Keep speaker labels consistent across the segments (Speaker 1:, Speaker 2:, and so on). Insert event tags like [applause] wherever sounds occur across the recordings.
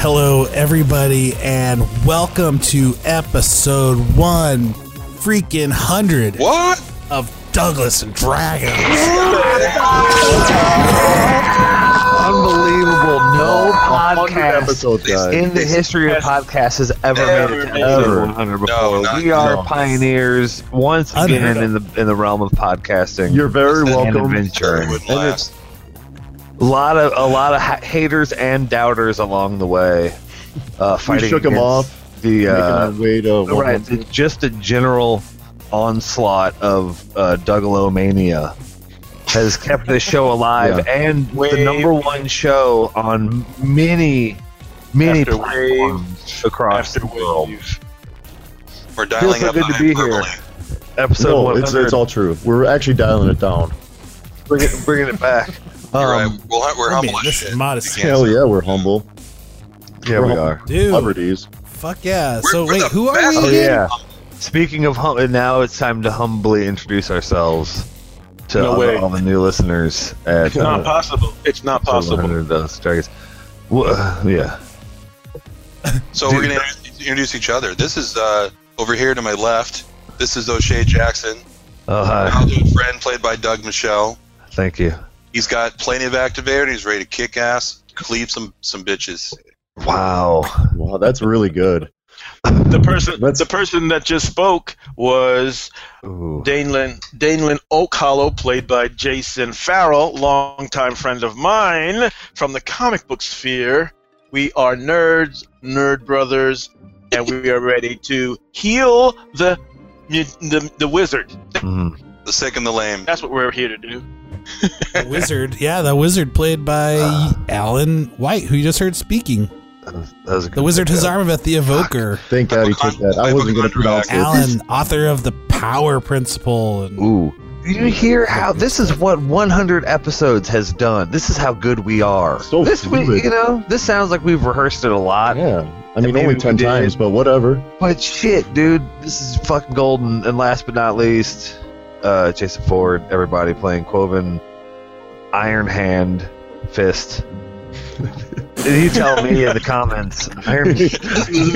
Speaker 1: Hello, everybody, and welcome to episode one freaking hundred
Speaker 2: What?
Speaker 1: of Douglas and Dragons.
Speaker 3: Unbelievable. No podcast
Speaker 4: episode, guys.
Speaker 3: in the history of podcasts has ever made it to episode 100 before.
Speaker 2: not-
Speaker 3: we are
Speaker 4: no.
Speaker 3: pioneers once
Speaker 1: Unheard
Speaker 3: again
Speaker 1: of.
Speaker 3: in the in the realm of podcasting.
Speaker 4: You're very
Speaker 2: Listen,
Speaker 3: and
Speaker 4: welcome.
Speaker 3: adventuring.
Speaker 2: Would
Speaker 4: And
Speaker 2: last.
Speaker 4: it's
Speaker 3: A lot of a lot of ha- haters and doubters along the way. Uh, fighting
Speaker 4: shook 'em
Speaker 3: against
Speaker 4: off,
Speaker 3: The
Speaker 4: making
Speaker 3: uh,
Speaker 4: our way to
Speaker 3: right, it's just a general onslaught of uh, Dougalomania has kept this show alive and the
Speaker 2: Wave.
Speaker 3: number one show on many, many
Speaker 2: After
Speaker 3: platforms across
Speaker 2: After
Speaker 3: the world.
Speaker 2: wave. We're dialing
Speaker 3: so
Speaker 2: up
Speaker 3: good
Speaker 2: the
Speaker 3: to be here.
Speaker 2: hyperbole.
Speaker 3: Episode
Speaker 4: no, it's,
Speaker 3: 100,
Speaker 4: it's all true. We're actually dialing it down.
Speaker 3: bring it, bringing it back.
Speaker 2: You're
Speaker 3: Um,
Speaker 2: right. We'll, we're
Speaker 1: I mean,
Speaker 2: humble as
Speaker 1: this
Speaker 2: shit.
Speaker 1: is modest.
Speaker 2: Yeah,
Speaker 4: Hell
Speaker 2: so-
Speaker 4: yeah, we're humble.
Speaker 3: Yeah, we are.
Speaker 1: Dude,
Speaker 4: Celebrities.
Speaker 1: fuck yeah.
Speaker 2: We're-
Speaker 1: So,
Speaker 2: we're
Speaker 1: wait,
Speaker 2: the
Speaker 1: who are
Speaker 2: best.
Speaker 1: we
Speaker 3: Oh,
Speaker 1: again?
Speaker 3: yeah. Speaking of hum- and now it's time to humbly introduce ourselves to
Speaker 5: No
Speaker 3: all,
Speaker 5: way.
Speaker 3: the, all the new listeners at uh,
Speaker 5: It's
Speaker 1: uh,
Speaker 5: not possible. It's not possible.
Speaker 3: 100 Dungeons and Dragons. Well, uh, yeah.
Speaker 2: So we're going to introduce each other. This is uh, over here to my left. This is O'Shea Jackson,
Speaker 3: Oh,
Speaker 2: my
Speaker 3: hi.
Speaker 2: childhood friend played by Doug Michelle.
Speaker 3: Thank you.
Speaker 2: He's got plenty of activator. He's ready to kick ass, cleave some some bitches.
Speaker 3: Wow.
Speaker 4: Wow, that's really good.
Speaker 5: The person,
Speaker 4: Let's-
Speaker 5: the person that just spoke was
Speaker 3: Ooh.
Speaker 5: Danelin Danelin Oak Hollow, played by Jason Farrell, longtime friend of mine from the comic book sphere. We are nerds, nerd brothers, and we are ready to heal the mu- the, the wizard.
Speaker 3: Mm.
Speaker 2: The sick and the lame.
Speaker 5: That's what we're here to do.
Speaker 1: The wizard. Yeah, the wizard played by Alan White, who you just heard speaking.
Speaker 3: That was- that was a
Speaker 1: The
Speaker 3: good
Speaker 1: wizard
Speaker 3: pickup.
Speaker 1: Hazarmaveth the Evoker.
Speaker 4: Thank God he took that. I wasn't going to pronounce it.
Speaker 1: Alan, author of The Power Principle.
Speaker 3: [laughs]
Speaker 1: And
Speaker 3: Ooh. Do you hear how this is what 100 episodes has done? This is how good we are.
Speaker 4: So
Speaker 3: this
Speaker 4: fluid.
Speaker 3: week, you know, this sounds like we've rehearsed it a lot.
Speaker 4: Yeah, I
Speaker 3: And
Speaker 4: mean
Speaker 3: maybe
Speaker 4: only
Speaker 3: we
Speaker 4: ten
Speaker 3: did.
Speaker 4: times, but whatever.
Speaker 3: But shit, dude, this is fucking golden. And last but not least, uh, Jason Ford, everybody playing Quoven, Iron Hand,
Speaker 4: [laughs]
Speaker 3: Fist. Did you tell me in the comments?
Speaker 4: [laughs]
Speaker 3: Iron,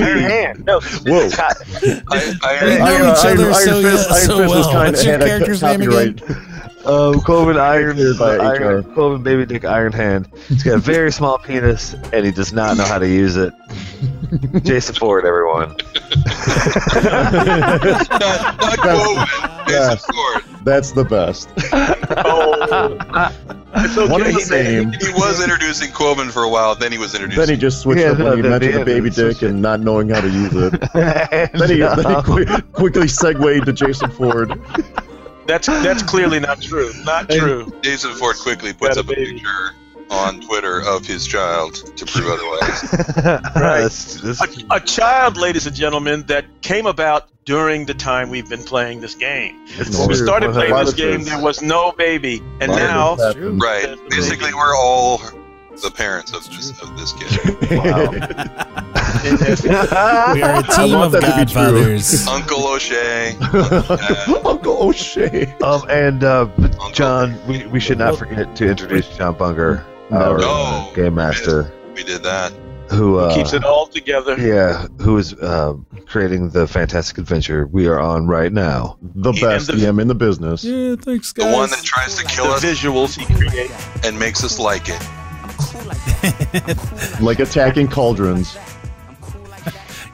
Speaker 3: Iron Hand. No,
Speaker 4: Whoa.
Speaker 2: I,
Speaker 1: We
Speaker 5: [laughs]
Speaker 2: I,
Speaker 1: know
Speaker 4: Iron-
Speaker 1: each
Speaker 4: Iron-
Speaker 1: other
Speaker 4: Iron
Speaker 1: so,
Speaker 4: Fist-
Speaker 1: yeah,
Speaker 4: Iron
Speaker 1: so
Speaker 4: Fist was
Speaker 1: well.
Speaker 4: kinda
Speaker 1: What's your
Speaker 4: had a
Speaker 1: character's name again?
Speaker 4: copyright.
Speaker 3: Um, Cloven Iron,
Speaker 4: Cleared by
Speaker 3: uh,
Speaker 4: HR.
Speaker 3: Iron Cloven Baby Dick Iron Hand. He's got a very small penis, and he does not know how to use it. Jason Ford, everyone.
Speaker 2: not, not Coven.
Speaker 4: Yeah.
Speaker 2: Jason Ford.
Speaker 4: That's the
Speaker 1: [laughs]
Speaker 4: best.
Speaker 5: It's okay.
Speaker 4: One of the same.
Speaker 2: He was introducing Coven for a while, then he was
Speaker 4: Then he
Speaker 2: introducing.
Speaker 4: just switched
Speaker 3: Yeah,
Speaker 4: up when
Speaker 3: the-
Speaker 4: he
Speaker 3: the-
Speaker 4: mentioned the
Speaker 3: the-
Speaker 4: baby
Speaker 3: the-
Speaker 4: dick and not knowing how to use
Speaker 3: [laughs]
Speaker 4: it.
Speaker 1: [laughs]
Speaker 4: Then he,
Speaker 3: Many
Speaker 4: then he qui- quickly segued to Jason Ford.
Speaker 5: That's that's clearly not true. Not true.
Speaker 2: Jason Ford quickly puts
Speaker 5: Got a
Speaker 2: up a
Speaker 5: baby.
Speaker 2: picture on Twitter of his child to prove otherwise.
Speaker 3: uh, [laughs] This, this,
Speaker 5: a, a child, ladies and gentlemen, that came about during the time we've been playing this game.
Speaker 3: it's
Speaker 5: When we
Speaker 3: true.
Speaker 5: started playing
Speaker 4: Lot
Speaker 5: this
Speaker 4: of
Speaker 5: game,
Speaker 4: truth.
Speaker 5: there was no baby, and
Speaker 2: Lot of
Speaker 5: now
Speaker 4: That's
Speaker 1: True.
Speaker 2: Right.
Speaker 5: Definitely.
Speaker 2: Basically, we're all the parents of this of this
Speaker 3: [laughs]
Speaker 2: kid.
Speaker 4: happened.
Speaker 1: We are a team
Speaker 4: want
Speaker 1: of
Speaker 4: that to be true.
Speaker 2: [laughs]
Speaker 1: godfathers.
Speaker 2: Uncle
Speaker 3: [laughs]
Speaker 2: O'Shea. Uncle Dad,
Speaker 4: Uncle O'Shea.
Speaker 3: um, and uh,
Speaker 2: Uncle-
Speaker 3: John, we, we should not forget to introduce John Bunger, our
Speaker 2: No.
Speaker 3: uh, game master,
Speaker 2: We did that.
Speaker 3: who uh,
Speaker 5: keeps it all together.
Speaker 3: Yeah, who is uh, creating the fantastic adventure we are on right now?
Speaker 1: Oh. [laughs]
Speaker 4: The
Speaker 5: He
Speaker 4: best
Speaker 5: and the-
Speaker 4: DM in the business.
Speaker 1: Yeah, thanks,
Speaker 2: The
Speaker 1: guys.
Speaker 2: one that tries to kill
Speaker 5: The
Speaker 2: us
Speaker 5: visuals he creates.
Speaker 2: and makes us like it.
Speaker 4: Like attacking cauldrons.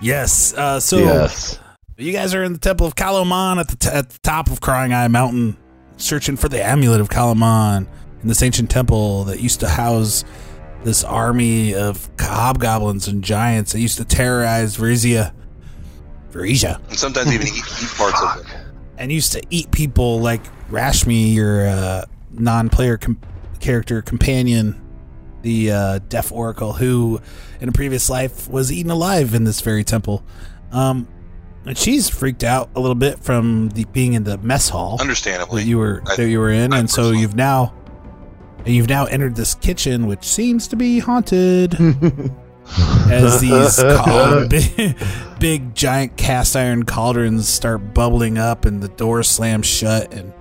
Speaker 1: yes. Uh, so
Speaker 3: yes.
Speaker 1: you guys are in the Temple of Kalaman at the, t- at the top of Crying Eye Mountain, searching for the amulet of Kalaman in this ancient temple that used to house this army of hobgoblins and giants that used to terrorize Verizia. Verizia.
Speaker 2: And sometimes even eat, eat parts of it.
Speaker 1: and used to eat people like Rashmi, your uh, non-player com- character companion, the uh, Deaf Oracle, who in a previous life was eaten alive in this very temple. Um, and she's freaked out a little bit from the being in the mess hall
Speaker 2: Understandably.
Speaker 1: that you were
Speaker 2: I-
Speaker 1: that you were in,
Speaker 2: I
Speaker 1: and so
Speaker 2: personally-
Speaker 1: you've now and you've now entered this kitchen, which seems to be haunted, as these cal- big, [laughs] big giant cast iron cauldrons start bubbling up, and the door slams shut, and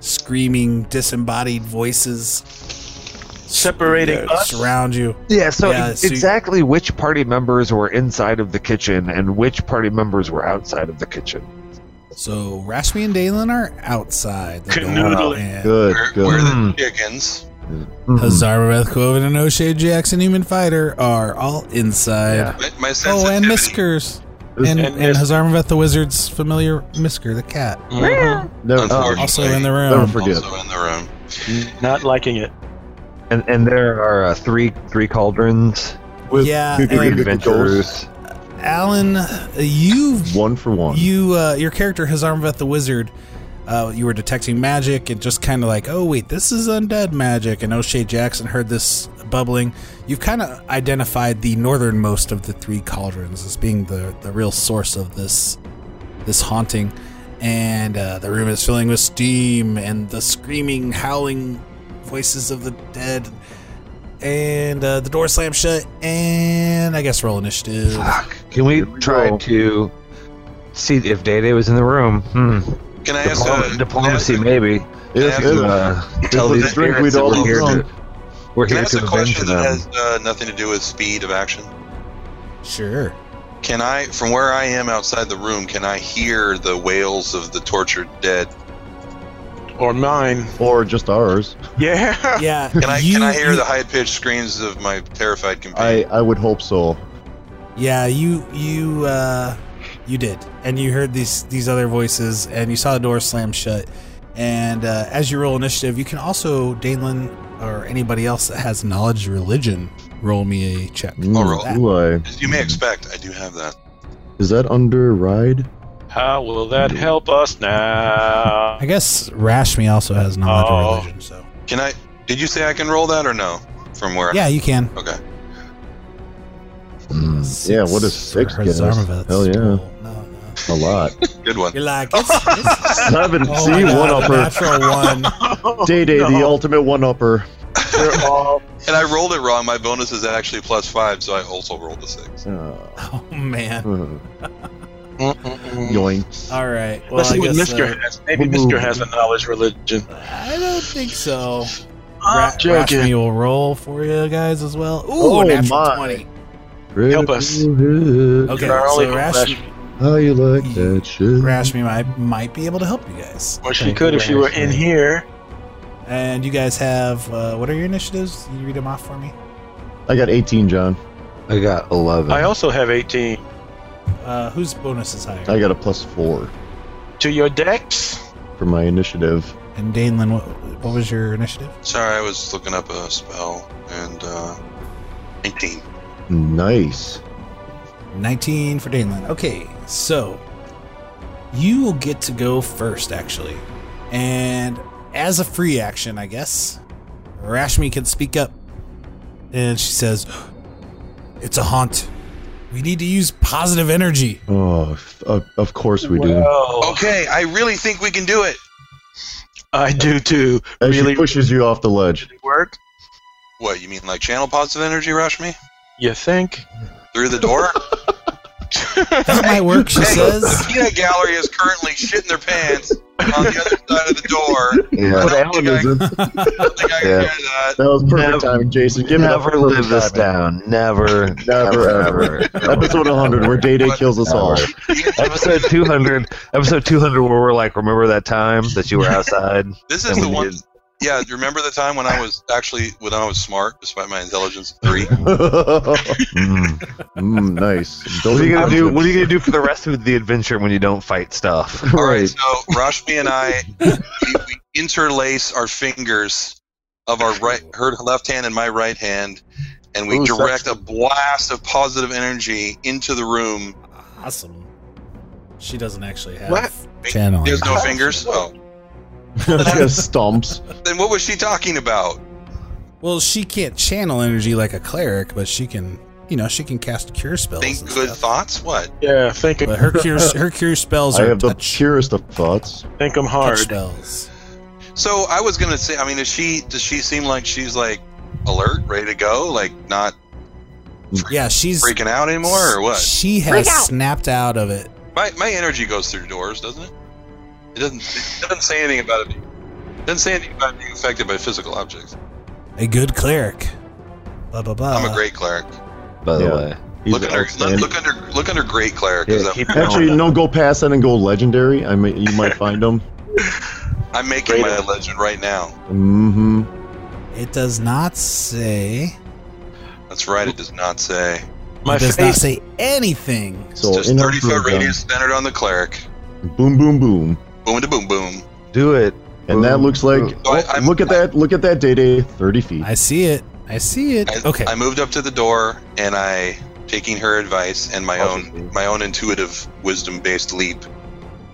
Speaker 1: screaming disembodied voices
Speaker 5: Separating us.
Speaker 1: surround you.
Speaker 3: Yeah, so
Speaker 1: Yeah,
Speaker 3: ex-
Speaker 1: so you-
Speaker 3: exactly which party members were inside of the kitchen and which party members were outside of the kitchen.
Speaker 1: So Rashmi and Dalen are outside the door,
Speaker 5: Canoodling.
Speaker 1: and
Speaker 3: Good,
Speaker 2: Where,
Speaker 3: good.
Speaker 2: where are the
Speaker 3: Mm,
Speaker 2: chickens?
Speaker 3: mm.
Speaker 1: Hazarmaveth, Cloven, and O'Shea Jackson, Human Fighter are all inside.
Speaker 3: Yeah.
Speaker 2: My, my
Speaker 1: Oh, and
Speaker 2: sensitivity-
Speaker 1: Miskers. And, and,
Speaker 5: And Misk-
Speaker 1: Hazarmaveth the Wizard's familiar Misker, the cat.
Speaker 6: uh,
Speaker 3: Never-
Speaker 2: Unfortunately.
Speaker 1: Also in the room.
Speaker 3: Never forget.
Speaker 2: Also in the room.
Speaker 5: Not liking it.
Speaker 3: And, and there are uh, three three cauldrons.
Speaker 6: With
Speaker 1: Yeah,
Speaker 6: two
Speaker 1: and-
Speaker 6: different goals.
Speaker 3: Adventurers.
Speaker 1: Alan, uh, you
Speaker 6: One for one.
Speaker 1: you uh, your character Hazarmaveth the Wizard, uh, you were detecting magic and just kind of like, oh wait, this is undead magic. And O'Shea Jackson heard this bubbling. You've kind of identified the northernmost of the three cauldrons as being the the real source of this this haunting. And uh, the room is filling with steam and the screaming, howling voices of the dead. And uh, the door slams shut. And I guess roll
Speaker 2: [laughs]
Speaker 1: initiative.
Speaker 3: Fuck. Can we try
Speaker 6: go.
Speaker 3: to see if Day Day was in the room? Hmm.
Speaker 2: Can I ask uh,
Speaker 3: Diploma-
Speaker 2: a,
Speaker 3: diplomacy,
Speaker 2: can I ask
Speaker 3: maybe.
Speaker 6: Yes,
Speaker 2: Yeah,
Speaker 6: yes.
Speaker 3: To, uh, tell
Speaker 6: the
Speaker 3: these
Speaker 6: drink
Speaker 3: spirits
Speaker 6: we'd
Speaker 3: that
Speaker 6: all
Speaker 3: we're here
Speaker 6: drunk.
Speaker 3: to, we're
Speaker 2: a, can I
Speaker 3: here
Speaker 2: ask
Speaker 3: to
Speaker 2: a
Speaker 3: avenge
Speaker 2: question that
Speaker 3: them.
Speaker 2: has uh, nothing to do with speed of action?
Speaker 1: Sure.
Speaker 2: Can I, from where I am outside the room, can I hear the wails of the tortured dead?
Speaker 5: Or mine.
Speaker 6: Or just ours.
Speaker 5: Yeah.
Speaker 1: Yeah.
Speaker 2: Can I
Speaker 1: you-
Speaker 2: can I hear
Speaker 1: you-
Speaker 2: the high pitched screams of my terrified companion?
Speaker 6: I, I would hope so.
Speaker 1: Yeah, you you uh you did. And you heard these these other voices and you saw the door slam shut. And uh, as you roll initiative, you can also Danelin or anybody else that has knowledge of religion roll me a check.
Speaker 6: Mm,
Speaker 2: All right.
Speaker 6: do I?
Speaker 2: As you may expect, I do have that.
Speaker 6: Is that under ride?
Speaker 5: How will that help us now?
Speaker 1: I guess Rashmi also has knowledge
Speaker 5: Oh.
Speaker 1: of religion, so
Speaker 2: Can I? Did you say I can roll that or no? From where?
Speaker 1: yeah, you can.
Speaker 2: Okay.
Speaker 6: Mm, yeah, what is six?
Speaker 1: for
Speaker 6: Guess?
Speaker 1: Hazarmaveth's
Speaker 6: Hell yeah,
Speaker 1: roll. No, no.
Speaker 5: [laughs]
Speaker 6: a lot.
Speaker 2: Good one.
Speaker 1: You're like it's, it's
Speaker 6: Seven.
Speaker 1: oh
Speaker 6: See,
Speaker 1: my God,
Speaker 6: one
Speaker 1: the
Speaker 6: upper.
Speaker 1: natural one. [laughs]
Speaker 6: Day Day, the
Speaker 5: No.
Speaker 6: ultimate one upper.
Speaker 5: They're all-
Speaker 2: And I rolled it wrong. My bonus is actually plus five, so I also rolled a six.
Speaker 6: Uh,
Speaker 1: Oh man.
Speaker 6: uh,
Speaker 5: Mm-mm-mm.
Speaker 6: yoinks.
Speaker 1: All right. Well,
Speaker 5: Let's
Speaker 1: I
Speaker 5: see what
Speaker 1: guess,
Speaker 5: Mister
Speaker 1: uh,
Speaker 5: has. Maybe
Speaker 6: we'll
Speaker 5: Mister
Speaker 6: move.
Speaker 5: has a knowledge religion.
Speaker 1: I don't think so.
Speaker 5: I'm
Speaker 1: Ra-
Speaker 5: joking.
Speaker 1: Rashmi will roll for you guys as well. Ooh,
Speaker 6: Oh,
Speaker 1: natural
Speaker 6: my.
Speaker 1: 20.
Speaker 5: Help us.
Speaker 6: Critical hit.
Speaker 1: Okay,
Speaker 5: Can I
Speaker 1: so
Speaker 5: only roll
Speaker 1: Rash,
Speaker 6: How you like that shit?
Speaker 1: Rashmi might, might be able to help you guys.
Speaker 5: Or she could if she were in here.
Speaker 1: And you guys have, uh, what are your initiatives? Can you read them off for me?
Speaker 6: I got 18, John.
Speaker 3: I got 11.
Speaker 5: I also have 18.
Speaker 1: Uh, whose bonus is higher?
Speaker 6: I got a plus four
Speaker 5: To your decks.
Speaker 6: for my initiative.
Speaker 1: And Danelin, what, what was your initiative?
Speaker 2: Sorry, I was looking up a spell and uh, 18.
Speaker 6: Nice.
Speaker 1: 19 for Danelin. Okay, so you will get to go first, actually. And as a free action, I guess, Rashmi can speak up. And she says, [gasps] It's a haunt. We need to use positive energy.
Speaker 6: Oh, f- of, of course we do.
Speaker 5: Well,
Speaker 2: Okay, I really think we can do it.
Speaker 5: I do too.
Speaker 6: As
Speaker 5: really-
Speaker 6: she pushes you off the ledge.
Speaker 5: Did it work?
Speaker 2: What you mean, like channel positive energy, Rashmi,
Speaker 5: You think?
Speaker 2: through
Speaker 1: [laughs]
Speaker 2: the door?
Speaker 1: That might work, she
Speaker 2: [laughs] Hey,
Speaker 1: says.
Speaker 2: The peanut gallery is currently shitting their pants on the other side of the door.
Speaker 3: yeah.
Speaker 2: I don't think I-
Speaker 6: That
Speaker 2: I don't think I can
Speaker 3: Yeah.
Speaker 2: hear that.
Speaker 6: was
Speaker 3: Never-
Speaker 6: perfect timing, Jason. Give it up
Speaker 3: Never
Speaker 6: for
Speaker 3: live this
Speaker 6: perfect timing.
Speaker 3: down. Never,
Speaker 6: Never,
Speaker 3: never, ever.
Speaker 6: Episode 100, where Day Day kills us all.
Speaker 3: episode 200. Episode 200, where we're like, remember that time that you were [laughs] outside?
Speaker 2: This
Speaker 3: And
Speaker 2: is the
Speaker 3: we
Speaker 2: one.
Speaker 3: did.
Speaker 2: Yeah, remember the time when I was actually when I was smart, despite my intelligence of
Speaker 3: [laughs]
Speaker 2: three.
Speaker 4: [laughs]
Speaker 6: mm, mm, nice.
Speaker 3: What are you gonna do? What are you gonna do for the rest of the adventure when you don't fight stuff?
Speaker 2: All right,
Speaker 6: Right.
Speaker 2: so Rashmi and I we, we interlace our fingers of our right, her left hand and my right hand, and we
Speaker 6: Ooh,
Speaker 2: direct
Speaker 6: sexy.
Speaker 2: a blast of positive energy into the room.
Speaker 1: Awesome. She doesn't actually have
Speaker 5: What?
Speaker 1: channeling.
Speaker 2: There's no fingers. Oh,
Speaker 4: That's just [laughs] stumps.
Speaker 2: Then what was she talking about?
Speaker 1: Well, she can't channel energy like a cleric, but she can, you know, she can cast cure spells.
Speaker 2: Think
Speaker 1: and
Speaker 2: good
Speaker 1: stuff.
Speaker 2: thoughts? What?
Speaker 5: Yeah, think
Speaker 1: But her cure, her cure spells
Speaker 4: I
Speaker 1: are
Speaker 4: have the
Speaker 1: touch,
Speaker 4: purest of thoughts.
Speaker 5: [laughs] think I'm
Speaker 1: touch
Speaker 5: hard.
Speaker 1: spells.
Speaker 2: So I was gonna say, I mean, is she? Does she seem like she's like alert, ready to go, like not
Speaker 1: Yeah, she's
Speaker 2: freaking out anymore, or what?
Speaker 1: She
Speaker 7: Freak
Speaker 1: has
Speaker 7: out.
Speaker 1: snapped out of it.
Speaker 2: My my energy goes through doors, doesn't it? It doesn't. It doesn't say anything about it. it Doesn't say anything about being affected by physical objects.
Speaker 1: A good cleric. Blah blah blah.
Speaker 2: I'm a great cleric.
Speaker 3: By the
Speaker 4: Yeah.
Speaker 3: way,
Speaker 4: Uh, He's
Speaker 2: Look under,
Speaker 4: outstanding.
Speaker 2: look, look under, look under great cleric. 'cause
Speaker 5: Yeah,
Speaker 2: I'm-
Speaker 5: keep
Speaker 4: Actually,
Speaker 5: going.
Speaker 4: no. Go past that and go legendary. I mean, you
Speaker 2: [laughs]
Speaker 4: might find them.
Speaker 2: I'm making
Speaker 5: Great.
Speaker 2: my legend right now.
Speaker 4: Mm-hmm.
Speaker 1: It does not say.
Speaker 2: That's right. It does not say.
Speaker 5: My
Speaker 1: it does not
Speaker 5: face.
Speaker 1: say anything.
Speaker 2: It's
Speaker 4: So
Speaker 2: just
Speaker 4: in her
Speaker 2: 30 foot
Speaker 4: program-
Speaker 2: radius centered on the cleric.
Speaker 4: Boom, boom, boom.
Speaker 2: Boom to boom boom.
Speaker 3: do it.
Speaker 4: And that
Speaker 3: Boom.
Speaker 4: looks like.
Speaker 2: So I, I'm-
Speaker 4: look at that. Look at that day day. Thirty feet.
Speaker 1: I see it. I see it.
Speaker 2: I,
Speaker 1: okay.
Speaker 2: I moved up to the door and I, taking her advice and my own my own intuitive wisdom based leap,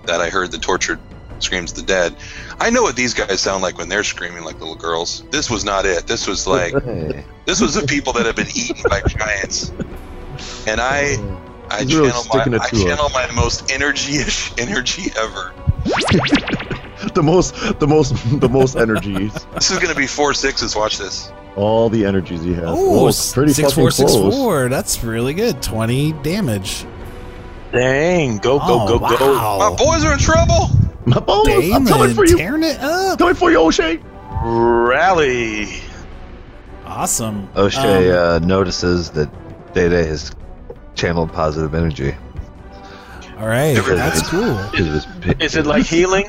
Speaker 2: that I heard the tortured screams of the dead. I know what these guys sound like when they're screaming like little girls. This was not it. This
Speaker 4: [laughs]
Speaker 2: was like
Speaker 3: Hey.
Speaker 2: this was the people that have been eaten by giants. And I, I
Speaker 4: He's really
Speaker 2: channel
Speaker 4: sticking
Speaker 2: my
Speaker 4: it
Speaker 2: I
Speaker 4: to us.
Speaker 2: channel my most energy ish [laughs] energy ever.
Speaker 4: The most. The most. The most energies.
Speaker 2: This is gonna be four sixes. Watch this.
Speaker 4: All the energies he has.
Speaker 1: Oh,
Speaker 4: Whoa,
Speaker 1: s-
Speaker 4: it's pretty
Speaker 1: six,
Speaker 4: fucking
Speaker 1: four, six,
Speaker 4: close.
Speaker 1: four. That's really good. Twenty damage.
Speaker 5: Dang, go, go,
Speaker 1: oh,
Speaker 5: go,
Speaker 1: wow.
Speaker 5: go.
Speaker 2: My boys are in trouble.
Speaker 4: My bones. I'm coming
Speaker 1: Damon,
Speaker 4: for you.
Speaker 1: tearing it up.
Speaker 4: Coming for you, O'Shea.
Speaker 5: Rally.
Speaker 1: Awesome.
Speaker 4: Oh,
Speaker 3: O'Shea
Speaker 1: Um,
Speaker 3: uh, notices that Day Day has channeled positive energy.
Speaker 1: all right,
Speaker 3: Everything.
Speaker 1: that's cool.
Speaker 3: [laughs]
Speaker 5: Is it
Speaker 1: [laughs]
Speaker 5: like healing?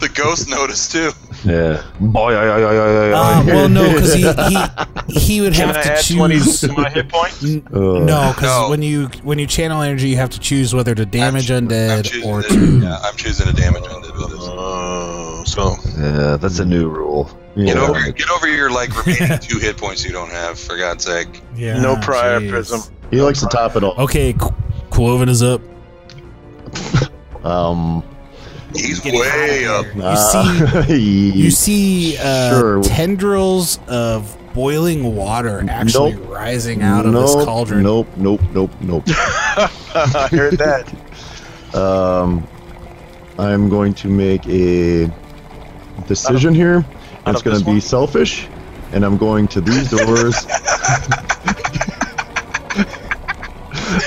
Speaker 2: The ghost noticed too.
Speaker 3: Yeah.
Speaker 4: Boy, yeah, yeah, yeah, yeah, [laughs] yeah.
Speaker 5: Um,
Speaker 1: Uh, well, no,
Speaker 4: [laughs]
Speaker 1: because he, he he would
Speaker 5: Can
Speaker 1: have
Speaker 5: I
Speaker 1: to
Speaker 5: add
Speaker 1: [laughs]
Speaker 5: 20
Speaker 1: choose.
Speaker 5: to my hit
Speaker 1: [laughs]
Speaker 5: points?
Speaker 1: N-
Speaker 4: Uh,
Speaker 1: no, because
Speaker 2: No.
Speaker 1: when you when you channel energy, you have to choose whether to damage
Speaker 2: I'm choo- I'm
Speaker 1: undead
Speaker 2: choosing
Speaker 1: or
Speaker 2: to-
Speaker 1: to.
Speaker 2: Yeah, I'm choosing to damage undead with this.
Speaker 5: Oh, so
Speaker 3: Yeah, that's a new rule.
Speaker 2: Get
Speaker 4: yeah.
Speaker 2: over, get over your like
Speaker 1: [laughs]
Speaker 2: remaining two hit points you don't have. For God's sake,
Speaker 1: Yeah,
Speaker 5: No prior
Speaker 1: Ah, jeez.
Speaker 5: prism.
Speaker 4: He likes to top it all.
Speaker 1: Okay, Qu- Quoven is up.
Speaker 4: Um,
Speaker 2: he's way up.
Speaker 1: You see,
Speaker 4: [laughs] uh,
Speaker 1: you see uh,
Speaker 4: Sure.
Speaker 1: tendrils of boiling water actually
Speaker 4: Nope.
Speaker 1: rising out of this cauldron.
Speaker 4: Nope, nope, nope, nope.
Speaker 5: I heard
Speaker 1: [laughs]
Speaker 5: that.
Speaker 4: um, I'm going to make a decision here. It's
Speaker 5: of
Speaker 4: going
Speaker 5: this
Speaker 4: to be
Speaker 5: one?
Speaker 4: selfish, and I'm going to
Speaker 5: [laughs]
Speaker 4: these doors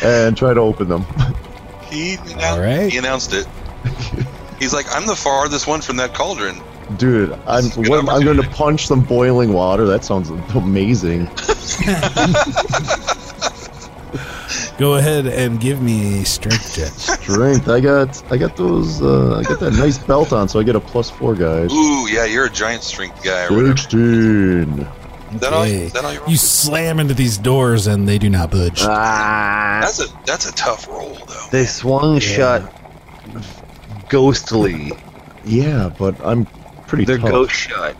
Speaker 4: and try to open them.
Speaker 2: He, announced-
Speaker 1: All right.
Speaker 2: he
Speaker 1: [laughs]
Speaker 2: announced it. He's like, I'm the farthest one from that cauldron.
Speaker 4: Dude, I'm
Speaker 2: This is a good
Speaker 4: what am- I'm going to
Speaker 2: opportunity.
Speaker 4: punch some boiling water. That sounds amazing.
Speaker 1: Go ahead and give me a strength check.
Speaker 4: Strength. I got I got those. Uh, I got that nice belt on, so I get a plus four, guys.
Speaker 2: Ooh, yeah, you're a giant strength guy. Or whatever.
Speaker 4: Sixteen.
Speaker 2: Is that all?
Speaker 1: Okay.
Speaker 2: Is that all you? roll?
Speaker 1: You slam into these doors and they do not budge.
Speaker 3: Ah,
Speaker 2: That's a that's a tough roll though.
Speaker 3: they swung shut ghostly.
Speaker 4: Yeah, but I'm pretty.
Speaker 3: They're
Speaker 4: tough.
Speaker 3: ghost shut.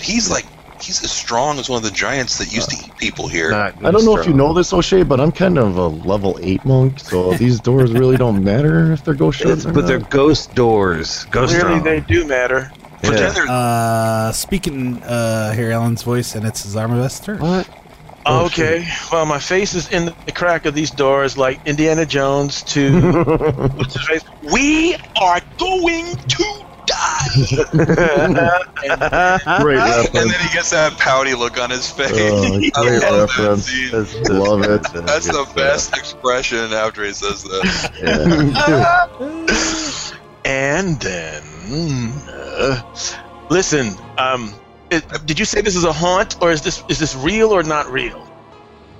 Speaker 2: He's like, he's as strong as one of the giants that used to eat people here.
Speaker 3: Not
Speaker 4: I don't know if you
Speaker 3: strong.
Speaker 4: know this, O'Shea, but I'm kind of a level eight monk, so these doors really don't matter if they're ghost
Speaker 3: It's-
Speaker 4: shuts. or
Speaker 3: but they're
Speaker 4: not.
Speaker 3: ghost doors. Ghost
Speaker 5: Clearly,
Speaker 3: strong.
Speaker 5: they do matter.
Speaker 2: Pretend they're-
Speaker 1: Uh, speaking, uh, hear Ellen's voice, and it's his armor vester.
Speaker 4: what? Oh,
Speaker 5: Okay, well, my face is in the crack of these doors like Indiana Jones to.
Speaker 1: [laughs]
Speaker 5: what's his face? We are going to die!
Speaker 2: [laughs]
Speaker 4: Great
Speaker 2: and
Speaker 4: reference.
Speaker 2: then he gets that pouty look on his [laughs] face.
Speaker 4: Oh,
Speaker 2: I
Speaker 4: great
Speaker 2: love that
Speaker 4: reference.
Speaker 2: scene.
Speaker 4: Love it.
Speaker 2: That's the best expression after he says
Speaker 6: [laughs]
Speaker 2: that.
Speaker 4: Yeah.
Speaker 5: and then. uh, listen, um, it, did you say this is a haunt, or is this is this real or not real?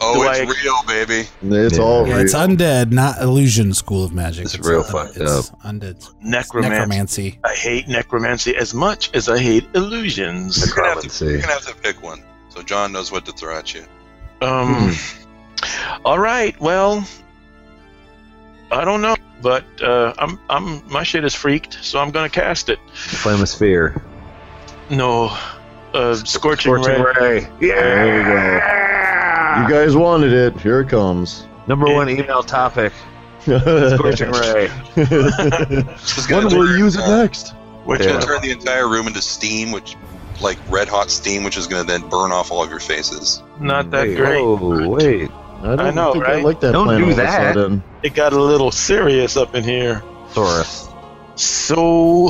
Speaker 2: Oh,
Speaker 5: Do
Speaker 2: it's
Speaker 5: I-
Speaker 2: real, baby.
Speaker 4: It's all
Speaker 1: Yeah,
Speaker 4: real.
Speaker 1: it's undead, not illusion. School of magic.
Speaker 3: It's real fucked
Speaker 1: it's Undead.
Speaker 5: Necromancy.
Speaker 1: Necromancy.
Speaker 5: I hate necromancy as much as I hate illusions.
Speaker 2: You're gonna, have to,
Speaker 3: Necromancy.
Speaker 2: you're gonna have to pick one. So John knows what to throw at you.
Speaker 5: Um.
Speaker 3: Hmm.
Speaker 5: All right. Well, I don't know, but uh, I'm I'm my shit is freaked, so I'm gonna cast it.
Speaker 3: Flame of sphere.
Speaker 5: No, uh, scorching,
Speaker 3: Scorching
Speaker 5: ray.
Speaker 3: ray.
Speaker 4: There you go. You guys wanted it. Here it comes.
Speaker 3: Number one email topic. Scorching ray.
Speaker 6: [laughs]
Speaker 3: [laughs]
Speaker 2: This is gonna
Speaker 4: when
Speaker 2: do
Speaker 4: will
Speaker 2: your-
Speaker 4: you use it
Speaker 2: uh,
Speaker 4: next?
Speaker 5: Which
Speaker 2: It's
Speaker 3: Yeah.
Speaker 2: gonna turn the entire room into steam, which like red hot steam, which is gonna then burn off all of your faces.
Speaker 5: not that
Speaker 3: Wait,
Speaker 5: great.
Speaker 3: Oh, wait.
Speaker 6: I don't
Speaker 5: know,
Speaker 6: think I
Speaker 5: right?
Speaker 6: like that
Speaker 3: Don't
Speaker 6: plan
Speaker 3: do
Speaker 6: all of a
Speaker 3: that.
Speaker 6: sudden.
Speaker 5: It got a little serious up in here.
Speaker 3: Thoris,
Speaker 5: So,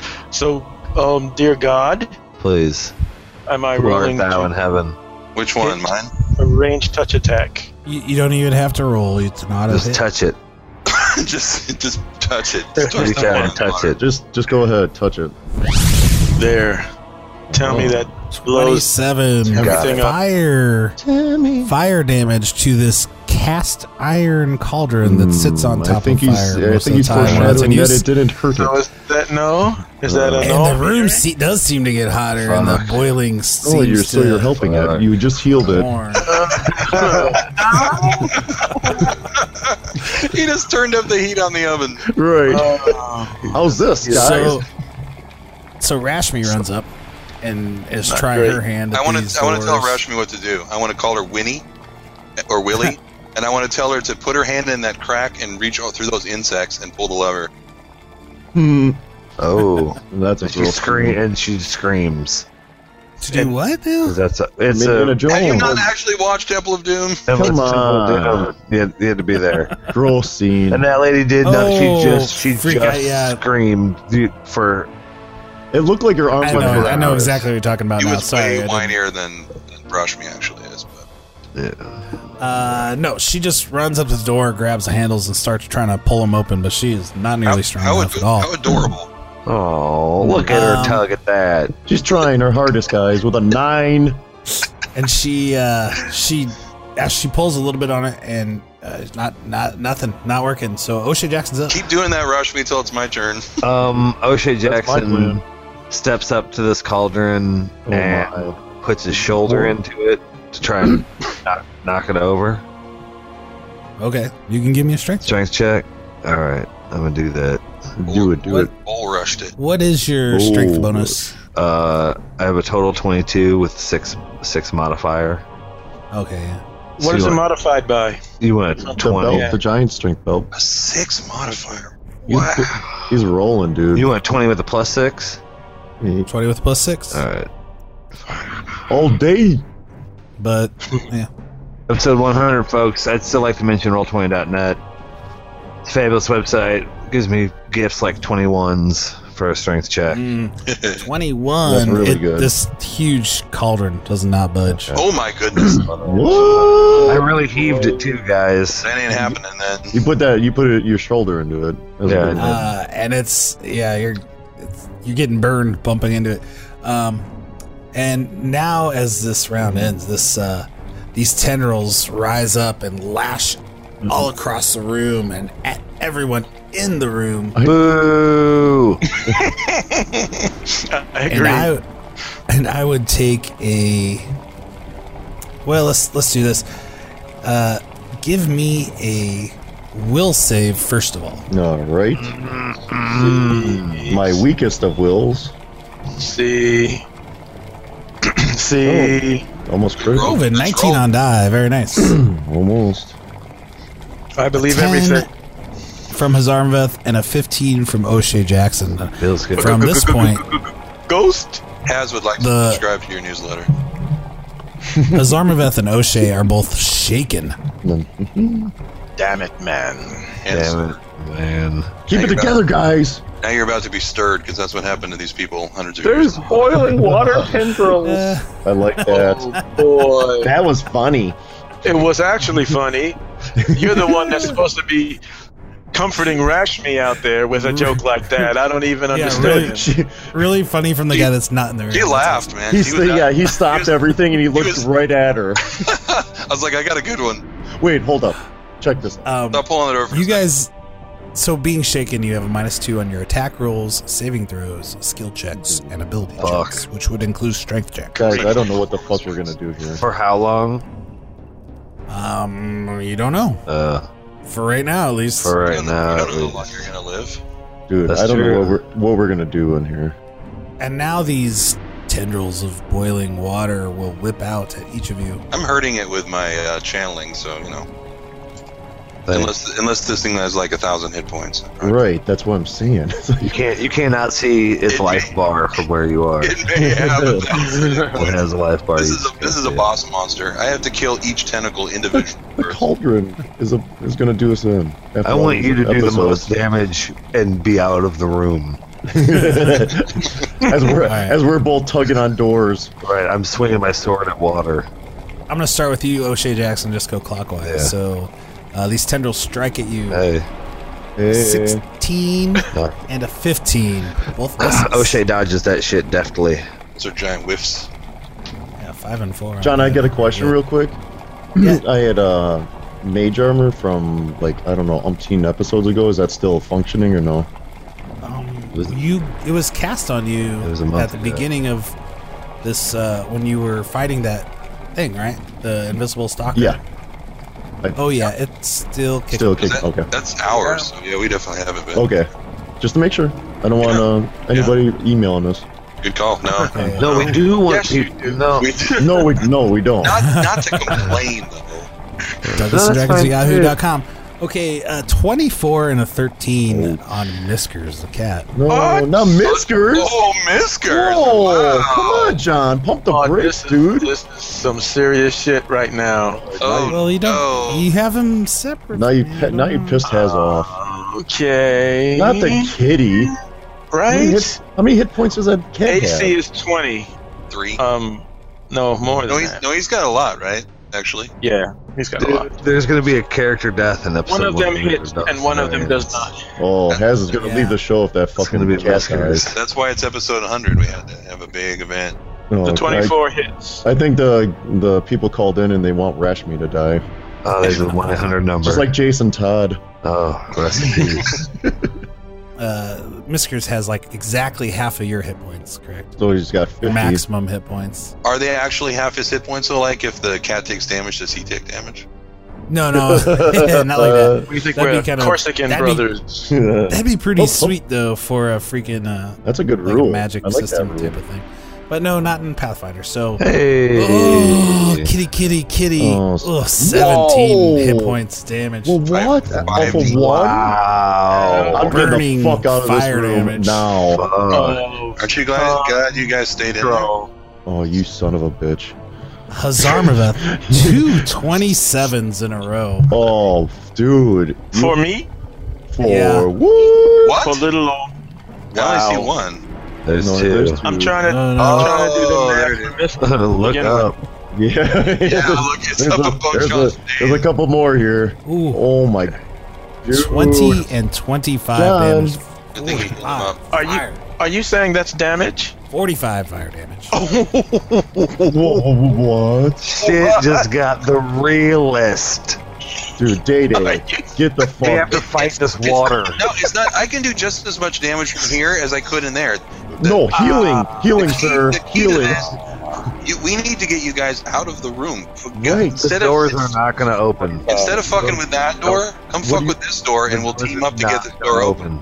Speaker 5: [laughs] so, um, dear God,
Speaker 3: please.
Speaker 5: am I
Speaker 3: Who art
Speaker 5: rolling
Speaker 3: thou in
Speaker 5: to
Speaker 3: heaven?
Speaker 2: Which one? Mine? [laughs]
Speaker 5: a range touch attack?
Speaker 1: You, you don't even have to roll. It's not a
Speaker 3: Just
Speaker 1: hit.
Speaker 3: touch it.
Speaker 2: just just touch it. Just touch
Speaker 3: Reach
Speaker 2: that
Speaker 3: out
Speaker 2: one
Speaker 3: and touch
Speaker 2: water.
Speaker 3: it.
Speaker 6: Just just go ahead, touch it.
Speaker 5: There. Tell
Speaker 3: Oh.
Speaker 5: me that blows.
Speaker 1: 27
Speaker 5: Everything up.
Speaker 1: fire fire damage to this cast iron cauldron that sits on
Speaker 6: Mm,
Speaker 1: top
Speaker 6: I think
Speaker 1: of
Speaker 6: he's,
Speaker 1: fire
Speaker 6: I
Speaker 1: most
Speaker 6: think he's
Speaker 1: of the time when it's in
Speaker 6: foreshadowing that
Speaker 1: use.
Speaker 6: it didn't
Speaker 1: [laughs]
Speaker 6: hurt
Speaker 5: So
Speaker 6: it.
Speaker 5: is that no? Is that a no?
Speaker 1: And the room se- does seem to get hotter, and the boiling seems
Speaker 6: Oh, you're
Speaker 1: to
Speaker 6: so you're helping it. You just healed it. [laughs]
Speaker 1: warm.
Speaker 2: He just turned up the heat on the oven.
Speaker 6: Right.
Speaker 5: Oh,
Speaker 6: How's this, guys?
Speaker 1: So, so Rashmi runs up and is trying her hand. At
Speaker 2: I want
Speaker 1: these
Speaker 2: to I want to tell
Speaker 1: doors.
Speaker 2: Rashmi what to do. I want to call her Winnie eh, or Willie, and I want to tell her to put her hand in that crack and reach out through those insects and pull the lever.
Speaker 6: Hmm.
Speaker 3: Oh.
Speaker 6: That's a
Speaker 3: she
Speaker 6: throw.
Speaker 3: scream and she screams.
Speaker 1: to do what now?
Speaker 3: 'Cause That's a, it's
Speaker 6: Made in
Speaker 3: a,
Speaker 6: a
Speaker 2: Have you not
Speaker 6: drone.
Speaker 2: actually watched Temple of Doom?
Speaker 1: Oh,
Speaker 3: that was
Speaker 6: Come
Speaker 3: a simple
Speaker 6: on.
Speaker 3: deal. You had, you had to be there.
Speaker 6: Gross scene.
Speaker 3: And that lady did not.
Speaker 1: Oh,
Speaker 3: She just she
Speaker 1: freak
Speaker 3: just
Speaker 1: out, yeah.
Speaker 3: screamed dude, for
Speaker 6: It looked like your arm
Speaker 1: I
Speaker 6: went
Speaker 1: know,
Speaker 6: around.
Speaker 1: I know exactly what you're talking about
Speaker 2: He
Speaker 1: now.
Speaker 2: was
Speaker 1: Sorry. I
Speaker 2: way
Speaker 1: didn't-
Speaker 2: whinier than, than Rashmi actually is. But
Speaker 1: Uh, no, she just runs up to the door, grabs the handles, and starts trying to pull them open, but she is not nearly strong
Speaker 2: how,
Speaker 1: enough
Speaker 2: ad-
Speaker 1: at all.
Speaker 2: how adorable!
Speaker 3: oh look at
Speaker 1: Um,
Speaker 3: her tug at that.
Speaker 6: She's trying her hardest, guys, with a nine.
Speaker 1: and she uh she as she pulls a little bit on it and uh, it's not not nothing not working so osha jackson's up
Speaker 2: Keep doing that, Rashmi, till it's my turn.
Speaker 3: Um, O'Shea
Speaker 6: That's my
Speaker 3: Jackson
Speaker 6: plan.
Speaker 3: steps up to this cauldron
Speaker 6: Oh
Speaker 3: and
Speaker 6: my.
Speaker 3: puts his shoulder into it to try [coughs] and knock, knock it over.
Speaker 1: okay you can give me a strength
Speaker 3: Strength check. All right, I'm gonna do that.
Speaker 6: Do it, do
Speaker 1: What?
Speaker 6: it.
Speaker 2: Bull rushed it.
Speaker 1: what is your
Speaker 6: Oh.
Speaker 1: strength bonus
Speaker 3: Uh, I have a total 22 with six six modifier.
Speaker 1: okay yeah.
Speaker 5: what is it modified by?
Speaker 3: You want
Speaker 5: The
Speaker 3: a
Speaker 6: The
Speaker 3: 20?
Speaker 6: belt, the giant strength belt.
Speaker 2: A six modifier.
Speaker 6: He's,
Speaker 2: Wow.
Speaker 6: he's rolling, dude.
Speaker 3: You want a 20 with a plus six?
Speaker 6: He-
Speaker 1: 20 with plus 6
Speaker 6: Uh,
Speaker 3: All right.
Speaker 6: all day.
Speaker 1: but
Speaker 6: [laughs]
Speaker 3: Episode 100, folks. I'd still like to mention Roll20.net. It's a fabulous website. Gives me gifts like 21s for a strength check.
Speaker 2: [laughs]
Speaker 1: mm, 21
Speaker 6: That's really
Speaker 1: it-
Speaker 6: good.
Speaker 1: this huge cauldron does not budge
Speaker 2: Oh my goodness,
Speaker 3: I
Speaker 6: What?
Speaker 3: really heaved it too, guys.
Speaker 2: that ain't happening then.
Speaker 6: You put that. You put it, your shoulder into it. That's
Speaker 3: Yeah,
Speaker 6: really
Speaker 3: I know.
Speaker 6: nice.
Speaker 1: uh, and it's yeah you're it's, you're getting burned bumping into it um, and now as this round ends this uh, these tendrils rise up and lash all across the room and at everyone in the room
Speaker 2: [laughs]
Speaker 3: Boo!
Speaker 5: I
Speaker 1: and
Speaker 5: agree.
Speaker 1: I and I would take a well let's let's do this uh, give me a will save first of all
Speaker 6: All right.
Speaker 2: Mm-hmm.
Speaker 6: My weakest of wills.
Speaker 5: See. See.
Speaker 6: Almost critical.
Speaker 1: oh and 19 on die very nice
Speaker 6: Almost.
Speaker 5: I believe
Speaker 1: 10
Speaker 5: everything.
Speaker 1: from Hazarmaveth and a 15 from O'Shea Jackson. Uh,
Speaker 3: Feels good.
Speaker 1: From this point,
Speaker 5: Ghost?
Speaker 2: Has would like
Speaker 1: The-
Speaker 2: to subscribe to your newsletter.
Speaker 1: Hazarmaveth and O'Shea are both shaken.
Speaker 5: Damn it, man.
Speaker 2: And
Speaker 3: Damn it, man.
Speaker 6: Keep it together, guys.
Speaker 2: Now you're about to be stirred because that's what happened to these people hundreds of years.
Speaker 8: There's boiling
Speaker 5: [laughs]
Speaker 8: water tendrils.
Speaker 1: Uh,
Speaker 2: [laughs]
Speaker 6: I like
Speaker 2: Oh,
Speaker 6: that.
Speaker 5: Boy.
Speaker 6: that was funny.
Speaker 5: It was actually funny. You're the one that's supposed to be comforting Rashmi out there with a joke like that. I don't even understand.
Speaker 1: really.
Speaker 5: it.
Speaker 6: She,
Speaker 1: [laughs] really funny from the guy that's not in the room.
Speaker 2: He laughed, man.
Speaker 6: he's,
Speaker 2: was not-
Speaker 6: yeah, he stopped
Speaker 2: was-
Speaker 6: everything and he looked
Speaker 2: was-
Speaker 6: right at her.
Speaker 2: [laughs] I was like, I got a good one.
Speaker 6: Wait, hold up. Check this. out.
Speaker 1: Um,
Speaker 2: Stop pulling it over.
Speaker 1: you guys, so being shaken, you have a minus two on your attack rolls, saving throws, skill checks, and ability
Speaker 3: Fuck.
Speaker 1: checks, which would include strength check.
Speaker 6: Guys, I don't know what the fuck we're gonna do here.
Speaker 3: For how long?
Speaker 1: Um, you don't know
Speaker 3: Uh,
Speaker 1: for right now, at least.
Speaker 3: for
Speaker 2: You
Speaker 3: right [laughs]
Speaker 2: don't know-
Speaker 3: now.
Speaker 2: you
Speaker 3: at
Speaker 2: don't know how long
Speaker 3: least.
Speaker 2: you're gonna live.
Speaker 6: Dude,
Speaker 3: That's
Speaker 6: I don't know
Speaker 3: true.
Speaker 6: what we're what we're gonna do in here.
Speaker 1: and now these tendrils of boiling water will whip out at each of you.
Speaker 2: I'm hurting it with my uh, channeling, so you know.
Speaker 3: thing.
Speaker 2: Unless unless this thing has like a thousand hit points.
Speaker 6: Right, that's what I'm [laughs] saying. It's like,
Speaker 3: You can't. You cannot see its
Speaker 2: It-
Speaker 3: life bar from where you are.
Speaker 2: [laughs] It may have a
Speaker 6: [laughs]
Speaker 2: thousand hit
Speaker 3: It
Speaker 2: points.
Speaker 3: has a life bar.
Speaker 2: This
Speaker 3: you
Speaker 2: is
Speaker 3: just
Speaker 2: a,
Speaker 3: can't
Speaker 2: this is a
Speaker 3: see it.
Speaker 2: boss monster. I have to kill each tentacle individually.
Speaker 6: [laughs] the
Speaker 2: first.
Speaker 6: cauldron is a, is gonna do us in.
Speaker 3: I want you to do the most damage and be out of the room.
Speaker 6: [laughs] as we're
Speaker 1: right.
Speaker 6: as we're both tugging on doors.
Speaker 3: Right. I'm swinging my sword at water.
Speaker 1: I'm gonna start with you, O'Shea Jackson. Just go clockwise.
Speaker 3: Yeah.
Speaker 1: So uh, these tendrils strike at you.
Speaker 3: Hey,
Speaker 6: Hey,
Speaker 1: Sixteen
Speaker 3: no.
Speaker 1: and a fifteen. Both misses.
Speaker 3: [coughs]
Speaker 1: [sighs]
Speaker 3: O'Shea dodges that shit deftly.
Speaker 2: Those are giant whiffs.
Speaker 1: Yeah, five and four.
Speaker 6: John, I got a question
Speaker 1: Yeah.
Speaker 6: real quick. I had uh, mage armor from like I don't know umpteen episodes ago. Is that still functioning or no?
Speaker 1: Um,
Speaker 3: Was-
Speaker 1: you it was cast on you
Speaker 3: It was a
Speaker 1: at
Speaker 3: month
Speaker 1: the
Speaker 3: ago.
Speaker 1: beginning of this uh, when you were fighting that thing, right? The invisible stalker.
Speaker 6: Yeah.
Speaker 1: Oh yeah, it's still kicking.
Speaker 6: Still kick.
Speaker 2: That-
Speaker 6: Okay.
Speaker 2: That's ours. So yeah, we definitely have it. But
Speaker 6: Okay. Just to make sure. I don't want uh, anybody emailing us.
Speaker 2: Good call. No,
Speaker 6: [laughs]
Speaker 1: Okay.
Speaker 3: No, we do want
Speaker 5: Yes,
Speaker 3: you.
Speaker 5: you do.
Speaker 3: No,
Speaker 2: [laughs] we do.
Speaker 6: No, we no, we don't.
Speaker 2: Not not to complain though.
Speaker 1: Douglas
Speaker 3: No,
Speaker 1: and
Speaker 3: that's
Speaker 1: Dragons
Speaker 3: fine.
Speaker 1: Yahoo.com. Okay, uh, 24 and a 13 on Miskers, the cat.
Speaker 6: No,
Speaker 5: What?
Speaker 6: not Miskers.
Speaker 2: Oh, Miskers!
Speaker 6: Whoa,
Speaker 2: wow.
Speaker 6: come on, John. Pump the
Speaker 5: Oh,
Speaker 6: brakes,
Speaker 5: this is,
Speaker 6: dude.
Speaker 5: This is some serious shit right now.
Speaker 2: Oh,
Speaker 1: well, you don't.
Speaker 2: no.
Speaker 1: You have them separate.
Speaker 6: now you
Speaker 1: man.
Speaker 6: pe- now you pissed Haz off.
Speaker 5: Okay.
Speaker 6: Not the kitty. How many, hit,
Speaker 5: right.
Speaker 6: how many hit points does that cat have?
Speaker 5: AC is twenty.
Speaker 2: Three.
Speaker 5: Um, no more than
Speaker 2: no, he's
Speaker 5: that.
Speaker 2: no, he's got a lot, right? Actually,
Speaker 5: Yeah, he's got a
Speaker 3: there-
Speaker 5: lot.
Speaker 3: there's going to be a character death in episode
Speaker 5: One of them
Speaker 3: where
Speaker 5: hits
Speaker 3: there's
Speaker 5: and one of them
Speaker 3: nothing.
Speaker 5: does not.
Speaker 6: Oh, Haz is gonna
Speaker 1: Yeah.
Speaker 6: leave the show if that
Speaker 3: It's
Speaker 6: fucking
Speaker 3: going to be
Speaker 6: cat dies.
Speaker 3: Miskers.
Speaker 2: that's why it's episode 100. We had to have a big event.
Speaker 6: No,
Speaker 5: The
Speaker 6: I-
Speaker 5: twenty-four hits.
Speaker 6: I, think the the people called in and they want Rashmi to die,
Speaker 3: Oh, there's a 100 number.
Speaker 6: just like Jason Todd.
Speaker 3: oh, rest in peace.
Speaker 1: Uh, Miskers has like exactly half of your hit points, correct?
Speaker 6: So he's got fifty.
Speaker 1: Your
Speaker 6: [laughs]
Speaker 1: maximum hit points.
Speaker 2: Are they actually half his hit points? So, like, if the cat takes damage, does he take damage?
Speaker 1: No,
Speaker 6: [laughs]
Speaker 1: no, [laughs] not like that.
Speaker 5: What do you think
Speaker 1: That'd
Speaker 5: we're
Speaker 1: be kinda-
Speaker 5: Corsican
Speaker 1: that'd be-
Speaker 5: brothers?
Speaker 6: Uh,
Speaker 1: That'd be pretty
Speaker 6: Oh, oh.
Speaker 1: sweet though for a freaking uh,
Speaker 6: [laughs] That's a good
Speaker 1: like
Speaker 6: rule.
Speaker 1: a magic
Speaker 6: I like that
Speaker 1: system
Speaker 6: rule.
Speaker 1: type of thing. But no, not in Pathfinder.
Speaker 6: [laughs]
Speaker 1: So,
Speaker 3: hey.
Speaker 1: oh, kitty, kitty, kitty.
Speaker 6: Oh,
Speaker 1: Oh, 17 hit
Speaker 6: Whoa.
Speaker 1: points damage.
Speaker 6: Well, what?
Speaker 2: Five-
Speaker 6: Off of
Speaker 2: five-
Speaker 6: one?
Speaker 3: Wow.
Speaker 6: I'm getting
Speaker 1: Burning
Speaker 6: the fuck out of this
Speaker 1: fire
Speaker 6: room
Speaker 1: damage.
Speaker 6: now.
Speaker 3: Fuck.
Speaker 5: Oh,
Speaker 2: Aren't you glad, glad you guys stayed in there?
Speaker 5: bro.
Speaker 6: Oh, you son of a bitch. [laughs]
Speaker 1: Hazarmaveth, two 27s in a row.
Speaker 6: Oh, dude. You
Speaker 5: For me,
Speaker 6: four.
Speaker 1: Yeah.
Speaker 6: What?
Speaker 2: What?
Speaker 5: for little old.
Speaker 2: I only
Speaker 3: Wow.
Speaker 2: see one.
Speaker 3: There's
Speaker 6: No,
Speaker 3: two.
Speaker 6: there's two.
Speaker 5: I'm trying to.
Speaker 1: No, no,
Speaker 5: I'm
Speaker 2: no.
Speaker 5: trying to do
Speaker 2: Oh, there
Speaker 5: the
Speaker 2: it
Speaker 5: math
Speaker 2: is.
Speaker 5: for this.
Speaker 3: [laughs] Look
Speaker 5: Again,
Speaker 3: up.
Speaker 6: Yeah.
Speaker 2: Yeah,
Speaker 6: [laughs]
Speaker 2: look, it's
Speaker 6: there's,
Speaker 2: up
Speaker 6: a,
Speaker 2: above
Speaker 6: there's,
Speaker 2: John's
Speaker 6: a, there's a couple more here.
Speaker 1: Ooh,
Speaker 6: Oh, my. Dude.
Speaker 1: 20 and 25
Speaker 6: John.
Speaker 1: damage.
Speaker 2: I think he pulled him up.
Speaker 5: Are you-
Speaker 1: Fire.
Speaker 5: Are you saying that's damage?
Speaker 1: 45 fire damage.
Speaker 6: [laughs]
Speaker 2: Oh,
Speaker 6: Whoa, what?
Speaker 3: Shit just got the realest.
Speaker 6: Dude, Day
Speaker 2: [laughs]
Speaker 6: Day. Get the
Speaker 3: We have to
Speaker 6: fuck.
Speaker 3: fight this water.
Speaker 2: No, it's not. I can do just as much damage from here as I could in there. uh,
Speaker 6: No, healing. Healing, sir.
Speaker 2: Ah, The key to
Speaker 6: Healing.
Speaker 2: that- you, we need to get you guys out of the room. For God-
Speaker 3: The
Speaker 6: Right.
Speaker 2: Instead
Speaker 3: doors
Speaker 2: of,
Speaker 3: are not going to open.
Speaker 2: Instead of fucking with that door, come
Speaker 3: What
Speaker 2: fuck
Speaker 3: do you-
Speaker 2: with this door, and we'll
Speaker 3: They're
Speaker 2: team up to get
Speaker 3: not
Speaker 2: the door open.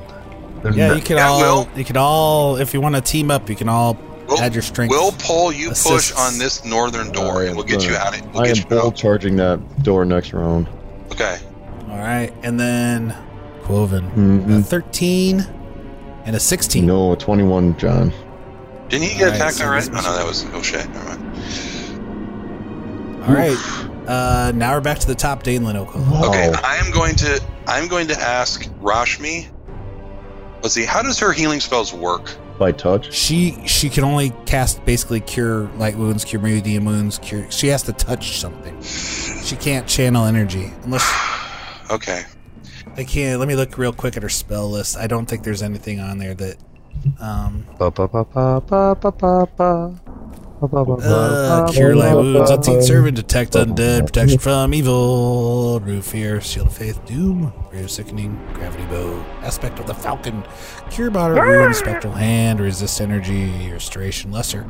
Speaker 3: They're
Speaker 1: Yeah,
Speaker 3: not-
Speaker 1: you can
Speaker 2: Yeah,
Speaker 1: all,
Speaker 2: Will.
Speaker 1: you can all, if you want to team up, you can all
Speaker 2: Will-
Speaker 1: add your strength.
Speaker 2: We'll pull you
Speaker 1: Assists.
Speaker 2: push on this northern door, and we'll get you out. Of, we'll
Speaker 6: I
Speaker 2: get
Speaker 6: am
Speaker 2: you
Speaker 6: bull
Speaker 2: out.
Speaker 6: charging that door next round.
Speaker 2: Okay.
Speaker 1: All right, and then Quoven,
Speaker 6: Mhm.
Speaker 1: a 13 and a 16.
Speaker 6: No, 21, John.
Speaker 2: Didn't he
Speaker 1: All
Speaker 2: get
Speaker 1: right,
Speaker 2: attacked
Speaker 1: so
Speaker 2: already?
Speaker 1: this
Speaker 2: Oh no, that was oh shit. Never mind.
Speaker 1: All right, uh, now we're back to the top, Danelin Oklahoma.
Speaker 2: Okay,
Speaker 6: Wow.
Speaker 2: I am going to I'm going to ask Rashmi. Let's see, how does her healing spells work?
Speaker 6: By touch?
Speaker 1: She she can only cast basically cure light wounds, cure medium wounds, cure. She has to touch something. She can't channel energy unless
Speaker 2: Okay.
Speaker 1: I can't. Let me look real quick at her spell list. I don't think there's anything on there that. Um,
Speaker 3: Ba, ba, ba, ba, ba, ba, ba, ba. Ba, ba, ba,
Speaker 1: uh,
Speaker 3: ba,
Speaker 1: cure
Speaker 3: ba,
Speaker 1: light
Speaker 3: ba,
Speaker 1: wounds,
Speaker 3: ba,
Speaker 1: unseen
Speaker 3: ba.
Speaker 1: servant, detect undead, protection from evil, root of fear, shield of faith, doom, rare sickening, gravity bow, aspect of the falcon, cure moderate wound, spectral hand, resist energy, restoration, lesser,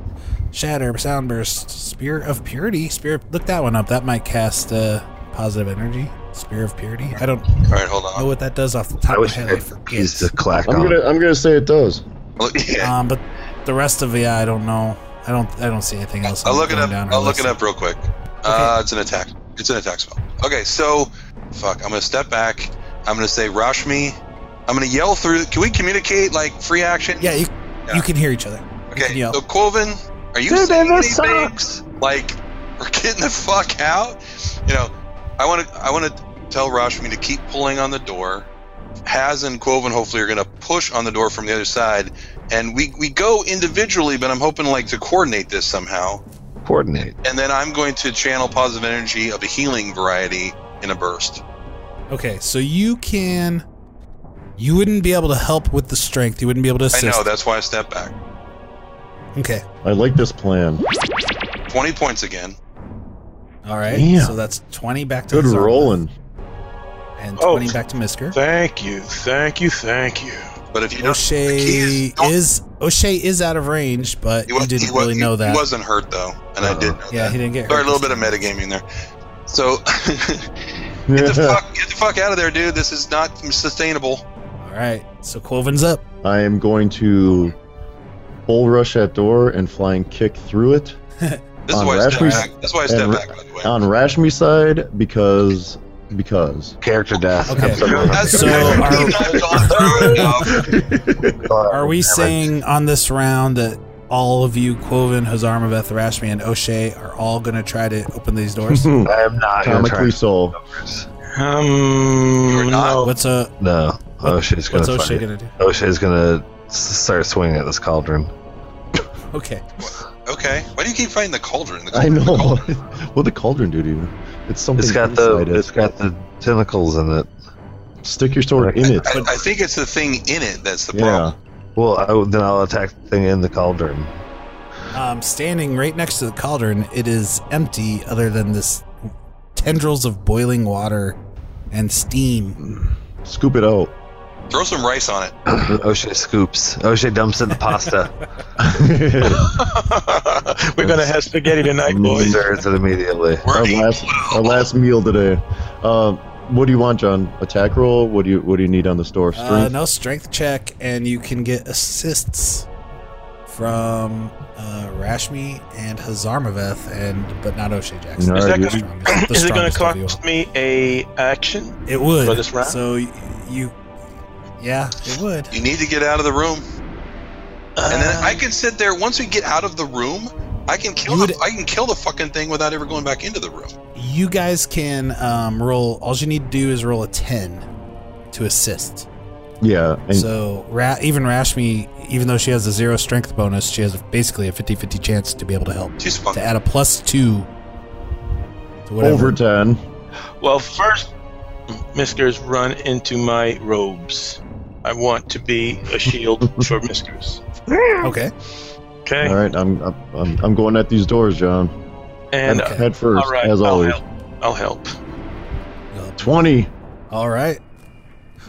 Speaker 1: shatter, sound burst, spear of purity, spear. Look that one up. That might cast uh, positive energy. Spear of purity. I don't
Speaker 2: All right, hold
Speaker 1: know
Speaker 2: on.
Speaker 1: what that does off the top
Speaker 3: I
Speaker 1: of my
Speaker 3: wish
Speaker 1: head.
Speaker 3: I
Speaker 1: I
Speaker 3: could use the
Speaker 1: forget.
Speaker 3: clack
Speaker 6: I'm
Speaker 3: on.
Speaker 6: gonna I'm gonna say it does.
Speaker 2: Look-
Speaker 1: [laughs]
Speaker 2: yeah.
Speaker 1: Um, but the rest of yeah, I don't know. I don't. I don't see anything else.
Speaker 2: I'll
Speaker 1: I'm
Speaker 2: look it
Speaker 1: going
Speaker 2: up.
Speaker 1: down her
Speaker 2: I'll look
Speaker 1: list.
Speaker 2: it up real quick. Uh, it's an attack. It's an attack spell. Okay, so fuck. I'm gonna step back. I'm gonna say, rush me. I'm gonna yell through. Can we communicate like free action?
Speaker 1: Yeah, you,
Speaker 2: Yeah.
Speaker 1: you can hear each other. you can
Speaker 2: Okay.
Speaker 1: yell.
Speaker 2: So Quoven, are you
Speaker 3: Dude,
Speaker 2: saying
Speaker 3: that
Speaker 2: these
Speaker 3: sucks.
Speaker 2: things? Like, we're getting the fuck out. You know, I want to. I want to tell Rashmi to keep pulling on the door. Haz and Quoven hopefully are gonna push on the door from the other side, and we we go individually. But I'm hoping like to coordinate this somehow.
Speaker 3: Coordinate.
Speaker 2: and then I'm going to channel positive energy of a healing variety in a burst.
Speaker 1: Okay, so you can. You wouldn't be able to help with the strength. You wouldn't be able to assist.
Speaker 2: I know that's why I step back.
Speaker 1: Okay.
Speaker 6: I like this plan.
Speaker 2: Twenty points again.
Speaker 1: All right.
Speaker 6: Damn.
Speaker 1: So that's twenty back to
Speaker 6: Good
Speaker 1: Zarma
Speaker 6: rolling.
Speaker 1: and
Speaker 5: Oh.
Speaker 1: twenty back to Misker.
Speaker 5: Thank you, thank you, thank you.
Speaker 2: But if you don't, the key
Speaker 1: O'Shea
Speaker 2: don't-
Speaker 1: is O'Shea is out of range, but you
Speaker 2: wa-
Speaker 1: didn't
Speaker 2: wa-
Speaker 1: really
Speaker 2: he-
Speaker 1: know that.
Speaker 2: He wasn't hurt though, and I
Speaker 6: Uh-oh.
Speaker 2: did. Know
Speaker 1: yeah,
Speaker 2: that.
Speaker 1: he didn't get.
Speaker 2: Sorry, a
Speaker 1: hurt
Speaker 2: little
Speaker 1: this
Speaker 2: bit of
Speaker 1: time.
Speaker 2: metagaming there. So [laughs] get the
Speaker 6: [laughs]
Speaker 2: fuck get the fuck out of there, dude. This is not sustainable.
Speaker 1: All right. So Quoven's up.
Speaker 6: I am going to bull rush that door and flying kick through it
Speaker 2: This is
Speaker 6: On
Speaker 2: why I step
Speaker 6: Rashmi's-
Speaker 2: back. That's why I step
Speaker 6: and
Speaker 2: back. By the way,
Speaker 6: on Rashmi's side because because.
Speaker 3: Character death.
Speaker 1: Okay.
Speaker 2: that's
Speaker 1: So
Speaker 2: I've
Speaker 1: are-
Speaker 2: gone through it now.
Speaker 6: [laughs]
Speaker 1: Are we saying on this round that all of you, Quoven, Hazarmaveth, Rashmi, and O'Shea, are all going to try to open these
Speaker 6: [laughs]
Speaker 1: doors?
Speaker 3: I am not gonna try.
Speaker 6: Comically so.
Speaker 5: Um,
Speaker 2: You're not.
Speaker 5: no.
Speaker 1: What's uh,
Speaker 3: No, O'Shea's gonna
Speaker 1: What's
Speaker 3: fight.
Speaker 1: O'Shea going to do?
Speaker 3: O'Shea's gonna s- start swinging at this cauldron.
Speaker 1: Okay.
Speaker 2: Okay, why do you keep fighting the cauldron? The
Speaker 6: I
Speaker 2: cauldron, the
Speaker 6: know. [laughs]
Speaker 2: cauldron.
Speaker 6: what the cauldron do to you? It's something.
Speaker 3: It's got the
Speaker 6: inside it.
Speaker 3: it's got the tentacles in it.
Speaker 6: Stick your sword in it.
Speaker 2: I, I think it's the thing in it that's the problem.
Speaker 6: Yeah.
Speaker 3: Well, I, will- then I'll attack the thing in the cauldron.
Speaker 1: Um, standing right next to the cauldron, it is empty other than this tendrils of boiling water and steam.
Speaker 6: Scoop it out.
Speaker 2: Throw some rice on it.
Speaker 3: O'Shea scoops. O'Shea dumps in the pasta.
Speaker 5: We're gonna have spaghetti tonight, boys.
Speaker 3: Serves it immediately.
Speaker 2: We're
Speaker 6: Our
Speaker 2: eating
Speaker 6: last, our last meal today. Um, what do you want, John? Attack roll? What do you What do you need on the store?
Speaker 1: Uh,
Speaker 6: Strength.
Speaker 1: no strength check, and you can get assists from uh, Rashmi and Hazarmaveth, and but not O'Shea Jackson.
Speaker 6: No, Is that
Speaker 1: The
Speaker 5: gonna-
Speaker 1: strongest- the
Speaker 5: Is it gonna
Speaker 1: strongest of you
Speaker 5: cost
Speaker 1: all.
Speaker 5: me a action?
Speaker 1: It would.
Speaker 5: for this round?
Speaker 1: So y- you, yeah, it would.
Speaker 2: You need to get out of the room, and then I can sit there. Once we get out of the room, I can kill.
Speaker 1: You
Speaker 2: The,
Speaker 1: would-
Speaker 2: I can kill the fucking thing without ever going back into the room.
Speaker 1: You guys can um, roll. All you need to do is roll a ten to assist.
Speaker 6: yeah. And
Speaker 1: so Ra- even Rashmi, even though she has a zero strength bonus, she has basically a 50-50 chance to be able to help.
Speaker 2: She's
Speaker 1: To
Speaker 2: fucking.
Speaker 1: add a plus two to whatever.
Speaker 6: over ten.
Speaker 5: Well, first, Miskers run into my robes. I want to be a shield
Speaker 6: [laughs]
Speaker 5: for Miskers.
Speaker 1: Okay.
Speaker 5: Okay,
Speaker 6: All right. I'm I'm I'm going at these doors, John.
Speaker 5: and uh,
Speaker 1: Okay.
Speaker 6: Head first,
Speaker 5: all right,
Speaker 6: as
Speaker 5: I'll
Speaker 6: always.
Speaker 5: help. I'll help.
Speaker 6: Twenty.
Speaker 1: All right.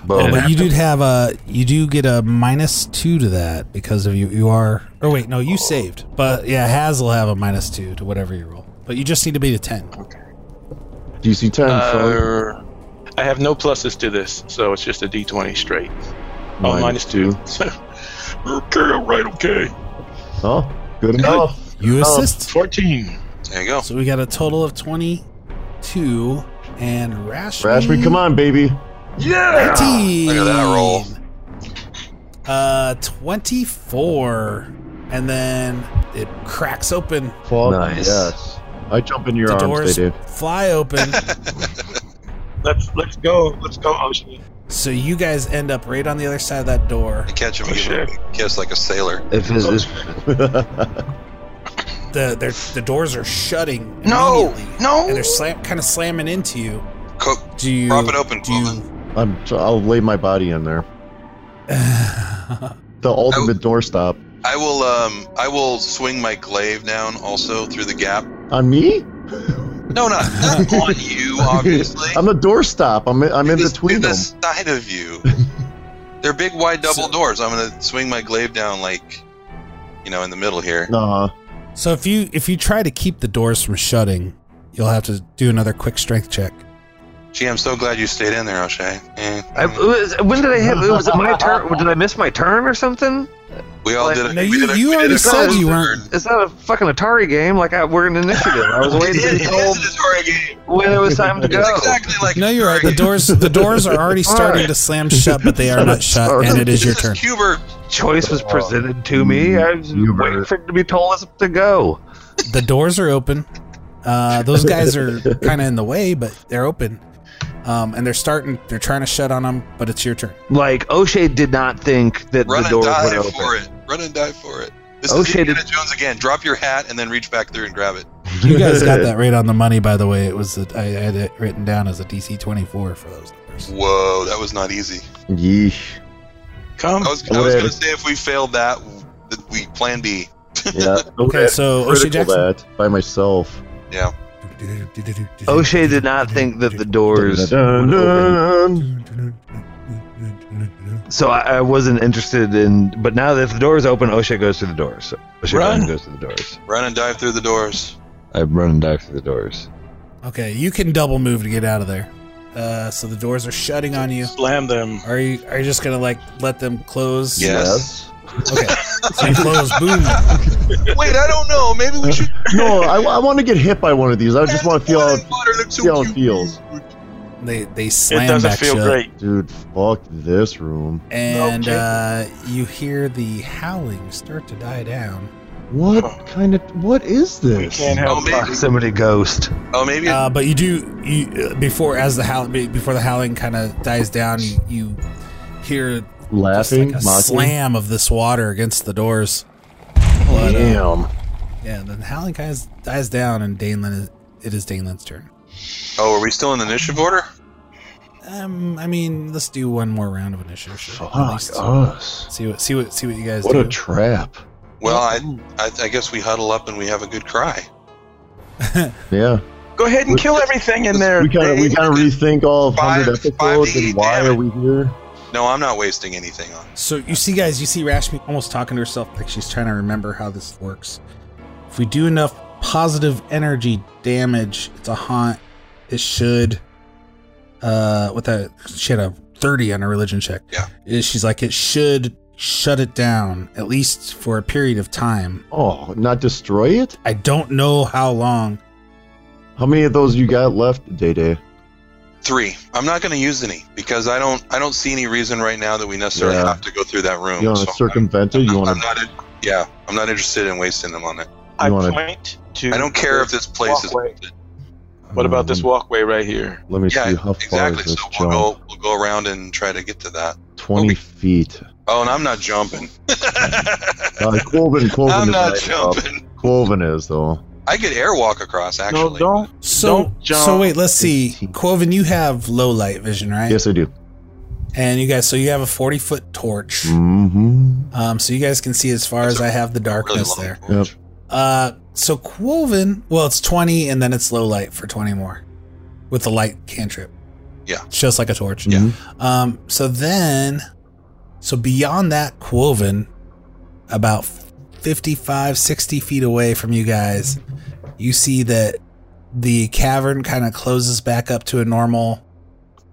Speaker 3: Boom.
Speaker 1: Oh, but you do have a you do get a minus two to that because of you you are or wait no you saved but yeah Haz will have a minus two to whatever you roll but you just need to beat a ten.
Speaker 6: DC ten. fella.
Speaker 5: Uh, I have no pluses to this, so it's just a D20 straight. oh, minus two. [laughs] okay, all right, okay.
Speaker 6: Oh, good enough.
Speaker 1: You
Speaker 5: Uh,
Speaker 1: assist.
Speaker 5: 14.
Speaker 2: There you go.
Speaker 1: So we got a total of 22 and Rashmi.
Speaker 6: Rashmi, come on, baby. [laughs]
Speaker 1: 19.
Speaker 2: Look at that roll.
Speaker 1: Uh, 24. And then it cracks open.
Speaker 6: Fuck
Speaker 3: Nice.
Speaker 6: Yes. I jump in your
Speaker 1: the
Speaker 6: arms,
Speaker 1: doors
Speaker 6: Dave.
Speaker 1: fly open.
Speaker 2: [laughs]
Speaker 5: Let's let's go. Let's go, Ocean.
Speaker 1: so you guys end up right on the other side of that door.
Speaker 2: You catch him,
Speaker 5: Oh,
Speaker 2: and give him a big kiss like a sailor.
Speaker 3: If his, his
Speaker 1: The their- the doors are shutting.
Speaker 5: No,
Speaker 1: immediately,
Speaker 5: no.
Speaker 1: And they're slam, kind of slamming into you.
Speaker 2: Cook.
Speaker 1: Do you
Speaker 2: Prop it open,
Speaker 1: do you-
Speaker 2: Quillen.
Speaker 6: I'm, I'll lay my body in there. The ultimate doorstop.
Speaker 2: I will. Um. I will swing my glaive down also through the gap.
Speaker 6: On me?
Speaker 2: No, not
Speaker 6: [laughs]
Speaker 2: not on you, obviously.
Speaker 6: I'm the doorstop. I'm, I'm in
Speaker 2: It's
Speaker 6: between
Speaker 2: to
Speaker 6: them.
Speaker 2: the side of
Speaker 6: [laughs]
Speaker 2: you. They're big, wide double
Speaker 1: So-
Speaker 2: doors. I'm gonna swing my glaive down like, you know, in the middle here.
Speaker 6: Nah.
Speaker 1: [sighs] So if you if you try to keep the doors from shutting, you'll have to do another quick strength check.
Speaker 2: Gee, I'm so glad you stayed in there, O'Shea. Eh,
Speaker 3: I, it was- when did I hit? Was it my turn? Did I miss my turn or something?
Speaker 2: We all did. A,
Speaker 1: Now
Speaker 2: we
Speaker 1: you-
Speaker 2: did a,
Speaker 1: you
Speaker 2: we
Speaker 1: already
Speaker 2: did a
Speaker 1: said you
Speaker 2: turn. [laughs]
Speaker 1: weren't-
Speaker 3: It's not a fucking Atari game. Like I, we're an initiative. I was
Speaker 2: It [laughs]
Speaker 3: waiting to
Speaker 2: is, it
Speaker 3: be
Speaker 2: is
Speaker 3: told
Speaker 2: an Atari game.
Speaker 3: when it was time to go.
Speaker 2: It's exactly like
Speaker 1: No,
Speaker 2: an
Speaker 1: you're right.
Speaker 2: Atari
Speaker 1: The
Speaker 2: game.
Speaker 1: doors the doors are already starting
Speaker 3: right.
Speaker 1: to slam shut, but they are not shut,
Speaker 3: Sorry.
Speaker 1: and it is your
Speaker 2: This
Speaker 1: turn.
Speaker 2: Cuber.
Speaker 3: Choice was presented to me. I was
Speaker 6: Um, You
Speaker 3: waiting
Speaker 6: better-
Speaker 3: for it to be told us to go.
Speaker 1: The doors are open. Uh, those guys are kind of in the way, but they're open, um, and they're starting. They're trying to shut on them, but it's your turn.
Speaker 3: Like O'Shea did not think that
Speaker 2: Run
Speaker 3: the
Speaker 2: and
Speaker 3: door would
Speaker 2: die
Speaker 3: open.
Speaker 2: for it. Run and die for it. This
Speaker 3: Oh,
Speaker 2: is
Speaker 3: shit,
Speaker 2: Indiana Jones again. Drop your hat and then reach back there and grab it.
Speaker 1: You guys
Speaker 5: [laughs]
Speaker 1: got that right on the money, by the way. It was a, I had it written down as a DC twenty four for those numbers.
Speaker 2: Whoa, that was not easy.
Speaker 6: Yeesh.
Speaker 2: I
Speaker 5: Come.
Speaker 1: Oh,
Speaker 2: was, I was
Speaker 6: Whatever.
Speaker 2: going to say if we failed that, that we plan B.
Speaker 6: Yeah.
Speaker 1: Okay, so O'Shea
Speaker 6: Critical
Speaker 1: Jackson.
Speaker 6: that by myself.
Speaker 2: Yeah.
Speaker 3: O'Shea did not think that the doors.
Speaker 6: Dun, dun, dun.
Speaker 3: So I, I wasn't interested in. But now that the doors open, O'Shea goes through the doors. So O'Shea
Speaker 5: Run.
Speaker 3: goes through the doors.
Speaker 2: Run and dive through the doors.
Speaker 3: I run and dive through the doors.
Speaker 1: Okay, you can double move to get out of there. Uh, so the doors are shutting on you.
Speaker 5: Slam them.
Speaker 1: Are you are you just gonna like let them close?
Speaker 2: Yes.
Speaker 5: [laughs]
Speaker 1: Okay. So you close. Boom.
Speaker 2: Wait, I don't know. Maybe we should.
Speaker 6: no, I, want to get hit by one of these. [laughs] I just want to feel how, see how it feels.
Speaker 1: They they
Speaker 5: It
Speaker 1: slam
Speaker 5: doesn't
Speaker 1: back
Speaker 5: feel
Speaker 1: shut.
Speaker 5: great.
Speaker 6: Dude, fuck this room.
Speaker 1: And
Speaker 5: Okay.
Speaker 1: uh, you hear the howling start to die down.
Speaker 6: What kind of what is this?
Speaker 5: We can't
Speaker 2: Oh,
Speaker 5: help
Speaker 2: maybe.
Speaker 3: Somebody ghost.
Speaker 2: Oh, maybe.
Speaker 1: Uh, but you do you, uh, before as the howl be- before the howling kind of dies down. You, you hear just
Speaker 6: Laughing,
Speaker 1: like a
Speaker 6: mocking.
Speaker 1: slam of this water against the doors. But, uh,
Speaker 6: Damn.
Speaker 1: yeah. Then the howling guys dies down, and Danelin is, it is Danelin's turn.
Speaker 2: oh, are we still in the initiative order?
Speaker 1: Um, I mean, let's do one more round of initiative. Sure. At
Speaker 6: Fuck
Speaker 1: least.
Speaker 6: us.
Speaker 1: See what see what see what you guys
Speaker 6: What
Speaker 1: do.
Speaker 6: a trap.
Speaker 2: Well, I, I, I guess we huddle up and we have a good cry.
Speaker 6: Yeah.
Speaker 5: Go ahead and kill everything in there.
Speaker 6: We kind of we
Speaker 5: Dave.
Speaker 6: kind of rethink all of
Speaker 2: Five-
Speaker 6: 100
Speaker 2: five
Speaker 6: episodes
Speaker 2: to eight
Speaker 6: and why are we here?
Speaker 2: No, I'm not wasting anything on. it.
Speaker 1: So you see, guys, you see Rashmi almost talking to herself like she's trying to remember how this works. If we do enough positive energy damage, it's a haunt. It should. Uh, with that, she had a thirty on her religion check.
Speaker 2: Yeah.
Speaker 1: It- she's like it should shut it down at least for a period of time.
Speaker 6: Oh, not destroy it?
Speaker 1: I don't know how long.
Speaker 6: How many of those you got left, Day Day?
Speaker 2: Three. I'm not going to use any because I don't. I don't see any reason right now that we necessarily
Speaker 6: Yeah.
Speaker 2: have to go through that room.
Speaker 6: You want to
Speaker 2: Oh, so
Speaker 6: circumvent it?
Speaker 2: I'm,
Speaker 6: You
Speaker 2: I'm,
Speaker 6: want to
Speaker 2: not. in- Yeah, I'm not interested in wasting them on it.
Speaker 5: I
Speaker 6: You wanna-
Speaker 5: point to.
Speaker 2: I don't care if this place is.
Speaker 5: Walkway. What about
Speaker 6: Um,
Speaker 5: this walkway right here?
Speaker 6: Let me
Speaker 2: Yeah,
Speaker 6: see how far
Speaker 2: exactly.
Speaker 6: is this
Speaker 2: So we'll
Speaker 6: jump.
Speaker 2: go. We'll go around and try to get to that. [laughs]
Speaker 6: 20
Speaker 2: we-
Speaker 6: feet.
Speaker 2: Oh, and I'm not jumping.
Speaker 6: Uh, Quoven, Quoven
Speaker 2: I'm
Speaker 6: is
Speaker 2: not
Speaker 6: right up.
Speaker 2: jumping.
Speaker 6: Quoven is though.
Speaker 2: I could airwalk across. Actually,
Speaker 5: No, don't.
Speaker 1: So
Speaker 5: Don't jump.
Speaker 1: so wait, let's see.
Speaker 6: 15.
Speaker 1: Quoven, you have low light vision, right?
Speaker 6: Yes, I do.
Speaker 1: And you guys, so you have a forty foot torch.
Speaker 6: Mm-hmm.
Speaker 1: Um, so you guys can see as far as I have the
Speaker 2: really
Speaker 1: darkness
Speaker 2: long.
Speaker 1: there.
Speaker 6: Yep.
Speaker 1: Uh, so Quoven, well, it's 20 and then it's low light for 20 more with the light cantrip.
Speaker 2: Yeah.
Speaker 1: It's Just like a torch.
Speaker 6: Yeah.
Speaker 1: Um, so then, so beyond that, Quoven, about 55, 60 feet away from you guys, you see that the cavern kind of closes back up to a normal,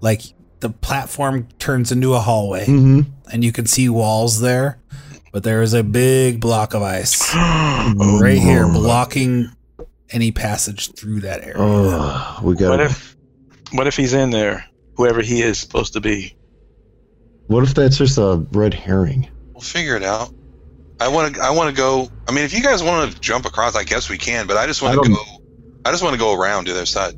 Speaker 1: like the platform turns into a hallway
Speaker 6: Mm-hmm.
Speaker 1: and you can see walls there, but there is a big block of ice right here blocking any passage through that area.
Speaker 6: Oh, we got.
Speaker 5: What
Speaker 6: What if,
Speaker 5: if, what if he's in there? Whoever he is supposed to be.
Speaker 6: that's just a red herring?
Speaker 2: We'll figure it out. I want to. I want to go. I mean, if you guys want to jump across, I guess we can. But I just want
Speaker 6: I
Speaker 2: to
Speaker 6: don't-
Speaker 2: go. I just want to go around to the other side.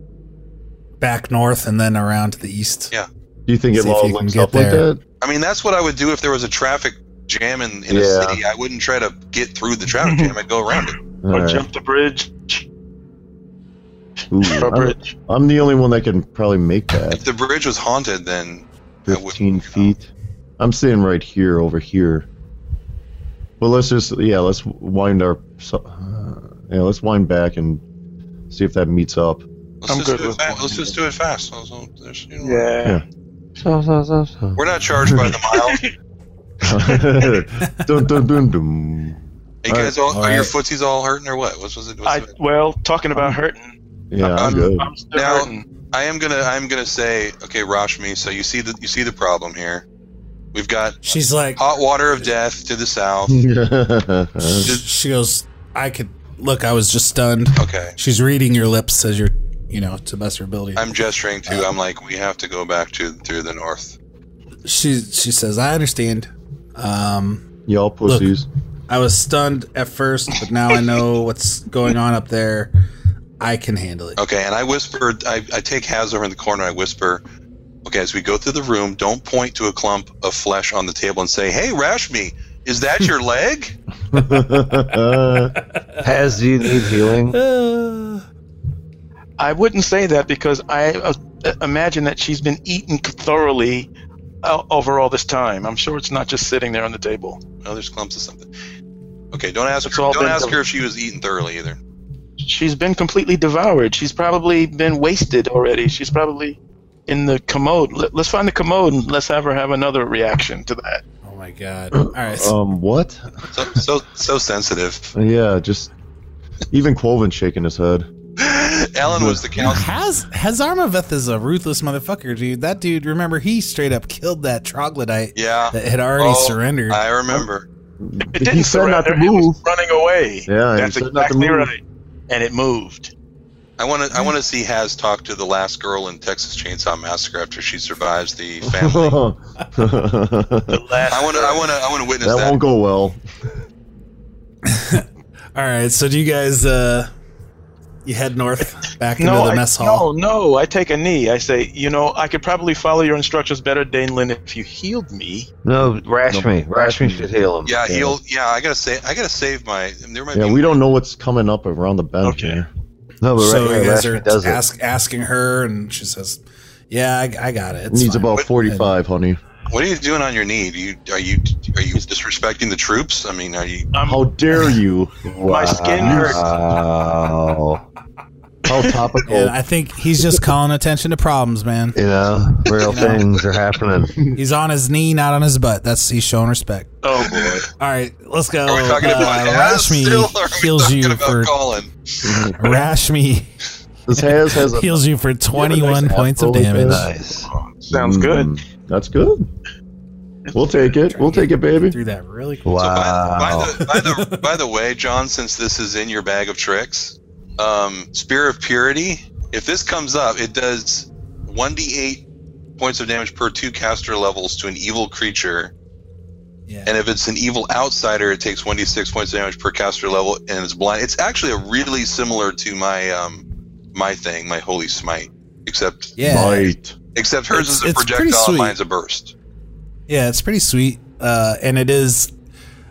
Speaker 1: Back north and then around to the east.
Speaker 2: Yeah.
Speaker 6: Do you think it
Speaker 1: See if
Speaker 6: all
Speaker 1: you can
Speaker 6: links
Speaker 1: get
Speaker 6: up like
Speaker 1: there.
Speaker 6: that?
Speaker 2: I mean, that's what I would do if there was a traffic jam in, in a
Speaker 6: Yeah.
Speaker 2: city. I wouldn't try to get through the traffic jam. I'd go around it.
Speaker 6: All
Speaker 5: or
Speaker 6: right.
Speaker 5: jump the bridge.
Speaker 6: Ooh,
Speaker 5: Or
Speaker 6: I'm,
Speaker 5: bridge.
Speaker 6: I'm the only one that can probably make that.
Speaker 2: If the bridge was haunted, then I would-
Speaker 6: Fifteen feet. I'm sitting right here, over here. Well, let's just yeah, let's wind our so- uh, yeah, let's wind back and see if that meets up.
Speaker 2: Let's
Speaker 5: I'm
Speaker 2: just
Speaker 5: good
Speaker 2: do it
Speaker 5: with
Speaker 2: fast.
Speaker 5: one.
Speaker 2: Let's just do it fast. Let's- let's- there's- you know,
Speaker 5: Yeah.
Speaker 2: We're not charged by the mile.
Speaker 5: [laughs]
Speaker 2: Are
Speaker 6: dun, dun, dun, dun.
Speaker 2: you guys all,
Speaker 1: All
Speaker 2: are your
Speaker 1: right.
Speaker 2: footsies all hurting or what? What's, was it? What's
Speaker 5: I,
Speaker 2: it?
Speaker 5: well, talking about hurting.
Speaker 6: Yeah,
Speaker 2: Um,
Speaker 6: I'm good.
Speaker 5: I'm still
Speaker 2: Now-
Speaker 5: hurting.
Speaker 2: I am gonna I'm gonna say okay, Rashmi. So you see the you see the problem here. We've got
Speaker 1: She's like,
Speaker 2: hot water of death to the south.
Speaker 6: Hmm.
Speaker 1: she goes, I could look. I was just stunned.
Speaker 2: Okay.
Speaker 1: She's reading your lips as you're, you know, to best of her ability.
Speaker 2: I'm gesturing to. I'm like, we have to go back to through the north.
Speaker 1: she she says, I understand. Um,
Speaker 6: [laughs] Y'all pussies.
Speaker 1: I was stunned at first, but now I know what's going on up there. I can handle it.
Speaker 2: Okay, and I whisper. I, I take Haz over in the corner. I whisper, okay, as we go through the room, don't point to a clump of flesh on the table and say, "Hey, Rashmi, is that your leg?"
Speaker 3: Has do you
Speaker 1: [laughs]
Speaker 3: need healing?
Speaker 5: I wouldn't say that because I uh, imagine that she's been eaten thoroughly uh, over all this time. I'm sure it's not just sitting there on the table.
Speaker 2: Oh, there's clumps of something. Okay, don't ask
Speaker 5: It's
Speaker 2: her.
Speaker 5: all
Speaker 2: Don't
Speaker 5: been
Speaker 2: ask
Speaker 5: done.
Speaker 2: her if she was eaten thoroughly either.
Speaker 5: She's been completely devoured. She's probably been wasted already. She's probably in the commode. Let, let's find the commode and let's have her have another reaction to that.
Speaker 1: Oh my god! All right, so
Speaker 6: um, what?
Speaker 2: So so so
Speaker 6: [laughs]
Speaker 2: sensitive.
Speaker 6: Yeah, just even Quoven shaking his head. [laughs]
Speaker 2: Ellen was the
Speaker 1: [laughs]
Speaker 2: counselor.
Speaker 1: Haz Haz Armaveth is a ruthless motherfucker, dude. That dude, remember, he straight up killed that troglodyte
Speaker 2: Yeah.
Speaker 1: that had already
Speaker 2: Oh,
Speaker 1: surrendered.
Speaker 2: I remember.
Speaker 5: It
Speaker 6: He
Speaker 5: didn't
Speaker 6: said not to
Speaker 5: surrender, it was
Speaker 6: move.
Speaker 5: running away.
Speaker 6: Yeah, he
Speaker 5: that's
Speaker 6: said not to
Speaker 5: exactly
Speaker 6: move.
Speaker 5: right. And it moved.
Speaker 2: I want to. I want to see Haz talk to the last girl in Texas Chainsaw Massacre after she survives the
Speaker 6: [laughs]
Speaker 2: family.
Speaker 6: that
Speaker 2: I want to. I want to. I want to witness that.
Speaker 6: won't go well.
Speaker 1: All right, so do you guys uh you head north back into
Speaker 5: No,
Speaker 1: the
Speaker 5: I,
Speaker 1: mess hall?
Speaker 5: no, no. I take a knee. I say, you know, I could probably follow your instructions better, Danelin, if you healed me.
Speaker 3: No, Rashmi. Rashmi should heal him.
Speaker 2: Yeah, he'll. Yeah, I gotta say. I gotta save my. There might
Speaker 6: Yeah,
Speaker 2: be
Speaker 6: we don't know what's coming up around the bend
Speaker 5: Okay.
Speaker 6: here.
Speaker 3: No, but
Speaker 1: so
Speaker 3: right,
Speaker 1: you guys
Speaker 3: Rashmi
Speaker 1: are
Speaker 3: does it.
Speaker 1: ask, asking her, and she says, "Yeah, I, I got it. It's
Speaker 6: Needs
Speaker 1: fine."
Speaker 6: about
Speaker 2: But-
Speaker 6: forty-five, honey.
Speaker 2: What are you doing on your knee? Do you are you are you disrespecting the troops? I mean, are you?
Speaker 5: I'm,
Speaker 6: How dare you?
Speaker 5: my skin hurts.
Speaker 3: Wow.
Speaker 6: How topical.
Speaker 1: And I think he's just calling attention to problems, man.
Speaker 3: [laughs] You know,
Speaker 1: [laughs]
Speaker 3: real things are
Speaker 6: [laughs]
Speaker 3: happening.
Speaker 1: He's on his knee, not on his butt. That's he's showing respect.
Speaker 5: Oh boy.
Speaker 1: All right, let's go.
Speaker 2: Are we talking about
Speaker 1: uh, Rashmi
Speaker 2: still, or are we
Speaker 1: heals
Speaker 2: talking
Speaker 1: you
Speaker 2: about
Speaker 1: for
Speaker 2: Colin?
Speaker 1: Rashmi
Speaker 6: this has has a
Speaker 1: heals you for twenty one points of
Speaker 6: apple with
Speaker 1: damage.
Speaker 3: Nice.
Speaker 5: Sounds
Speaker 6: Mm,
Speaker 5: good.
Speaker 6: That's good. We'll take it. We'll take it, baby.
Speaker 1: Through that really quick.
Speaker 3: Wow.
Speaker 2: By, the, by, the, by the way, John, since this is in your bag of tricks, um, Spear of Purity. If this comes up, it does one d eight points of damage per two caster levels to an evil creature,
Speaker 1: Yeah.
Speaker 2: and if it's an evil outsider, it takes one d six points of damage per caster level, and it's blind. It's actually a really similar to my um, my thing, my Holy Smite, except
Speaker 1: yeah.
Speaker 6: Might.
Speaker 2: Except hers
Speaker 1: It's-
Speaker 2: is a
Speaker 1: it's pretty
Speaker 2: projectile,
Speaker 1: sweet.
Speaker 2: and mine's a burst.
Speaker 1: Yeah, it's pretty sweet, uh, and it is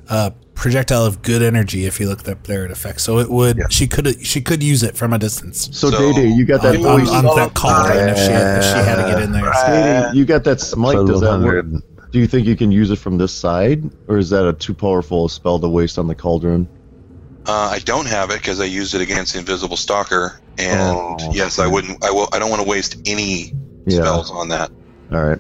Speaker 1: a projectile of good energy. If you looked up there, it affects. So it would. She could. She could use it from a distance.
Speaker 6: So,
Speaker 2: So-
Speaker 6: Day Day, you got that
Speaker 1: on,
Speaker 6: voice.
Speaker 1: on, on that cauldron, if, she, if she had to get in there.
Speaker 5: Uh,
Speaker 6: Day Day, you got that smite. Does that work?
Speaker 3: 100.
Speaker 6: Do you think you can use it from this side, or is that a too powerful spell to waste on the cauldron?
Speaker 2: Uh, I don't have it because I used it against Invisible Stalker, and
Speaker 3: Oh.
Speaker 2: yes, I wouldn't. I will. I don't want to waste any
Speaker 6: Yeah.
Speaker 2: spells on that.
Speaker 6: All right.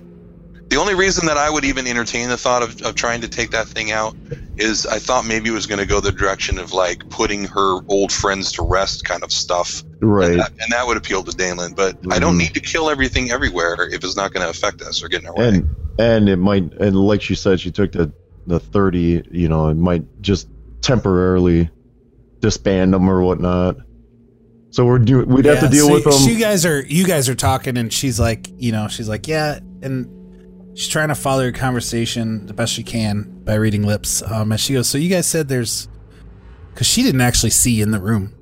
Speaker 2: The only reason that I would even entertain the thought of, of trying to take that thing out is I thought maybe it was going to go the direction of like putting her old friends to rest kind of stuff,
Speaker 6: Right.
Speaker 2: and, that, and that would appeal to Danelin. But I don't
Speaker 6: Mhm.
Speaker 2: need to kill everything everywhere if it's not going to affect us or get in our way.
Speaker 6: and and it might and like she said she took the the 30 you know it might just temporarily disband them or whatnot so we're do we'd have to
Speaker 1: Yeah,
Speaker 6: deal
Speaker 1: so
Speaker 6: with them
Speaker 1: You guys are. You guys are talking, and she's like, you know, she's like, yeah, and she's trying to follow your conversation the best she can by reading lips. Um, and she goes, so you guys said there's, because she didn't actually see in the room,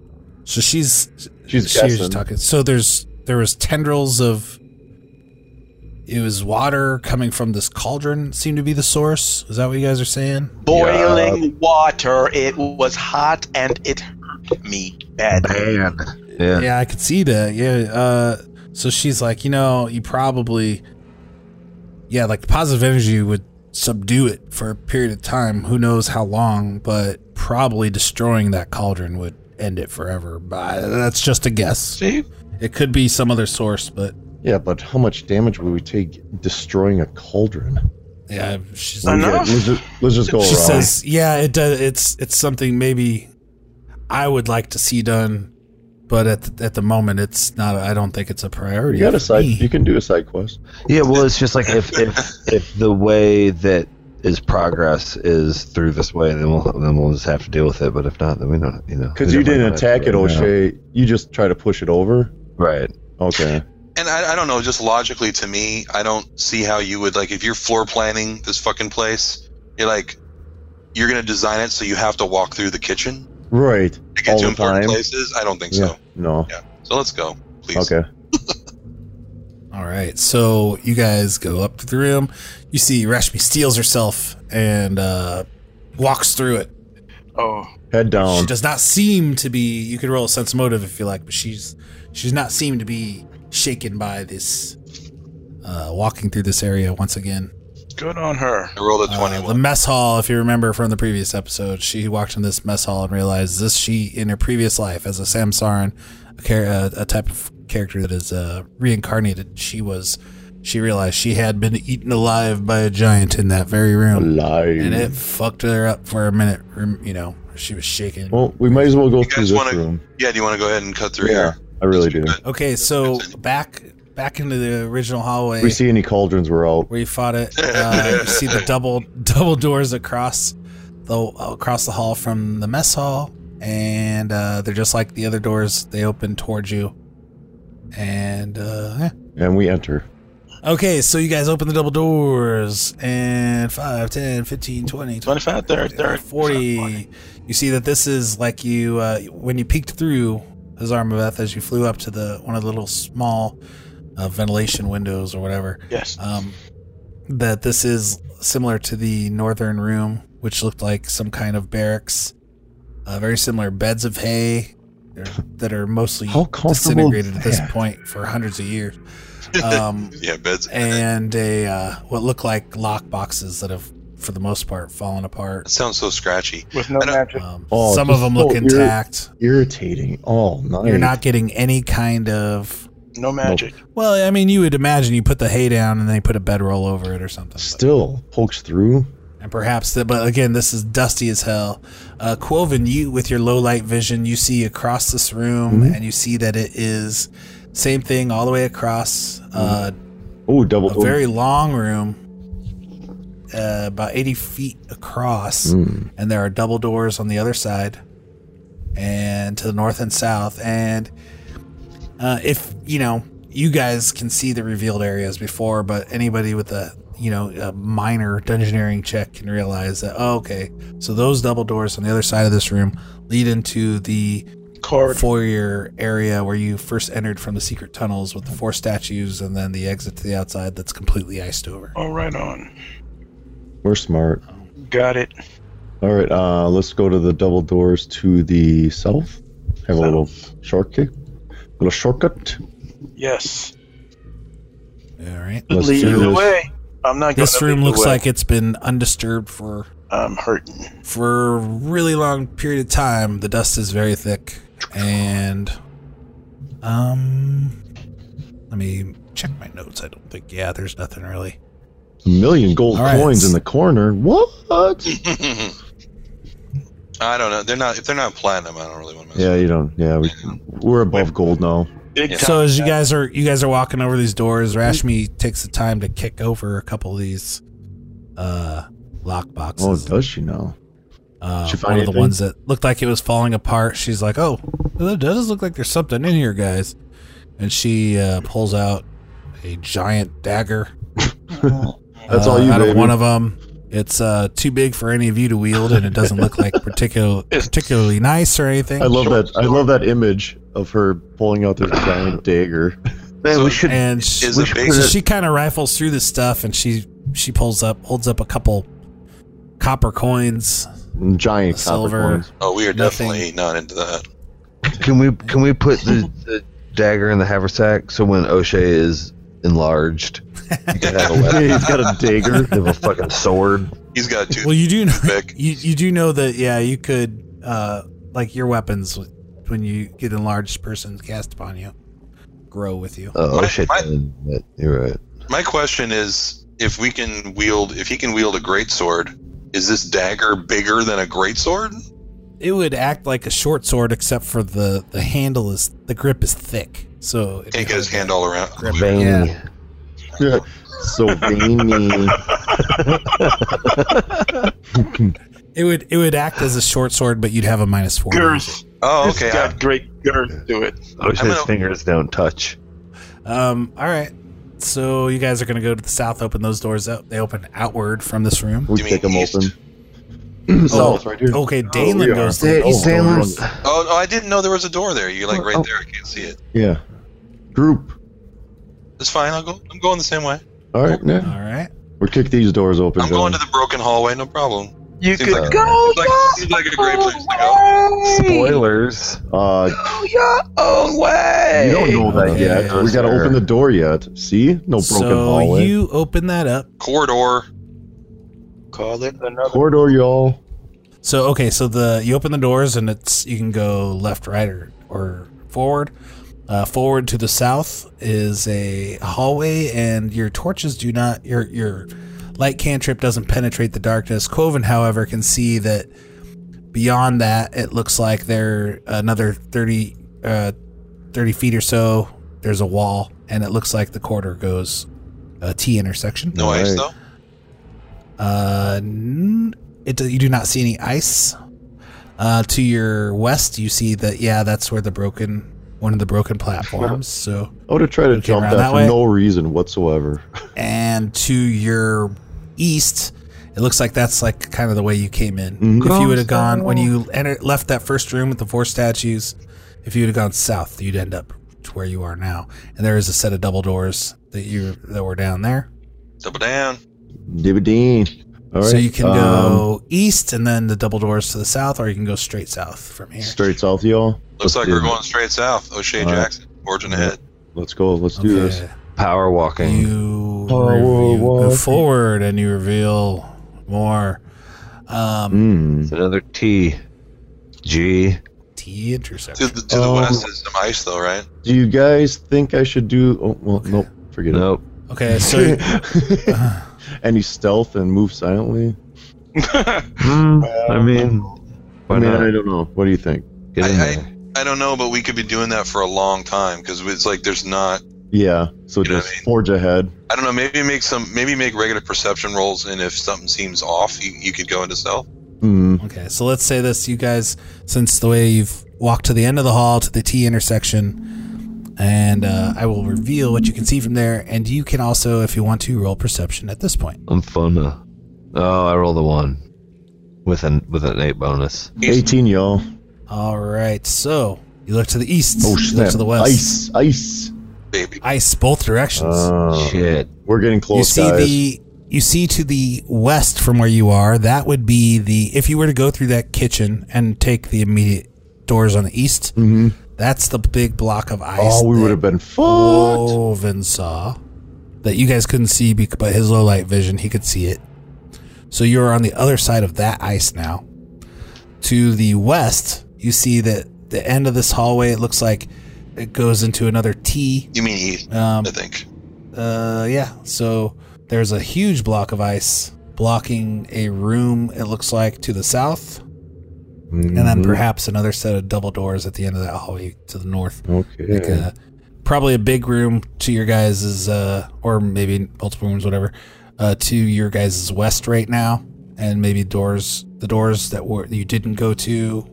Speaker 1: so she's
Speaker 6: she's
Speaker 1: she was just
Speaker 6: guessing.
Speaker 1: talking. So there's there was tendrils of it was water coming from this cauldron seemed to be the source. Is that what you guys are saying?
Speaker 5: Boiling water. It was hot and it hurt me bad.
Speaker 3: Bad. Yeah.
Speaker 1: Yeah, I could see that. Yeah. Uh, so she's like, you know, you probably, yeah, like the positive energy would subdue it for a period of time. Who knows how long, but probably destroying that cauldron would end it forever. But uh, that's just a guess.
Speaker 5: See?
Speaker 1: It could be some other source, but
Speaker 6: yeah but how much damage would we take destroying a cauldron
Speaker 1: yeah, she's
Speaker 6: We
Speaker 5: I
Speaker 6: get-
Speaker 5: know.
Speaker 6: let's, just, let's just go
Speaker 1: she
Speaker 6: around
Speaker 1: says, "Yeah, it does. It's it's something maybe I would like to see done but at the, at the moment, it's not. I don't think it's a priority.
Speaker 6: You got a
Speaker 1: for
Speaker 6: side.
Speaker 1: me.
Speaker 6: You can do a side quest.
Speaker 3: Yeah, well, it's just like if if if the way that is progress is through this way, then we'll then we'll just have to deal with it. But if not, then we don't. You know,
Speaker 6: Because
Speaker 3: we
Speaker 6: you
Speaker 3: don't
Speaker 6: didn't
Speaker 3: mind
Speaker 6: attack
Speaker 3: right
Speaker 6: it,
Speaker 3: now.
Speaker 6: O'Shea. You just try to push it over.
Speaker 3: Right.
Speaker 6: Okay.
Speaker 2: And I, I don't know, just logically to me, I don't see how you would like if you're floor planning this fucking place, you're like you're gonna design it so you have to walk through the kitchen
Speaker 6: Right.
Speaker 2: to get
Speaker 6: All
Speaker 2: to
Speaker 6: the
Speaker 2: important
Speaker 6: time.
Speaker 2: places. I don't think
Speaker 6: Yeah.
Speaker 2: so.
Speaker 6: No.
Speaker 2: Yeah. So let's go, please.
Speaker 6: Okay.
Speaker 1: All right, so you guys go up to the room. You see Rashmi steals herself and uh, walks through it.
Speaker 5: Oh,
Speaker 6: Head
Speaker 1: She
Speaker 6: down.
Speaker 1: does not seem to be. You could roll a sense motive if you like, but she's she's not seem to be shaken by this uh, walking through this area once again.
Speaker 5: good on her.
Speaker 2: I rolled a
Speaker 1: Uh,
Speaker 2: twenty
Speaker 1: the
Speaker 2: one.
Speaker 1: mess hall, if you remember from the previous episode, she walked in this mess hall and realized this she in her previous life as a Samsaran, a, char- a, a type of character that is uh, reincarnated. She was. She realized she had been eaten alive by a giant in that very room, and it
Speaker 6: Alive.
Speaker 1: fucked her up for a minute. rem- You know, she was shaking.
Speaker 6: Well, we might as well go
Speaker 2: You
Speaker 6: through
Speaker 2: guys
Speaker 6: this
Speaker 2: wanna-
Speaker 6: room.
Speaker 2: yeah, do you wanna go ahead and cut through
Speaker 6: Yeah,
Speaker 2: here?
Speaker 6: I really do.
Speaker 1: Okay, so back back into the original hallway
Speaker 6: If we see any cauldrons, we're out.
Speaker 1: where you fought it. Uh, you see the double double doors across the across the hall from the mess hall, and uh, they're just like the other doors. They open towards you, and uh, yeah.
Speaker 6: And we enter.
Speaker 1: okay, so you guys open the double doors, and 5, 10, 15, 20,
Speaker 5: 25, 30, 30,
Speaker 1: 40. You see that this is like you uh, when you peeked through Azarmaveth as you flew up to the one of the little small uh, ventilation windows or whatever.
Speaker 5: Yes.
Speaker 1: Um, that this is similar to the northern room, which looked like some kind of barracks. Uh, very similar beds of hay that are mostly
Speaker 6: How comfortable
Speaker 1: disintegrated at this
Speaker 6: that?
Speaker 1: point for hundreds of years. Um,
Speaker 2: Yeah, beds.
Speaker 1: and a uh, what look like lock boxes that have, for the most part, fallen apart.
Speaker 2: That sounds so scratchy. [laughs]
Speaker 5: With no
Speaker 2: I don't-
Speaker 5: magic.
Speaker 1: Um,
Speaker 6: Oh,
Speaker 1: some of them
Speaker 6: just
Speaker 1: look
Speaker 6: so irri-
Speaker 1: intact.
Speaker 6: Irritating. Oh, nice.
Speaker 1: You're not getting any kind of.
Speaker 5: No magic.
Speaker 1: Well, I mean, you would imagine you put the hay down and then you put a bedroll over it or something. but-
Speaker 6: Still pokes through.
Speaker 1: and perhaps the, but again this is dusty as hell uh quoven you with your low light vision you see across this room
Speaker 6: Mhm.
Speaker 1: and you see that it is same thing all the way across uh
Speaker 6: Oh, double.
Speaker 1: a very long room uh, about 80 feet across
Speaker 6: Mm.
Speaker 1: and there are double doors on the other side and to the north and south and uh, if you know you guys can see the revealed areas before but anybody with a you know a minor dungeoneering check can realize that oh, okay so those double doors on the other side of this room lead into the
Speaker 5: Corridor.
Speaker 1: foyer area where you first entered from the secret tunnels with the four statues and then the exit to the outside that's completely iced over
Speaker 5: Oh, right on.
Speaker 6: We're smart.
Speaker 5: Got it.
Speaker 6: All right. Uh, let's go to the double doors to the south. Have a little shortcut. Little shortcut.
Speaker 5: Yes.
Speaker 1: all right
Speaker 6: Let's
Speaker 5: Lead
Speaker 6: do
Speaker 5: the
Speaker 6: this.
Speaker 5: way. I'm not going
Speaker 1: this room looks like it's been undisturbed for
Speaker 5: I'm um, hurting.
Speaker 1: for a really long period of time the dust is very thick and um let me check my notes i don't think yeah there's nothing really
Speaker 6: A million gold
Speaker 1: All right.
Speaker 6: coins in the corner. What?
Speaker 2: I don't know. They're not if they're not platinum, I don't really want to mess
Speaker 6: yeah, you don't. Yeah, we, we're above gold now.
Speaker 5: Big time.
Speaker 1: so as you guys are you guys are walking over these doors rashmi takes the time to kick over a couple of these uh lock
Speaker 6: Oh,
Speaker 1: boxes
Speaker 6: does she now?
Speaker 1: uh,
Speaker 6: She find
Speaker 1: one of the
Speaker 6: anything?
Speaker 1: ones that looked like it was falling apart she's like oh it does look like there's something in here guys and she uh, pulls out a giant dagger
Speaker 6: That's
Speaker 1: Uh,
Speaker 6: all you,
Speaker 1: out
Speaker 6: baby.
Speaker 1: of one of them. It's uh, too big for any of you to wield, and it doesn't look like particular particularly nice or anything.
Speaker 6: I love that. I love that image of her pulling out this giant dagger.
Speaker 3: Man,
Speaker 2: So
Speaker 3: we should.
Speaker 1: and she,
Speaker 2: Is a big
Speaker 1: so she kind of rifles through this stuff, and she she pulls up, holds up a couple copper coins.
Speaker 6: Giant
Speaker 1: Silver.
Speaker 6: copper
Speaker 1: [laughs]
Speaker 6: coins.
Speaker 2: Oh, we are
Speaker 1: Nothing.
Speaker 2: definitely not into that.
Speaker 3: Can we can we put the, the dagger in the haversack so when O'Shea is enlarged, you can have a
Speaker 6: [laughs]
Speaker 3: weapon.
Speaker 6: He's got a dagger.
Speaker 3: You have a fucking sword.
Speaker 2: He's got two
Speaker 1: Well, you do know,
Speaker 2: Vic.
Speaker 1: [laughs] you you do know that yeah, you could uh, like your weapons when you get enlarged persons cast upon you grow with you.
Speaker 3: Oh,
Speaker 2: My-
Speaker 3: O'Shea.
Speaker 2: my-
Speaker 3: did, but You're right.
Speaker 2: My question is if we can wield if he can wield a great sword, is this dagger bigger than a great sword?
Speaker 1: it would act like a short sword, except for the the handle is the grip is thick. So it'd be
Speaker 2: Can't get his
Speaker 1: hard to
Speaker 2: hand all around.
Speaker 1: grip.
Speaker 6: Veiny.
Speaker 1: Yeah.
Speaker 2: [laughs]
Speaker 6: so veiny.
Speaker 1: It would it would act as a short sword, but you'd have a minus four.
Speaker 5: Girth.
Speaker 2: Oh,
Speaker 5: It's
Speaker 2: okay.
Speaker 5: got great girth to it.
Speaker 3: Those
Speaker 2: I'm
Speaker 3: his
Speaker 2: gonna-
Speaker 3: fingers don't touch.
Speaker 1: Um. All right. So you guys are gonna go to the south. Open those doors up. They open outward from this room.
Speaker 6: We
Speaker 2: You mean
Speaker 6: pick them
Speaker 2: east?
Speaker 6: open.
Speaker 1: Oh,
Speaker 6: South, right here.
Speaker 1: Okay, Danelin
Speaker 6: we are.
Speaker 1: goes to the east.
Speaker 2: I- oh, no, I didn't know there was a door there. You're
Speaker 6: Oh,
Speaker 2: like right there. I can't see it.
Speaker 6: Yeah. Group.
Speaker 2: It's fine. I'll go. I'm going the same way.
Speaker 6: All right,
Speaker 1: All
Speaker 6: [laughs] yeah.
Speaker 1: right.
Speaker 6: We'll kick these doors open.
Speaker 2: I'm going to
Speaker 6: Dylan.
Speaker 2: the broken hallway. No problem.
Speaker 5: You
Speaker 2: Seems
Speaker 5: could
Speaker 2: like-
Speaker 5: go
Speaker 2: Seems like, seems like a great place to go.
Speaker 5: go.
Speaker 3: Spoilers.
Speaker 6: Uh,
Speaker 5: Go your own way.
Speaker 6: you don't know that
Speaker 1: Okay.
Speaker 6: yet. We gotta open the door yet. See? No broken
Speaker 1: so
Speaker 6: hallway.
Speaker 1: you open that up.
Speaker 2: Corridor.
Speaker 5: Call it another.
Speaker 6: Corridor, y'all.
Speaker 1: So okay, so the you open the doors and it's you can go left, right, or or forward. Uh, forward to the south is a hallway, and your torches do not your your light cantrip doesn't penetrate the darkness. Coven, however, can see that beyond that it looks like there another 30, uh, 30 feet or so. There's a wall, and it looks like the corridor goes a T intersection.
Speaker 2: No ice though.
Speaker 6: Alright.
Speaker 1: Uh, n- it do- you do not see any ice. Uh, to your west, you see that yeah, that's where the broken one of the broken platforms. So,
Speaker 6: I would have tried to
Speaker 1: Okay,
Speaker 6: jump
Speaker 1: around
Speaker 6: that,
Speaker 1: that
Speaker 6: for
Speaker 1: way.
Speaker 6: no reason whatsoever.
Speaker 1: and to your east, it looks like that's like kind of the way you came in. If you would have gone when you enter, left that first room with the four statues, if you would have gone south, you'd end up to where you are now. And there is a set of double doors that you that were down there.
Speaker 2: Double down.
Speaker 6: Dividend. All right.
Speaker 1: so you can
Speaker 6: um,
Speaker 1: go east, and then the double doors to the south, or you can go straight south from here.
Speaker 6: straight south, y'all.
Speaker 2: Looks
Speaker 6: Let's
Speaker 2: like
Speaker 6: do
Speaker 2: we're
Speaker 6: it.
Speaker 2: going straight south. O'Shea
Speaker 6: Alright.
Speaker 2: Jackson. Forging ahead.
Speaker 6: Let's go. Let's do this.
Speaker 3: Power walking.
Speaker 1: You,
Speaker 6: Oh,
Speaker 1: rev-
Speaker 6: whoa,
Speaker 1: you
Speaker 6: whoa.
Speaker 1: go forward and you reveal more. Um,
Speaker 6: Mm.
Speaker 3: It's another T. G.
Speaker 1: T
Speaker 2: To
Speaker 1: intersection.
Speaker 2: the, to the
Speaker 6: Oh.
Speaker 2: west is some ice though, right?
Speaker 6: Do you guys think I should do? Oh well, nope. Forget it.
Speaker 3: Nope.
Speaker 1: Okay, so
Speaker 6: [laughs]
Speaker 1: [laughs]
Speaker 6: Any stealth and move silently?
Speaker 3: Hmm, I mean, why
Speaker 6: I mean, I
Speaker 3: not?
Speaker 6: don't know. What do you think?
Speaker 3: Get in
Speaker 2: I- I-
Speaker 3: there.
Speaker 2: I don't know, but we could be doing that for a long time because it's like there's not.
Speaker 6: Yeah. So
Speaker 2: You know what
Speaker 6: just
Speaker 2: I mean?
Speaker 6: forge ahead.
Speaker 2: I don't know. Maybe make some. Maybe make regular perception rolls, and if something seems off, you, you could go into stealth.
Speaker 6: Hmm.
Speaker 1: okay, so let's say this, you guys, since the way you've walked to the end of the hall to the T intersection, and uh, I will reveal what you can see from there, and you can also, if you want to, roll perception at this point.
Speaker 3: I'm fun. now. Oh, I rolled a one with an with an eight bonus.
Speaker 6: Eighteen, y'all.
Speaker 1: All right, so you look to the east, you look to the west,
Speaker 6: Oh, Ice, ice.
Speaker 2: Baby.
Speaker 1: ice both directions.
Speaker 6: Uh,
Speaker 3: Shit.
Speaker 6: We're getting close,
Speaker 1: you see
Speaker 6: guys.
Speaker 1: the you see to the west from where you are that would be the if you were to go through that kitchen and take the immediate doors on the east that's the big block of ice
Speaker 6: Mm-hmm. oh, we
Speaker 1: that
Speaker 6: would have been fucked.
Speaker 1: Wolven saw that you guys couldn't see bec- but his low light vision he could see it so you're on the other side of that ice now to the west you see that the end of this hallway it looks like it goes into another T
Speaker 2: You mean east?
Speaker 1: um,
Speaker 2: I think.
Speaker 1: uh, yeah. So there's a huge block of ice blocking a room. It looks like to the south, and then perhaps another set of double doors at the end of that hallway to the north.
Speaker 6: Okay.
Speaker 1: Like a, probably a big room to your guys' uh, or maybe multiple rooms, whatever, uh, to your guys' west right now, and maybe doors. The doors that were you didn't go to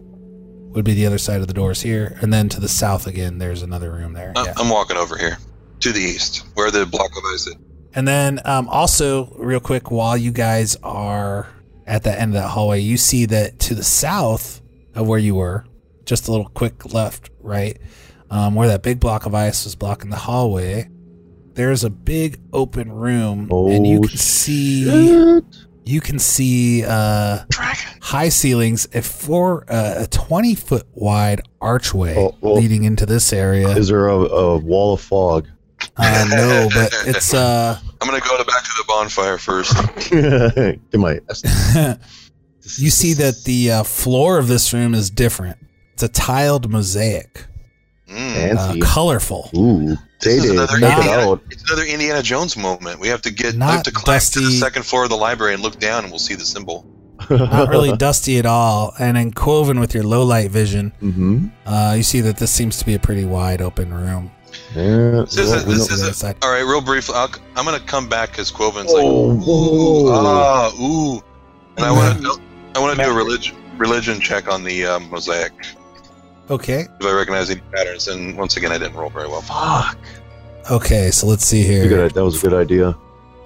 Speaker 1: would be the other side of the doors here, and then to the south again. There's another room there.
Speaker 2: I-
Speaker 1: yeah.
Speaker 2: I'm walking over here to the east, where the block of ice is.
Speaker 1: And then um, also, real quick, while you guys are at the end of that hallway, you see that to the south of where you were, just a little quick left, right, um, where that big block of ice was blocking the hallway, there's a big open room, and you
Speaker 6: Oh,
Speaker 1: can see
Speaker 6: Shit.
Speaker 1: you can see uh, high ceilings, a four uh, a twenty foot wide archway
Speaker 6: Oh, oh.
Speaker 1: leading into this area.
Speaker 6: Is there a, a wall of fog? [laughs]
Speaker 1: Uh, no, but it's uh.
Speaker 2: I'm gonna go to back to the bonfire first.
Speaker 6: Get my
Speaker 1: [laughs] you see
Speaker 6: [laughs]
Speaker 1: that the uh, floor of this room is different. It's a tiled mosaic,
Speaker 2: Mm.
Speaker 1: uh,
Speaker 6: fancy.
Speaker 1: colorful,
Speaker 6: Ooh,
Speaker 2: This is
Speaker 6: Tay-Tay,
Speaker 2: another
Speaker 6: check it
Speaker 2: Indiana-
Speaker 6: out.
Speaker 2: It's another Indiana Jones moment. We have to get I
Speaker 1: Not
Speaker 2: have to climb to the
Speaker 1: dusty-
Speaker 2: second floor of the library and look down, and we'll see the symbol.
Speaker 1: [laughs] not really dusty at all. And in Quoven, with your low light vision,
Speaker 6: [laughs] Mm-hmm.
Speaker 1: uh, you see that this seems to be a pretty wide open room.
Speaker 6: Yeah.
Speaker 2: This is
Speaker 6: we
Speaker 2: this
Speaker 6: don't-
Speaker 2: is
Speaker 1: Yes, I-
Speaker 2: a, all right. Real briefly, I'll, I'm gonna come back because Quovin's
Speaker 6: Oh,
Speaker 2: like,
Speaker 6: whoa.
Speaker 2: ooh, ah, ooh, and I want to I want to do a religion religion check on the um, mosaic.
Speaker 1: Okay.
Speaker 2: If I recognize any patterns, and once again, I didn't roll very well.
Speaker 6: Fuck.
Speaker 1: Okay, so let's see
Speaker 6: You
Speaker 1: here.
Speaker 6: got it. That was a good idea.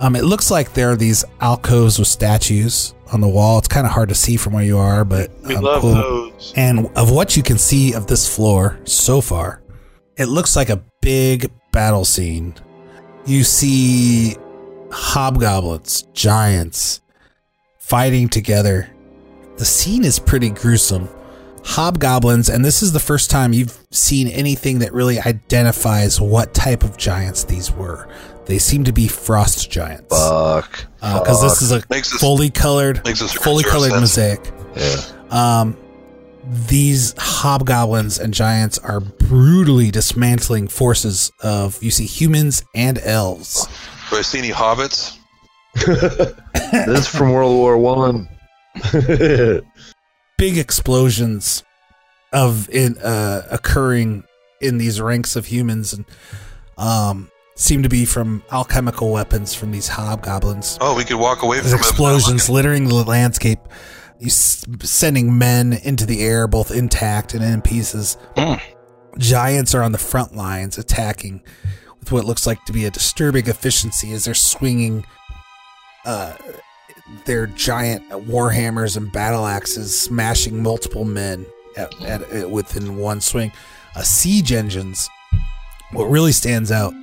Speaker 1: Um, it looks like there are these alcoves with statues on the wall. It's kind of hard to see from where you are, but
Speaker 5: We
Speaker 1: um,
Speaker 5: love
Speaker 1: Quoven-
Speaker 5: those.
Speaker 1: And of what you can see of this floor so far, it looks like a big battle scene. You see hobgoblins, giants fighting together. The scene is pretty gruesome. Hobgoblins, and this is the first time you've seen anything that really identifies what type of giants these were. They seem to be frost giants
Speaker 3: Fuck.
Speaker 1: because this is a
Speaker 2: Makes us-
Speaker 1: fully colored,
Speaker 2: makes us
Speaker 1: fully
Speaker 2: zero
Speaker 1: colored
Speaker 2: sense.
Speaker 1: mosaic.
Speaker 3: Yeah.
Speaker 1: Um, these hobgoblins and giants are brutally dismantling forces of you see humans and elves.
Speaker 2: Do I see any hobbits?
Speaker 3: This is from World War One.
Speaker 1: Big explosions of in uh, occurring in these ranks of humans and um, seem to be from alchemical weapons from these hobgoblins.
Speaker 2: Oh, we could walk away
Speaker 1: There's
Speaker 2: from
Speaker 1: explosions littering the landscape. You s- sending men into the air, both intact and in pieces.
Speaker 2: Mm.
Speaker 1: Giants are on the front lines attacking with what looks like to be a disturbing efficiency as they're swinging uh, their giant warhammers and battle axes, smashing multiple men at, at, at- within one swing. Uh, siege engines, what really stands out,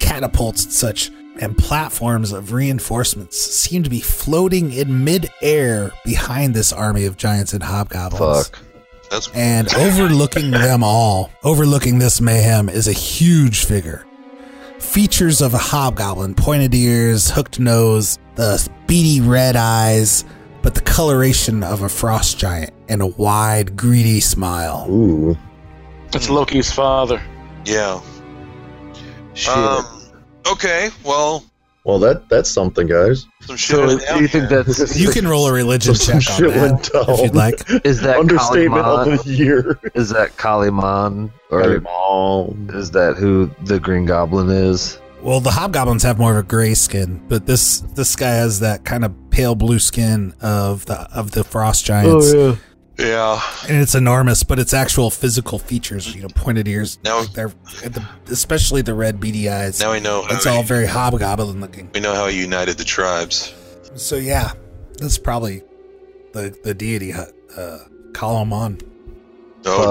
Speaker 1: catapults and such, and platforms of reinforcements seem to be floating in midair behind this army of giants and hobgoblins.
Speaker 3: Fuck.
Speaker 2: Of, that's
Speaker 1: And overlooking them all, overlooking this mayhem, is a huge figure. Features of a hobgoblin pointed ears, hooked nose, the beady red eyes, but the coloration of a frost giant and a wide, greedy smile.
Speaker 6: Ooh.
Speaker 5: That's Loki's father.
Speaker 2: yeah.
Speaker 3: Shit.
Speaker 2: Um, okay. Well,
Speaker 6: Well, that that's something, guys.
Speaker 2: some shit.
Speaker 3: so
Speaker 2: went
Speaker 3: do
Speaker 2: down
Speaker 3: you think
Speaker 2: here.
Speaker 3: that's
Speaker 1: [laughs] You can roll a religion
Speaker 6: Some
Speaker 1: check on
Speaker 6: shit went
Speaker 1: that
Speaker 6: down.
Speaker 1: if you'd like.
Speaker 3: is that
Speaker 6: Understatement
Speaker 3: Kaliman?
Speaker 6: of
Speaker 2: [laughs]
Speaker 6: the year.
Speaker 3: Is that Kaliman or
Speaker 6: Kaliman.
Speaker 3: is that who the Green Goblin is?
Speaker 1: Well, the hobgoblins have more of a gray skin, but this this guy has that kind of pale blue skin of the of the frost giants,
Speaker 6: Oh
Speaker 2: Yeah.
Speaker 1: and it's enormous. But its actual physical features, you know, pointed ears,
Speaker 2: Now,
Speaker 1: they're the, especially the red beady eyes.
Speaker 2: now we know. How
Speaker 1: it's
Speaker 2: he-
Speaker 1: all very hobgoblin looking.
Speaker 2: We know how he united the tribes.
Speaker 1: So yeah, that's probably the the deity hut. Uh, Kalamon.
Speaker 2: Oh,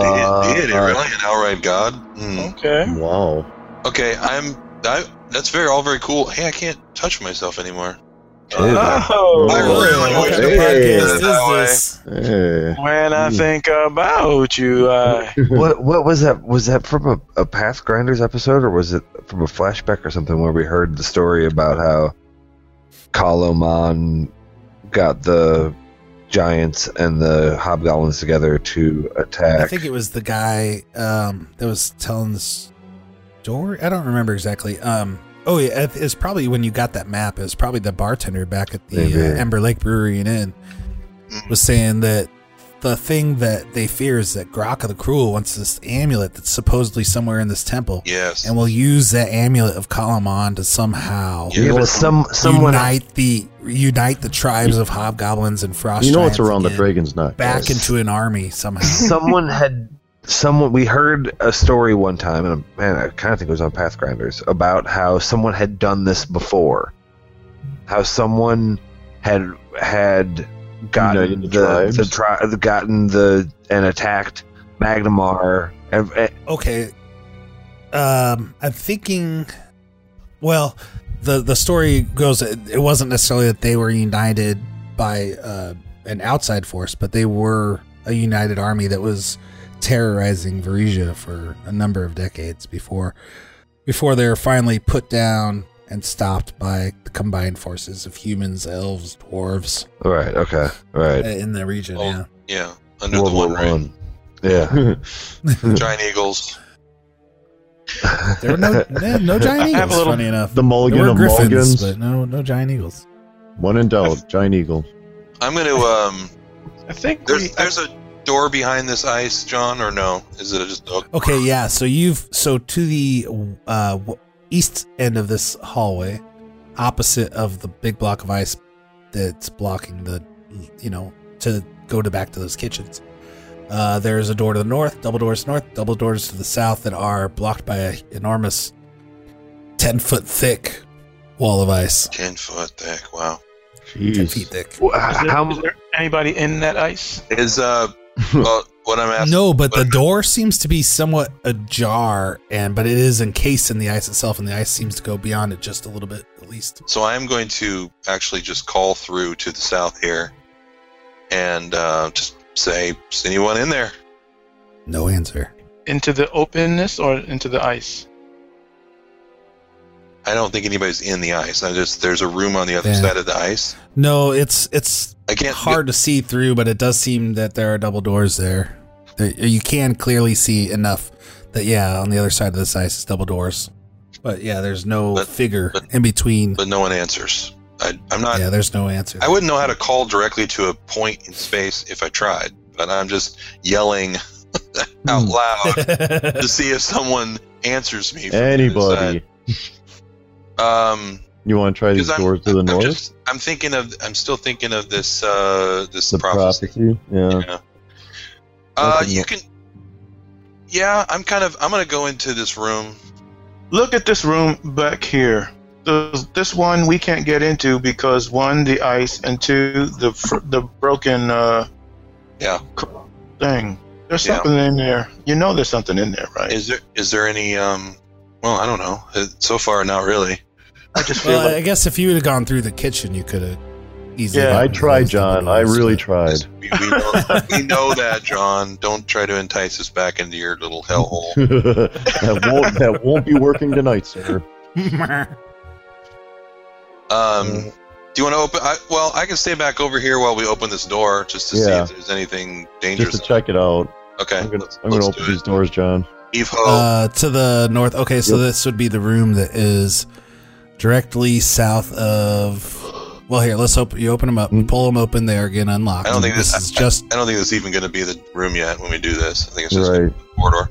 Speaker 3: Fuck.
Speaker 2: did, did it
Speaker 3: Uh,
Speaker 2: really? An outright god? Hmm.
Speaker 5: Okay.
Speaker 6: yeah. Wow.
Speaker 2: Okay, I'm. I, that's very all very cool. Hey, I can't touch myself anymore.
Speaker 5: Oh,
Speaker 2: I really
Speaker 1: What
Speaker 2: wish
Speaker 1: kind of
Speaker 6: Hey.
Speaker 1: podcast is
Speaker 2: That way.
Speaker 1: this?
Speaker 6: Hey.
Speaker 5: when I
Speaker 6: Hmm.
Speaker 5: think about you, uh, I.
Speaker 6: [laughs]
Speaker 3: What what was that? Was that from a, a Path Grinders episode or was it from a flashback or something where we heard the story about how Kalaman got the giants and the hobgoblins together to
Speaker 1: I
Speaker 3: attack?
Speaker 1: think it was the guy um, that was telling the story. I don't remember exactly. Um, oh, yeah, it- it's probably when you got that map. It was probably the bartender back at the
Speaker 3: Maybe.
Speaker 1: uh, Ember Lake Brewery and Inn was saying that the thing that they fear is that Graka the Cruel wants this amulet that's supposedly somewhere in this temple,
Speaker 2: Yes.
Speaker 1: and will use that amulet of Kalamon to somehow
Speaker 2: You
Speaker 3: yeah,
Speaker 2: know
Speaker 3: but
Speaker 2: what's-
Speaker 3: some someone
Speaker 1: unite the unite the tribes of hobgoblins and frost.
Speaker 6: You know what's
Speaker 1: giants
Speaker 6: around the
Speaker 1: again
Speaker 6: dragon's neck?
Speaker 1: Back
Speaker 6: guys.
Speaker 1: into an army somehow.
Speaker 3: someone had someone we heard a story one time and man i kind of think it was on pathgrinders about how someone had done this before how someone had had gotten
Speaker 6: United the
Speaker 3: the,
Speaker 6: tribes?
Speaker 3: the tri- gotten the and attacked eh, magnamar and, and-
Speaker 1: okay um i'm thinking well the the story goes it it wasn't necessarily that they were united by uh an outside force but they were a united army that was terrorizing Varesia for a number of decades before before they were finally put down and stopped by the combined forces of humans elves dwarves
Speaker 3: right okay
Speaker 1: uh,
Speaker 3: right
Speaker 1: in the region
Speaker 2: Oh,
Speaker 1: yeah [laughs]
Speaker 2: yeah. Under the one ring.
Speaker 3: One. yeah
Speaker 2: [laughs] Giant eagles.
Speaker 1: there were
Speaker 5: [laughs]
Speaker 1: no no, no giant
Speaker 5: I have a
Speaker 1: eagles
Speaker 5: little-
Speaker 1: funny enough
Speaker 6: the
Speaker 1: there
Speaker 6: mulligan
Speaker 1: were
Speaker 6: of
Speaker 1: griffins
Speaker 6: mulligans.
Speaker 1: but no no giant eagles [laughs]
Speaker 6: When in doubt, giant eagle.
Speaker 2: I'm going to. um
Speaker 5: I think we,
Speaker 2: There's there's a door behind this ice, John, or no? Is it just oh, okay?
Speaker 1: Okay, yeah. So you've so to the uh, w- east end of this hallway, opposite of the big block of ice that's blocking the, you know, to go to back to those kitchens. Uh, there's a door to the north, double doors north, double doors to the south that are blocked by an enormous, ten foot thick wall of ice,
Speaker 2: ten foot thick? Wow.
Speaker 1: ten
Speaker 6: Jeez.
Speaker 1: feet thick.
Speaker 3: Wha-
Speaker 5: is there-
Speaker 3: How
Speaker 5: is there anybody in that ice?
Speaker 2: Is
Speaker 1: [laughs]
Speaker 2: uh, well, what I'm asking?
Speaker 1: No, but the door seems to be somewhat ajar, and but it is encased in the ice itself, and the ice seems to go beyond it just a little bit, at least.
Speaker 2: So I'm going to actually just call through to the south here, and uh, just say, "Is anyone in there?"
Speaker 1: No answer.
Speaker 5: Into the openness or into the ice?
Speaker 2: I don't think anybody's in the ice. I just there's a room on the other
Speaker 1: Yeah.
Speaker 2: side of the ice.
Speaker 1: No, it's it's
Speaker 2: I can't.
Speaker 1: hard to see through, but it does seem that there are double doors there. There- You can clearly see enough that yeah, on the other side of this ice is double doors. But yeah, there's no
Speaker 2: But-
Speaker 1: figure
Speaker 2: but-
Speaker 1: in between.
Speaker 2: But no one answers. I, I'm not.
Speaker 1: yeah, there's no answer. [laughs]
Speaker 2: I wouldn't know how to call directly to a point in space if I tried. But I'm just yelling [laughs]
Speaker 1: Hmm.
Speaker 2: out loud
Speaker 1: [laughs]
Speaker 2: to see if someone answers me. from the other
Speaker 6: Anybody.
Speaker 2: side. Um,
Speaker 6: You want to try these
Speaker 2: because I'm,
Speaker 6: doors to
Speaker 2: [laughs]
Speaker 6: the
Speaker 2: I'm
Speaker 6: north?
Speaker 2: just- I'm thinking of. I'm still thinking of this. Uh, this
Speaker 6: the
Speaker 2: prophecy.
Speaker 6: prophecy. Yeah.
Speaker 2: Yeah. Uh,
Speaker 6: Nothing
Speaker 2: you
Speaker 6: yet.
Speaker 2: can. Yeah, I'm kind of. I'm gonna go into this room.
Speaker 5: Look at this room back here. There's- This one we can't get into because one, the ice, and two, the fr- the broken uh,
Speaker 2: Yeah.
Speaker 5: cr- thing. There's
Speaker 2: Yeah.
Speaker 5: something in there. You know, there's something in there, right?
Speaker 2: Is there is there any um? Well, I don't know. Uh, So far, not really.
Speaker 5: I just feel
Speaker 1: well, I
Speaker 5: like
Speaker 1: guess if you would have gone through the kitchen, you could have easily.
Speaker 5: Yeah,
Speaker 1: gotten
Speaker 6: I
Speaker 1: through
Speaker 6: tried,
Speaker 1: those double
Speaker 6: John. I
Speaker 1: doors,
Speaker 6: really
Speaker 1: but-
Speaker 6: tried.
Speaker 2: [laughs] We, we, know, we know that, John. Don't try to entice us back into your little
Speaker 6: [laughs]
Speaker 2: hellhole. Um,
Speaker 6: that won't that won't be working tonight, sir. Mm.
Speaker 2: Um, do you want to open? I, well, I can stay back over here while we open this door just to
Speaker 6: Yeah.
Speaker 2: see if there's anything
Speaker 6: Just
Speaker 2: dangerous.
Speaker 6: to check it out.
Speaker 2: okay,
Speaker 6: I'm gonna,
Speaker 2: let's,
Speaker 6: I'm gonna
Speaker 2: let's
Speaker 6: open
Speaker 2: do
Speaker 6: these
Speaker 2: it.
Speaker 6: doors, John.
Speaker 2: Eve ho.
Speaker 1: Uh, to the north. Okay, so
Speaker 6: Yep.
Speaker 1: this would be the room that is directly south of. Well, here, let's open. You open them up.
Speaker 6: Mm.
Speaker 1: Pull them open. They are again unlocked.
Speaker 2: Mm-hmm. I don't think
Speaker 1: this
Speaker 2: this-
Speaker 1: is just
Speaker 2: I don't think this is even going to be the room yet when we do this. I think it's just
Speaker 6: Right.
Speaker 2: the corridor.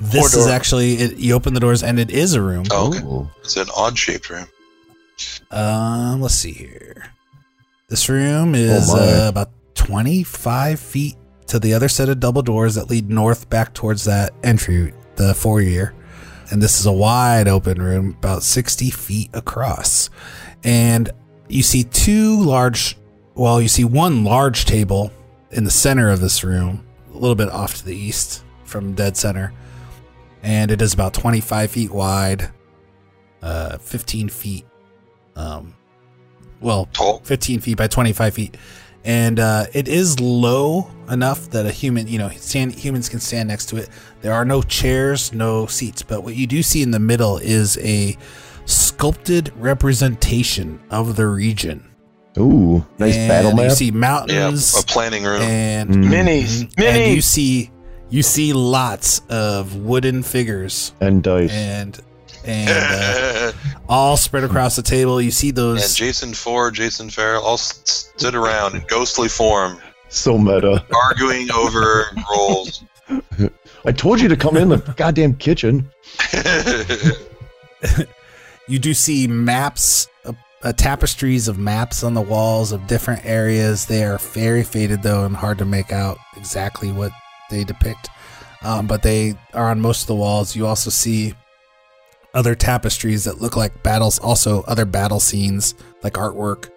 Speaker 1: This is actually it, you open the doors and it is a room.
Speaker 2: Oh, okay.
Speaker 6: Ooh.
Speaker 2: It's an odd shaped room.
Speaker 1: Um, let's see here. This room is
Speaker 6: Oh, my.
Speaker 1: uh, about twenty five feet to the other set of double doors that lead north back towards that entry, the foyer. And this is a wide open room, about sixty feet across. And you see two large. Well, you see one large table in the center of this room, a little bit off to the east from dead center. And it is about 25 feet wide, uh, 15 feet, um, well,
Speaker 2: Tall.
Speaker 1: 15 feet by 25 feet. And uh, it is low enough that a human, you know, stand, humans can stand next to it. There are no chairs, no seats. But what you do see in the middle is a sculpted representation of the region.
Speaker 6: Ooh, nice
Speaker 1: And
Speaker 6: battle
Speaker 1: You
Speaker 6: map.
Speaker 1: see
Speaker 2: Yeah,
Speaker 1: mountains
Speaker 2: a planning room.
Speaker 1: and
Speaker 6: Mm.
Speaker 5: minis,
Speaker 1: and you
Speaker 5: minis.
Speaker 1: see you see lots of wooden figures
Speaker 6: and dice.
Speaker 1: and and uh,
Speaker 2: [laughs]
Speaker 1: all spread across the table. You see
Speaker 2: and
Speaker 1: those
Speaker 2: Jason Ford, Jason Farrell all s- stood around in ghostly form,
Speaker 6: so meta.
Speaker 2: arguing over roles. [laughs]
Speaker 6: I told you to come in [laughs] the goddamn kitchen.
Speaker 1: you do see maps, uh, uh, tapestries of maps on the walls of different areas. They are very faded though and hard to make out exactly what they depict. Um, but they are on most of the walls. You also see other tapestries that look like battles, also other battle scenes like artwork.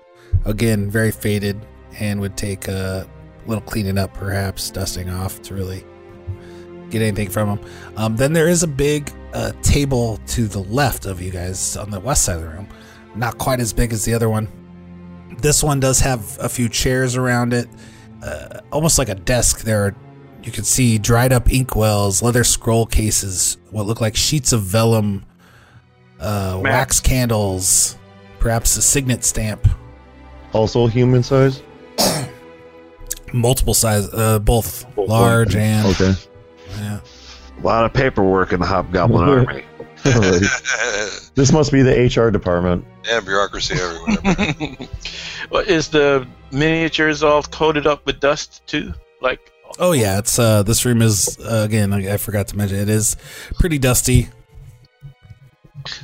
Speaker 1: Again, very faded and would take a little cleaning up, perhaps dusting off to really get anything from them. Um, then there is a big uh, table to the left of you guys on the west side of the room. Not quite as big as the other one. This one does have a few chairs around it, uh, almost like a desk. There are, you can see dried up ink wells, leather scroll cases, what look like sheets of vellum, uh,
Speaker 5: Maps.
Speaker 1: wax candles, perhaps a signet stamp,
Speaker 6: Also human size.
Speaker 1: multiple size, uh, both large and
Speaker 6: Okay.
Speaker 1: yeah.
Speaker 3: a lot of paperwork in the [laughs] Hobgoblin Army.
Speaker 6: [laughs] All right. This must be the HR department.
Speaker 2: yeah, bureaucracy everywhere.
Speaker 5: Well, is the miniatures all coated up with dust too? Like
Speaker 1: Oh yeah, it's uh this room is uh, again I, I forgot to mention it is pretty dusty.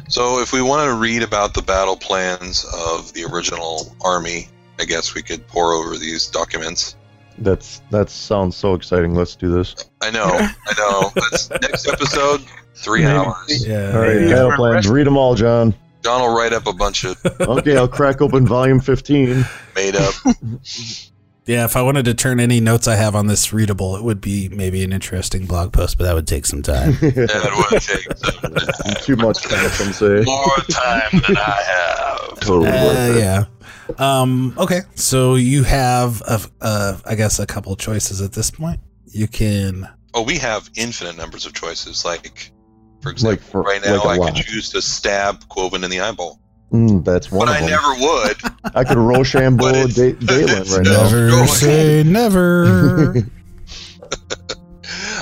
Speaker 2: So, if we want to read about the battle plans of the original army, I guess we could pour over these documents.
Speaker 6: That's that sounds so exciting. Let's do this.
Speaker 2: I know, I know. That's next episode, three
Speaker 6: Maybe.
Speaker 2: hours.
Speaker 1: Yeah.
Speaker 6: All right, battle plans. Read them all, [laughs] John.
Speaker 2: John will write up a bunch of
Speaker 6: Okay, I'll crack open volume fifteen.
Speaker 2: made up.
Speaker 1: Yeah, if I wanted to turn any notes I have on this readable, it would be maybe an interesting blog post, but that would take some time.
Speaker 2: That would take some time.
Speaker 6: Too much time, some say.
Speaker 2: more time
Speaker 6: [laughs]
Speaker 2: than I have.
Speaker 6: [laughs] Totally
Speaker 1: Uh,
Speaker 6: worth it.
Speaker 1: yeah. Um, okay, so you have, a, uh, I guess, a couple choices at this point. You can.
Speaker 2: Oh, we have infinite numbers of choices. Like, for
Speaker 6: Like
Speaker 2: example,
Speaker 6: for
Speaker 2: right now I
Speaker 6: like a lot.
Speaker 2: could choose to stab Quoven in the eyeball,
Speaker 6: Mm, that's one
Speaker 2: but
Speaker 6: of
Speaker 2: I
Speaker 6: them.
Speaker 2: never
Speaker 6: [laughs]
Speaker 2: would.
Speaker 6: I could Rochambeau
Speaker 2: But
Speaker 6: da-
Speaker 2: it's-
Speaker 6: Dalen
Speaker 2: it's
Speaker 6: right
Speaker 2: No,
Speaker 1: never
Speaker 2: go
Speaker 1: say never.
Speaker 6: [laughs]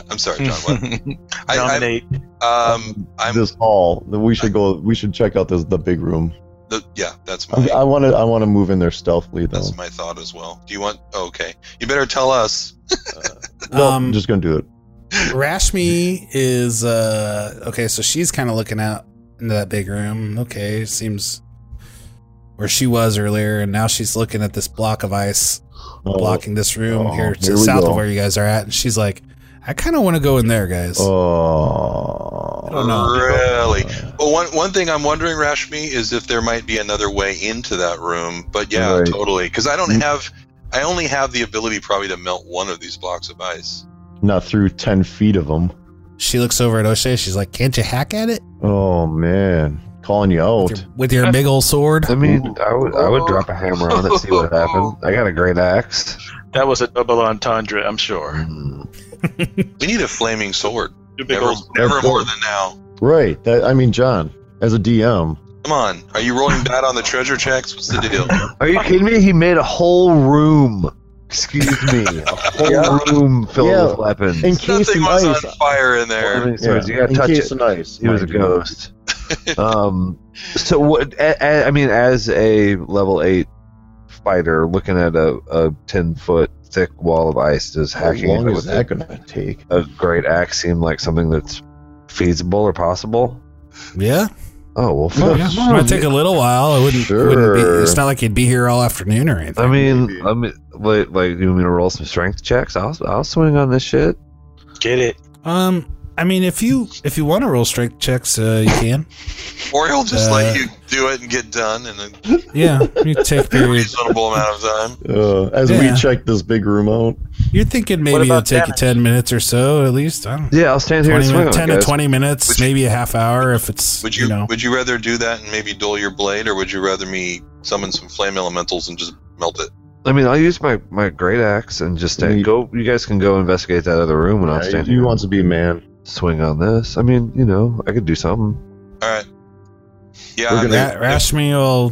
Speaker 2: I'm sorry, John. What? I,
Speaker 5: dominate.
Speaker 2: I,
Speaker 6: now.
Speaker 2: um, I'm
Speaker 6: this hall. that We should go. We should check out this the big room.
Speaker 2: the, yeah. That's my
Speaker 6: I- I want to. I want to move in there stealthily though.
Speaker 2: that's my thought as well. Do you want? oh, okay, you better tell us.
Speaker 6: No,
Speaker 1: Um,
Speaker 6: I'm just gonna do it.
Speaker 1: Rashmi is uh okay, so she's kind of looking out into that big room. Okay, seems where she was earlier, and now she's looking at this block of ice
Speaker 6: Oh,
Speaker 1: blocking this room
Speaker 6: oh,
Speaker 1: here to
Speaker 6: here
Speaker 1: the
Speaker 6: we
Speaker 1: south
Speaker 6: go.
Speaker 1: of where you guys are at, and she's like, "I kind of want to go in there, guys."
Speaker 6: Oh.
Speaker 1: I don't know.
Speaker 2: Really?
Speaker 6: Uh,
Speaker 2: Well, one one thing I'm wondering, Rashmi, is if there might be another way into that room. But yeah,
Speaker 6: Right.
Speaker 2: totally. Because I don't
Speaker 6: Mm.
Speaker 2: have, I only have the ability probably to melt one of these blocks of ice.
Speaker 6: Not through ten feet of them.
Speaker 1: She looks over at O'Shea. She's like, "Can't you hack at it
Speaker 6: Oh man, calling you out.
Speaker 1: with your, with your big old sword?"
Speaker 3: I mean, I would I would drop a hammer on it, see what happened. I got a great axe.
Speaker 5: That was a double entendre, I'm sure.
Speaker 6: Mm.
Speaker 2: We need a flaming sword.
Speaker 5: Your big
Speaker 2: Never,
Speaker 5: old-
Speaker 2: never
Speaker 6: Of
Speaker 2: more
Speaker 6: course.
Speaker 2: than now.
Speaker 6: Right. That I mean, John, as a
Speaker 2: [laughs]
Speaker 6: DM,
Speaker 2: Come on. Are you rolling bad on the treasure checks? What's
Speaker 1: [laughs]
Speaker 2: the deal?
Speaker 3: Are you kidding me? He made a whole room. Excuse me, a whole room filled
Speaker 6: [laughs] Yeah.
Speaker 3: with weapons.
Speaker 6: in case
Speaker 2: Nothing
Speaker 6: an
Speaker 2: was
Speaker 6: ice,
Speaker 2: on fire in there.
Speaker 3: Living swords, you gotta
Speaker 6: in
Speaker 3: touch
Speaker 6: case
Speaker 3: it.
Speaker 6: an ice,
Speaker 3: He was a
Speaker 6: mind you.
Speaker 3: ghost. um, so what? a- a- I mean, as a level eight fighter, looking at a, a ten foot thick wall of ice, does
Speaker 6: How
Speaker 3: hacking
Speaker 6: long
Speaker 3: it
Speaker 6: is
Speaker 3: with
Speaker 6: that
Speaker 3: a,
Speaker 6: gonna take?
Speaker 3: a great axe seem like something that's feasible or possible?
Speaker 6: [laughs]
Speaker 1: Yeah,
Speaker 3: Oh well, fuck.
Speaker 1: yeah. It might take a little while. It wouldn't. wouldn't be,
Speaker 6: Sure.
Speaker 1: it's not like you'd be here all afternoon or anything.
Speaker 3: I mean, I mean, like, like, you want me to roll some strength checks? I'll, I'll swing on this shit.
Speaker 5: Get it.
Speaker 1: Um, I mean, if you if you want to roll strength checks, uh, you can.
Speaker 2: Or he'll just
Speaker 1: Uh,
Speaker 2: let you do it and get done in
Speaker 1: Yeah, you take
Speaker 2: a
Speaker 1: period.
Speaker 2: [laughs] reasonable amount of time.
Speaker 6: Uh, as
Speaker 1: Yeah.
Speaker 6: we check this big room out,
Speaker 1: You're thinking maybe it'll
Speaker 5: about
Speaker 1: take
Speaker 5: damage?
Speaker 1: you ten minutes or so, at least. I don't know.
Speaker 3: Yeah, I'll stand here and
Speaker 1: 20
Speaker 3: swing on
Speaker 1: minutes,
Speaker 3: it,
Speaker 1: ten to
Speaker 3: guys.
Speaker 1: twenty minutes,
Speaker 2: Would you-
Speaker 1: maybe a half hour if it's
Speaker 2: Would
Speaker 1: you,
Speaker 2: you,
Speaker 1: know.
Speaker 2: would you rather do that and maybe duel your blade, or would you rather me summon some flame elementals and just melt it?
Speaker 3: I mean, I'll use my, my great axe and just stand.
Speaker 6: You-
Speaker 3: go. You guys can go investigate that other room, and I'll
Speaker 6: yeah,
Speaker 3: stand
Speaker 6: he
Speaker 3: here.
Speaker 6: wants to be a man.
Speaker 3: swing on this. I mean, you know, I could do something.
Speaker 2: All right. Yeah,
Speaker 6: We're
Speaker 2: I
Speaker 6: gonna-
Speaker 2: mean,
Speaker 1: Ra- Rashmi will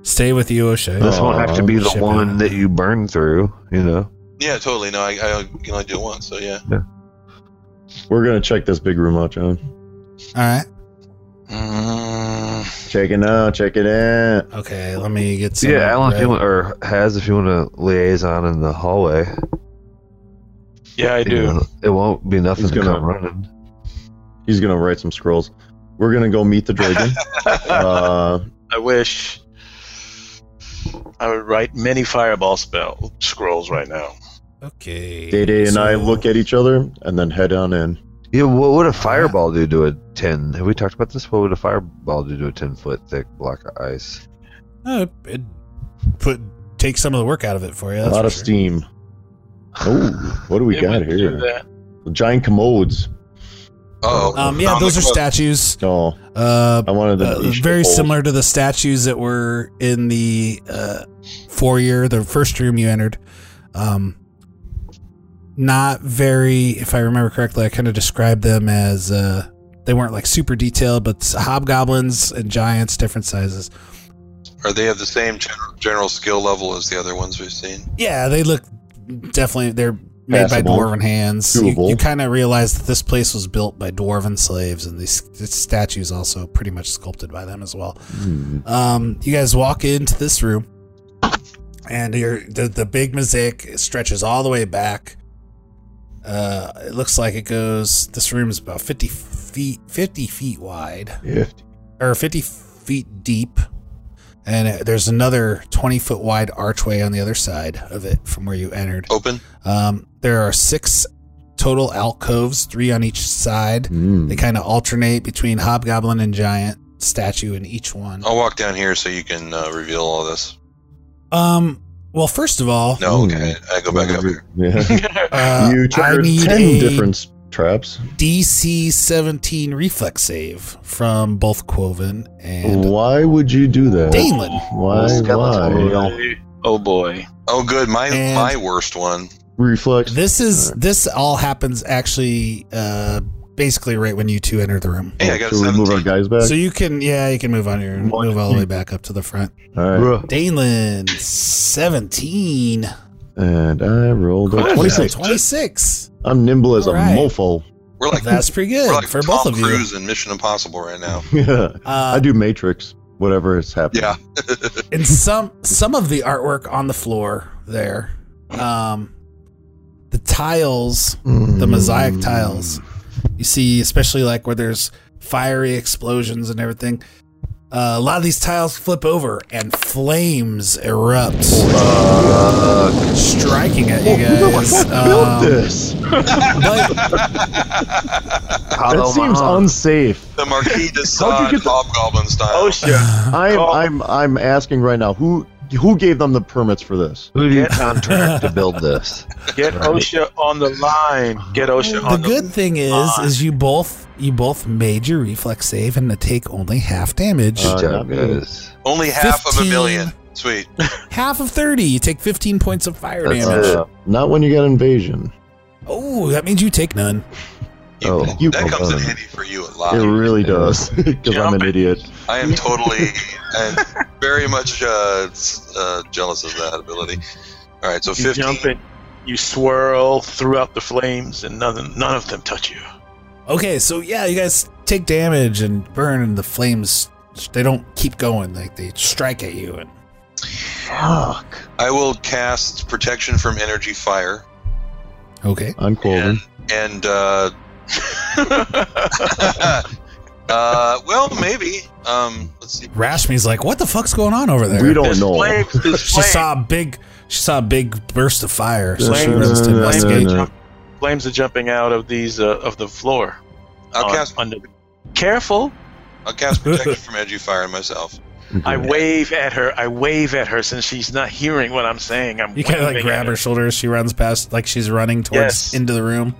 Speaker 1: stay with you, O'Shea.
Speaker 6: Uh,
Speaker 3: This won't have to be the
Speaker 1: Ship it.
Speaker 3: one that you burn through, you know.
Speaker 2: yeah, totally. No, I, I can only do it once, so yeah.
Speaker 6: We're gonna check this big room out, John.
Speaker 1: All right. Mm.
Speaker 6: Check it out. Check it out.
Speaker 1: Okay. Let me get some.
Speaker 3: Yeah, Alan, if
Speaker 1: red.
Speaker 3: you want, or Has, if you want to liaison in the hallway,
Speaker 5: Yeah, I
Speaker 3: you
Speaker 5: do.
Speaker 3: know, it won't be nothing
Speaker 6: He's
Speaker 3: to
Speaker 6: gonna-
Speaker 3: come running.
Speaker 6: He's gonna write some scrolls. We're gonna go meet the dragon.
Speaker 3: [laughs]
Speaker 6: uh,
Speaker 5: [laughs] I wish I would write many fireball spell scrolls right now.
Speaker 1: Okay.
Speaker 6: Day Day and I
Speaker 1: so-
Speaker 6: look at each other and then head on in.
Speaker 3: Yeah, what would a fireball do to a ten? Have we talked about this? What would a fireball do to a ten foot thick block of ice?
Speaker 1: Oh, it put take some of the work out of it for you.
Speaker 6: a
Speaker 1: that's
Speaker 6: lot
Speaker 1: for
Speaker 6: of
Speaker 1: sure.
Speaker 6: steam. Oh, what do we
Speaker 5: It
Speaker 6: got
Speaker 5: wouldn't do
Speaker 6: here?
Speaker 5: that.
Speaker 6: Giant commodes.
Speaker 2: Oh,
Speaker 1: Um, yeah, those are statues.
Speaker 6: No,
Speaker 1: Uh,
Speaker 6: Oh, I wanted them
Speaker 1: Uh,
Speaker 6: each to
Speaker 1: very
Speaker 6: hold.
Speaker 1: similar to the statues that were in the uh, foyer, the first room you entered. Um, not very, if I remember correctly, I kind of described them as uh, they weren't like super detailed, but hobgoblins and giants, different sizes.
Speaker 2: Are they of the same general, general skill level as the other ones we've seen?
Speaker 1: Yeah, they look definitely. They're made
Speaker 6: Passable.
Speaker 1: by dwarven hands. You,
Speaker 6: Doable.
Speaker 1: you kind of realize that this place was built by dwarven slaves, and these, these statues also pretty much sculpted by them as well.
Speaker 6: Hmm.
Speaker 1: Um, you guys walk into this room. and your the, the big mosaic stretches all the way back. Uh, it looks like it goes. This room is about fifty feet, fifty feet wide,
Speaker 6: Yeah.
Speaker 1: or fifty feet deep, and uh, there's another twenty foot wide archway on the other side of it from where you entered.
Speaker 2: Open.
Speaker 1: Um, there are six total alcoves, three on each side.
Speaker 6: Mm.
Speaker 1: They kind of alternate between hobgoblin and giant statue in each one.
Speaker 2: I'll walk down here so you can uh, reveal all this.
Speaker 1: Um. Well, first of all,
Speaker 2: No,
Speaker 6: Ooh.
Speaker 2: okay. I go back up here.
Speaker 6: [laughs] Yeah.
Speaker 1: uh,
Speaker 6: you
Speaker 1: I
Speaker 6: triggered
Speaker 1: need
Speaker 6: ten
Speaker 1: a
Speaker 6: different s- traps.
Speaker 1: DC 17 reflex save from both Quoven and
Speaker 6: Why would you do that?
Speaker 1: Danelin.
Speaker 6: Why?
Speaker 3: Skeleton.
Speaker 6: Why?
Speaker 5: [laughs] Oh boy.
Speaker 2: Oh, good. My
Speaker 1: And-
Speaker 2: my worst one.
Speaker 6: Reflex.
Speaker 1: This is this all happens actually, uh, basically right when you two enter the room.
Speaker 2: Hey, I got a
Speaker 6: Oh, Should we move our
Speaker 2: 17.
Speaker 6: guys back?
Speaker 1: So you can, yeah, you can move on here and
Speaker 6: One,
Speaker 1: move all the way
Speaker 6: two.
Speaker 1: back up to the front.
Speaker 6: All right.
Speaker 3: Bruh.
Speaker 1: Danelin, 17.
Speaker 6: And I rolled
Speaker 5: Cool.
Speaker 6: a 26.
Speaker 1: 26.
Speaker 6: I'm nimble as a
Speaker 1: All right.
Speaker 6: mofo. [laughs]
Speaker 2: We're like,
Speaker 1: That's pretty
Speaker 2: we're
Speaker 1: good
Speaker 2: like
Speaker 1: for
Speaker 2: Tom
Speaker 1: both of you.
Speaker 2: Cruise and Mission Impossible right now.
Speaker 6: Yeah. I
Speaker 1: Uh,
Speaker 6: do Matrix, whatever is happening.
Speaker 2: Yeah. [laughs]
Speaker 1: and some some of the artwork on the floor there, um, the tiles Mm. the
Speaker 6: Mm.
Speaker 1: mosaic tiles. You see, especially like where there's fiery explosions and everything. Uh, a lot of these tiles flip over and flames erupt, striking at you guys.
Speaker 6: Build
Speaker 1: Um,
Speaker 6: this.
Speaker 1: but
Speaker 6: That seems unsafe.
Speaker 2: The Marquis
Speaker 6: [laughs]
Speaker 2: de Sade
Speaker 6: get the-
Speaker 2: Hobgoblin style.
Speaker 5: Oh shit.
Speaker 1: Uh-huh.
Speaker 6: I'm
Speaker 5: Oh.
Speaker 6: I'm I'm asking right now who who gave them the permits for this?
Speaker 3: Who do you contract [laughs] to build this?
Speaker 5: Get OSHA on the line. Get OSHA
Speaker 1: the
Speaker 5: on the
Speaker 1: good thing is, is you both you both made your reflex save and take only half damage,
Speaker 6: Uh, not me.
Speaker 3: Juggas.
Speaker 2: Only half of
Speaker 1: 15.
Speaker 2: a million. Sweet.
Speaker 1: half of thirty. You take fifteen points of fire
Speaker 3: That's
Speaker 1: damage.
Speaker 3: it.
Speaker 6: Uh, not when you got invasion.
Speaker 1: Oh, that means you take none.
Speaker 2: You-
Speaker 6: Oh,
Speaker 2: that
Speaker 6: you-
Speaker 2: comes
Speaker 6: uh,
Speaker 2: in handy for you a
Speaker 6: It
Speaker 2: lot.
Speaker 6: really does [laughs] because I'm an idiot.
Speaker 2: I am
Speaker 6: [laughs]
Speaker 2: totally and very much uh, s- uh, jealous of that ability. All right, so
Speaker 5: You jump
Speaker 2: 15.
Speaker 5: and you swirl throughout the flames, and none, none of them touch you. [laughs]
Speaker 1: Okay, so yeah, you guys take damage and burn, and the flames they don't keep going; like they strike at you. And
Speaker 6: Fuck.
Speaker 2: I will cast protection from energy fire.
Speaker 1: okay,
Speaker 6: I'm Quoven.
Speaker 2: and uh, Oh, uh, well, maybe. Um, let's see.
Speaker 1: Rashmi's like, "What the fuck's going on over there?"
Speaker 6: We don't
Speaker 5: There's
Speaker 6: know.
Speaker 5: flames. There's
Speaker 1: She
Speaker 5: flames.
Speaker 1: saw a big, she saw a big burst of fire, so she
Speaker 5: Flame-
Speaker 1: runs to
Speaker 6: flame-
Speaker 1: investigate.
Speaker 5: Flames, are
Speaker 6: no.
Speaker 5: jump, flames are jumping out of these uh, of the floor.
Speaker 2: I'll
Speaker 5: on-
Speaker 2: cast.
Speaker 5: under. the- Careful!
Speaker 2: I'll cast protection from energy fire on myself.
Speaker 5: I wave at her. I wave at her since she's not hearing what I'm saying. I'm
Speaker 1: You kind of like
Speaker 5: waving
Speaker 1: grab
Speaker 5: at
Speaker 1: her shoulders. She runs past, like she's running towards
Speaker 5: Yes.
Speaker 1: into the room.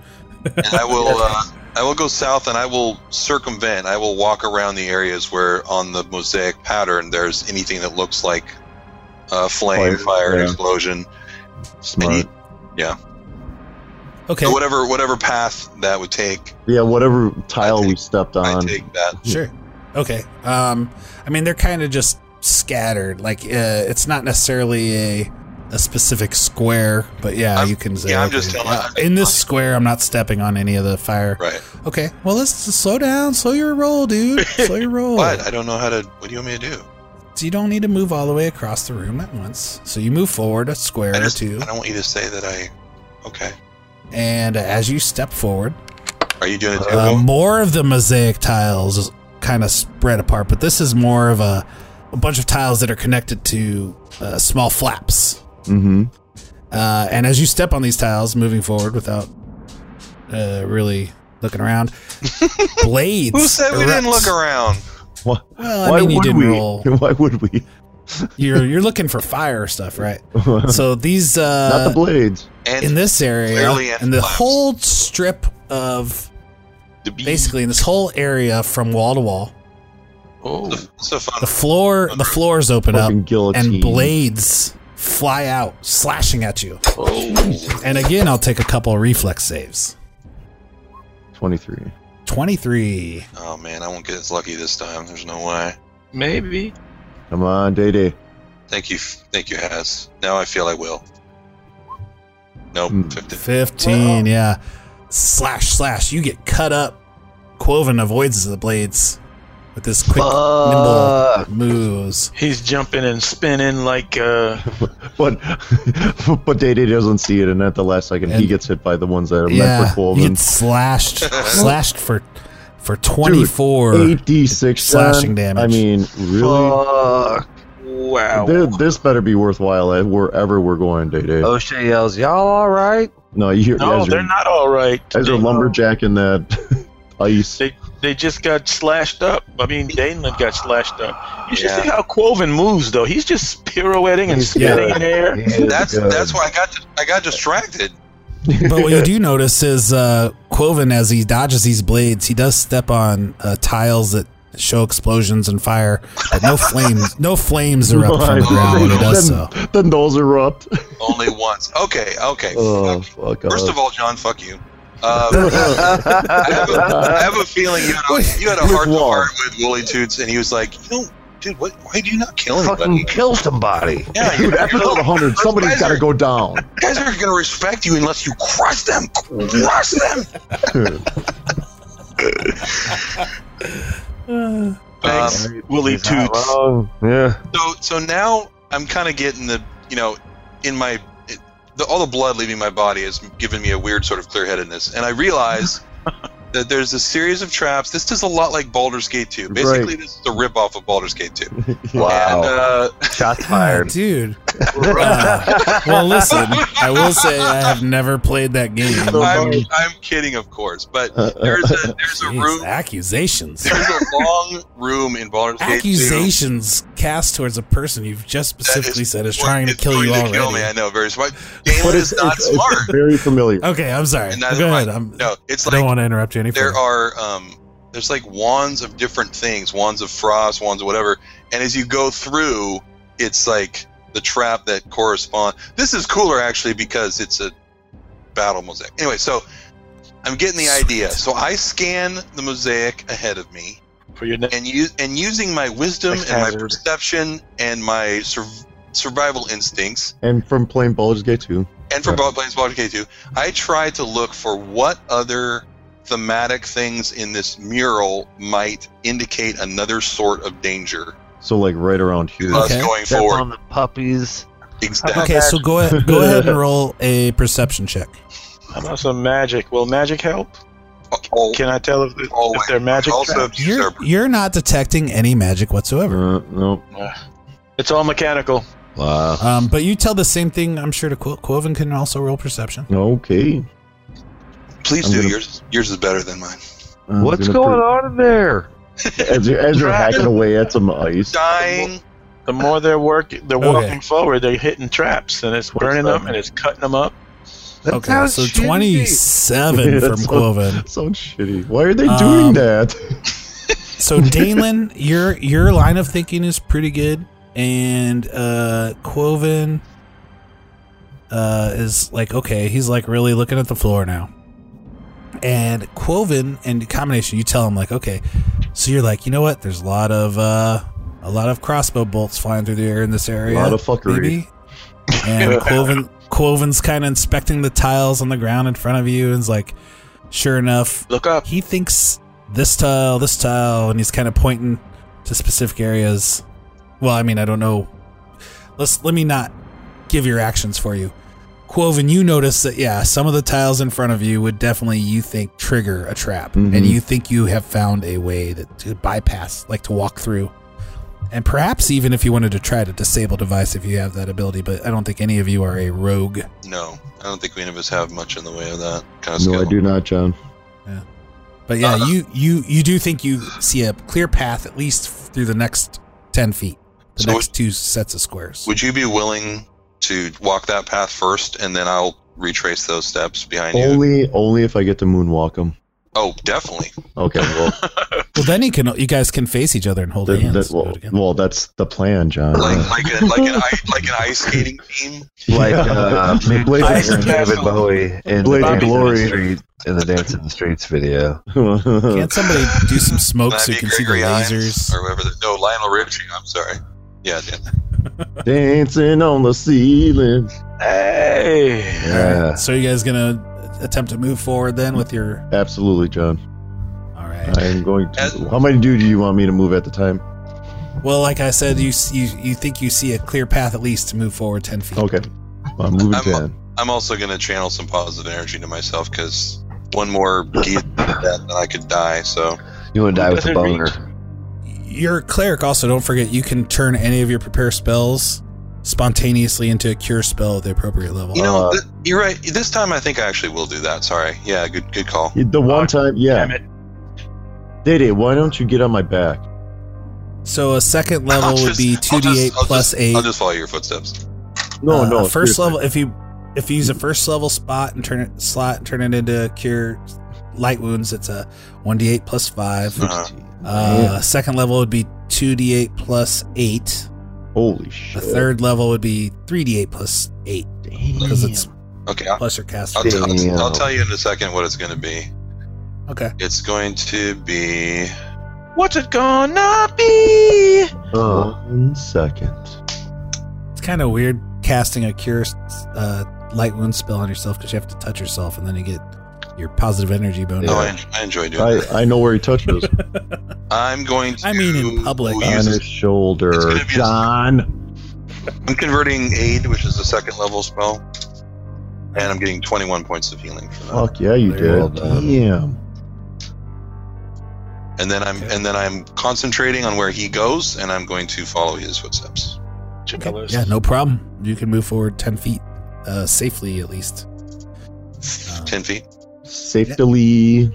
Speaker 2: And I will. Uh, I will go south, and I will circumvent. I will walk around the areas where on the mosaic pattern there's anything that looks like uh, flame,
Speaker 6: Flame,
Speaker 2: fire,
Speaker 6: yeah.
Speaker 2: explosion,
Speaker 6: Smart.
Speaker 1: Okay,
Speaker 2: So whatever whatever path that would take.
Speaker 6: Yeah, whatever tile
Speaker 2: I
Speaker 6: we
Speaker 2: take-
Speaker 6: stepped
Speaker 2: I
Speaker 6: on.
Speaker 2: take that.
Speaker 1: sure. Okay, um, I mean they're kind of just scattered. Like uh, it's not necessarily a a specific square, but yeah,
Speaker 2: I'm-
Speaker 1: you can say.
Speaker 2: yeah, I'm
Speaker 1: okay,
Speaker 2: just telling-
Speaker 1: uh, in this square, I'm not stepping on any of the fire.
Speaker 2: Right.
Speaker 1: Okay, well let's just slow down, slow your roll,
Speaker 2: [laughs]
Speaker 1: dude. Slow your roll.
Speaker 2: But I don't know how to. What do you want me to do?
Speaker 1: So you don't need to move all the way across the room at once. So you move forward a square
Speaker 2: I
Speaker 1: or
Speaker 2: just.
Speaker 1: two,
Speaker 2: I don't want you to say that I. Okay.
Speaker 1: and as you step forward,
Speaker 2: Are you doing a
Speaker 1: Uh,
Speaker 2: tempo?
Speaker 1: more of the mosaic tiles is kind of spread apart, but this is more of a, a bunch of tiles that are connected to uh, small flaps.
Speaker 6: Mm-hmm.
Speaker 1: Uh, and as you step on these tiles, moving forward without uh, really looking
Speaker 6: [laughs]
Speaker 1: around, blades.
Speaker 2: Who said we didn't
Speaker 1: erupt.
Speaker 2: look around?
Speaker 6: Why,
Speaker 1: Well, I mean, you didn't
Speaker 6: we?
Speaker 1: roll.
Speaker 6: [laughs] Why would we?
Speaker 1: You're you're looking for fire stuff,
Speaker 6: [laughs]
Speaker 1: right?
Speaker 6: Not
Speaker 1: So these uh,
Speaker 6: the blades.
Speaker 2: And
Speaker 1: in this area
Speaker 2: Clearly in
Speaker 1: and the
Speaker 2: flaps.
Speaker 1: whole strip of
Speaker 5: The bee.
Speaker 1: basically in this whole area from wall to wall
Speaker 5: Oh.
Speaker 2: it's a- it's a fun.
Speaker 1: the floor the floors open up
Speaker 6: Fucking guillotine.
Speaker 1: and blades fly out slashing at you
Speaker 6: Oh.
Speaker 1: and again i'll take a couple reflex saves
Speaker 6: 23.
Speaker 1: 23
Speaker 2: Oh man, I won't get as lucky this time. There's no way.
Speaker 5: Maybe.
Speaker 6: Come on, Day Day.
Speaker 2: Thank you, thank you, Has. Now I feel I will. Nope,
Speaker 6: Hmm.
Speaker 2: 50.
Speaker 1: 15 yeah slash slash you get cut up quoven avoids the blades with his quick,
Speaker 3: Fuck.
Speaker 1: nimble moves.
Speaker 5: He's jumping and spinning like
Speaker 1: [laughs]
Speaker 5: uh,
Speaker 6: But [laughs] but Day doesn't see it, and at the last second, he
Speaker 1: And-
Speaker 6: gets hit by the ones that are meant
Speaker 1: Yeah,
Speaker 6: for
Speaker 1: you
Speaker 6: Quoven.
Speaker 1: get slashed, slashed for for twenty four.
Speaker 6: Eight d six
Speaker 1: slashing
Speaker 6: I
Speaker 1: damage.
Speaker 6: mean, really,
Speaker 3: Fuck.
Speaker 5: wow.
Speaker 6: Th- this better be worthwhile at wherever we're going, Day Day.
Speaker 2: Oh,
Speaker 3: O'Shea yells, "Y'all all right?"
Speaker 6: no, you hear
Speaker 5: No,
Speaker 6: as
Speaker 5: they're
Speaker 6: you're,
Speaker 5: not all right.
Speaker 6: as you're
Speaker 5: They-
Speaker 6: lumberjacking that [laughs] ice.
Speaker 5: They they just got slashed up. I mean, Daneland got slashed up. You should
Speaker 2: Yeah.
Speaker 5: see how Quoven moves, though. He's just pirouetting and
Speaker 6: He's
Speaker 5: spinning
Speaker 6: good.
Speaker 5: in air.
Speaker 2: That's that's why I got I got distracted.
Speaker 1: But what you do notice is uh, Quoven, as he dodges these blades, he does step on uh, tiles that show explosions and fire, but no flames, no flames erupt from
Speaker 6: [laughs]
Speaker 1: the ground when he does so.
Speaker 6: then, then those erupt. [laughs]
Speaker 2: Only once. Okay, okay.
Speaker 6: Oh,
Speaker 2: fuck.
Speaker 6: fuck
Speaker 2: First of all, John, fuck you. Um, I have, a, I have a feeling you had a, you had a
Speaker 6: With
Speaker 2: heart to
Speaker 6: Wall.
Speaker 2: heart with Wooly Toots, and he was like, "You don't, dude. What? Why do you not kill anybody?
Speaker 3: Fucking kill somebody.
Speaker 2: yeah, [laughs]
Speaker 6: Dude,
Speaker 2: you're- you're
Speaker 6: episode
Speaker 2: the
Speaker 6: 100,
Speaker 2: first
Speaker 6: somebody's got to
Speaker 2: measure.
Speaker 6: go down.
Speaker 2: guys are gonna respect you unless you crush them. Crush them. Um,
Speaker 5: Thanks, Willie
Speaker 3: He's not
Speaker 5: Toots.
Speaker 3: wrong. Yeah.
Speaker 2: So so now I'm kind of getting the you know in my it, the, all the blood leaving my body is giving me a weird sort of clear headedness, and I realize that there's a series of traps. This is a lot like Baldur's Gate 2. Basically,
Speaker 6: Right.
Speaker 2: this is a rip off of Baldur's Gate 2.
Speaker 3: Wow.
Speaker 2: And, uh, [laughs]
Speaker 3: Shots
Speaker 6: [laughs]
Speaker 1: Ah, [laughs]
Speaker 3: fired.
Speaker 1: dude. Uh, well, listen, I will say I have never played that game.
Speaker 2: I'm, I'm kidding, of course, but there's
Speaker 1: [laughs]
Speaker 2: a there's a
Speaker 1: Jeez,
Speaker 2: room.
Speaker 1: accusations.
Speaker 2: There's
Speaker 1: [laughs]
Speaker 2: a long room in Baldur's Gate 2.
Speaker 1: accusations cast towards a person you've just specifically
Speaker 2: is
Speaker 1: said is
Speaker 2: Well,
Speaker 1: trying to
Speaker 2: it's
Speaker 1: kill
Speaker 2: going
Speaker 1: you
Speaker 2: to Kill me, I
Speaker 1: already.
Speaker 2: know,
Speaker 1: [laughs]
Speaker 2: very smart. Galen is not smart.
Speaker 6: very familiar.
Speaker 1: Okay, I'm sorry.
Speaker 2: And
Speaker 1: Go
Speaker 2: that's
Speaker 1: ahead.
Speaker 2: fine.
Speaker 1: I'm,
Speaker 2: no, it's
Speaker 1: I don't
Speaker 2: like
Speaker 1: want to interrupt you any
Speaker 2: there
Speaker 1: further.
Speaker 2: are um, there's like wands of different things, wands of frost, wands of whatever, and as you go through, it's like the trap that correspond. This is cooler actually because it's a battle mosaic. Anyway, so I'm getting the idea. So I scan the mosaic ahead of me
Speaker 5: For your next
Speaker 2: and use and using my wisdom
Speaker 5: Like
Speaker 2: and my
Speaker 5: hazard.
Speaker 2: perception and my sur- survival instincts
Speaker 6: And from playing Baldur's Gate 2.
Speaker 2: and for
Speaker 6: Yeah.
Speaker 2: both Planes Baldur's Gate 2, I tried to look for what other thematic things in this mural might indicate another sort of danger
Speaker 6: So, like, right around
Speaker 2: to
Speaker 6: here.
Speaker 3: Uh,
Speaker 2: us
Speaker 1: Okay.
Speaker 2: going
Speaker 3: Step
Speaker 2: forward.
Speaker 3: on the puppies.
Speaker 2: Exactly.
Speaker 1: okay, so go ahead, go ahead and roll a perception check.
Speaker 5: How about some magic? Will magic help?
Speaker 2: Al-
Speaker 5: Can I tell if, if
Speaker 2: Always.
Speaker 5: they're magic
Speaker 2: also,
Speaker 5: traps?
Speaker 2: use
Speaker 1: You're,
Speaker 2: our-
Speaker 1: you're not detecting any magic whatsoever.
Speaker 6: Uh, no.
Speaker 5: It's all mechanical.
Speaker 6: Wow.
Speaker 1: Um, but you tell the same thing, I'm sure, to Qu- Quoven can also roll perception.
Speaker 6: Okay.
Speaker 2: please
Speaker 6: I'm
Speaker 2: do.
Speaker 6: gonna-
Speaker 2: Yours, yours is better than mine.
Speaker 6: I'm
Speaker 3: What's
Speaker 6: gonna
Speaker 3: going on in there?
Speaker 6: put- As you're, as you're hacking away at some ice.
Speaker 2: Dying.
Speaker 5: The more they're work, they're
Speaker 1: Okay.
Speaker 5: walking forward. They're hitting traps, and it's burning them, and it's cutting them up.
Speaker 3: That
Speaker 1: Okay,
Speaker 3: sounds
Speaker 1: so
Speaker 3: shitty.
Speaker 1: 27
Speaker 6: Yeah,
Speaker 1: from
Speaker 6: that's
Speaker 1: Quoven.
Speaker 6: Sounds shitty. Why are they doing
Speaker 1: Um, [laughs]
Speaker 6: that?
Speaker 1: So Danelin, your your line of thinking is pretty good, and uh Quoven uh is like okay, he's like really looking at the floor now. And Quoven and combination, you tell him like, okay, so you're like, you know what? There's a lot of uh a lot of crossbow bolts flying through the air in this area.
Speaker 6: Lot of fuckery.
Speaker 1: maybe?
Speaker 6: [laughs]
Speaker 1: And Quoven Quoven's kind of inspecting the tiles on the ground in front of you and is like, sure enough,
Speaker 5: Look up.
Speaker 1: he thinks this tile, this tile, and he's kind of pointing to specific areas. Well, I mean, I don't know. Let's let me not give your actions for you. Quoven, you notice that yeah, some of the tiles in front of you would definitely you think trigger a trap,
Speaker 6: Mhm.
Speaker 1: and you think you have found a way that to bypass, like to walk through, and perhaps even if you wanted to try to disable device if you have that ability. But I don't think any of you are a rogue.
Speaker 2: No, I don't think any of us have much in the way of that kind of
Speaker 6: No,
Speaker 2: skill.
Speaker 6: I do not, John.
Speaker 1: But yeah,
Speaker 2: Uh-huh.
Speaker 1: you you you do think you see a clear path at least through the next ten feet, the
Speaker 2: So
Speaker 1: next two sets of squares.
Speaker 2: Would you be willing to walk that path first, and then I'll retrace those steps behind you?
Speaker 6: Only, only if I get to moonwalk them.
Speaker 2: Oh, definitely.
Speaker 1: [laughs]
Speaker 6: Okay, well,
Speaker 1: Oh, well, then you can you guys can face each other and hold
Speaker 6: that,
Speaker 1: hands.
Speaker 6: that,
Speaker 1: Do it
Speaker 6: well,
Speaker 1: again.
Speaker 6: well, that's the plan, John.
Speaker 2: Like like a, like an i- like an ice skating team.
Speaker 3: Like
Speaker 6: [laughs] Yeah.
Speaker 3: uh,
Speaker 6: Blaze of
Speaker 3: Blade
Speaker 6: Glory.
Speaker 3: David Bowie in
Speaker 6: Blade
Speaker 3: the
Speaker 6: of
Speaker 3: Dance
Speaker 6: Glory.
Speaker 3: in the Street in the Dance in the Streets video.
Speaker 6: [laughs]
Speaker 1: Can't somebody do some smoke so you
Speaker 2: That'd
Speaker 1: can
Speaker 2: be
Speaker 1: see the
Speaker 2: Gregory Hines,
Speaker 1: lasers?
Speaker 2: or whoever. The, no, Lionel Richie. I'm sorry. Yeah, yeah.
Speaker 6: Dancing on the ceiling.
Speaker 5: Hey,
Speaker 6: Yeah,
Speaker 1: So you guys gonna attempt to move forward then with your
Speaker 6: absolutely, John.
Speaker 1: all right.
Speaker 6: I'm going to.
Speaker 2: As-
Speaker 6: how many do you want me to move at the time?
Speaker 1: Well, like I said, you s- you you think you see a clear path at least to move forward ten feet.
Speaker 6: Okay. I'm moving
Speaker 2: I'm-
Speaker 6: 10.
Speaker 2: I'm also going to channel some positive energy to myself because one more geese death and I could die. So
Speaker 3: You want to die with a
Speaker 5: doesn't reach?
Speaker 3: boner?
Speaker 1: Your cleric also don't forget you can turn any of your prepare spells spontaneously into a cure spell at the appropriate level.
Speaker 2: you know,
Speaker 3: Uh,
Speaker 2: th- you're right. This time I think I actually will do that. Sorry. Yeah, good, good call.
Speaker 6: The one time, yeah.
Speaker 5: Damn it.
Speaker 6: Dede, why don't you get on my back?
Speaker 1: So a second
Speaker 2: I'll
Speaker 1: level would
Speaker 2: just-
Speaker 1: be
Speaker 2: I'll
Speaker 1: two d eight
Speaker 2: just- I'll
Speaker 1: plus
Speaker 2: just-
Speaker 1: eight.
Speaker 2: I'll just follow your footsteps.
Speaker 6: No,
Speaker 1: Uh,
Speaker 6: no.
Speaker 1: First
Speaker 6: seriously.
Speaker 1: level, if you if you use a first level spot and turn it slot and turn it into cure light wounds, it's a one d eight plus five.
Speaker 2: Uh,
Speaker 1: Uh, Second level would be two d eight plus eight.
Speaker 6: Holy
Speaker 1: The
Speaker 6: shit.
Speaker 1: third level would be three d eight plus eight because it's
Speaker 2: okay. I'll,
Speaker 1: plus your cast.
Speaker 2: I'll, t- I'll, t- I'll
Speaker 3: Damn.
Speaker 2: tell you in a second what it's going to be.
Speaker 1: Okay.
Speaker 2: It's going to be. oh,
Speaker 5: What's it gonna be?
Speaker 3: Uh,
Speaker 6: One second.
Speaker 1: It's kind of weird casting a cure uh, light wound spell on yourself because you have to touch yourself and then you get your positive energy bonus.
Speaker 2: Oh, I, en- I enjoy doing
Speaker 6: I,
Speaker 2: that.
Speaker 6: I know where
Speaker 2: [laughs]
Speaker 6: he touches.
Speaker 2: I'm going to.
Speaker 1: I mean in public.
Speaker 2: use
Speaker 6: on
Speaker 2: this-
Speaker 6: his shoulder.
Speaker 2: It's gonna be a-
Speaker 6: John.
Speaker 2: I'm converting aid, which is a second level spell, and I'm getting 21 points of healing for that.
Speaker 6: Fuck yeah, you
Speaker 1: Well
Speaker 6: did.
Speaker 1: done.
Speaker 6: Damn.
Speaker 2: And then I'm and then I'm concentrating on where he goes, and I'm going to follow his footsteps.
Speaker 1: Okay. Yeah, no problem. You can move forward ten feet uh, safely at
Speaker 6: [laughs]
Speaker 1: least. Uh,
Speaker 2: 10 feet.
Speaker 6: Safely.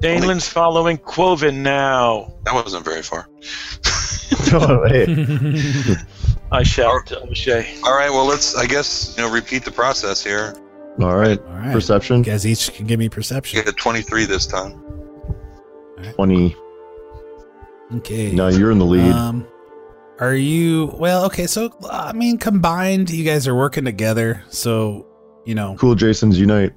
Speaker 5: Danelin's following Quoven now.
Speaker 2: That wasn't very far.
Speaker 6: [laughs] Oh, hey.
Speaker 5: I shout to O'Shea.
Speaker 2: All right. Well, let's. I guess you know. Repeat the process here.
Speaker 6: All right.
Speaker 1: All right.
Speaker 6: Perception.
Speaker 1: You guys each can give me
Speaker 2: You
Speaker 1: perception.
Speaker 2: Get a 23 this time.
Speaker 6: 20.
Speaker 1: Okay.
Speaker 6: Now you're in the lead.
Speaker 1: Um, are you well? Okay, so I mean, combined, you guys are working together, so you know,
Speaker 6: cool Jason's Unite.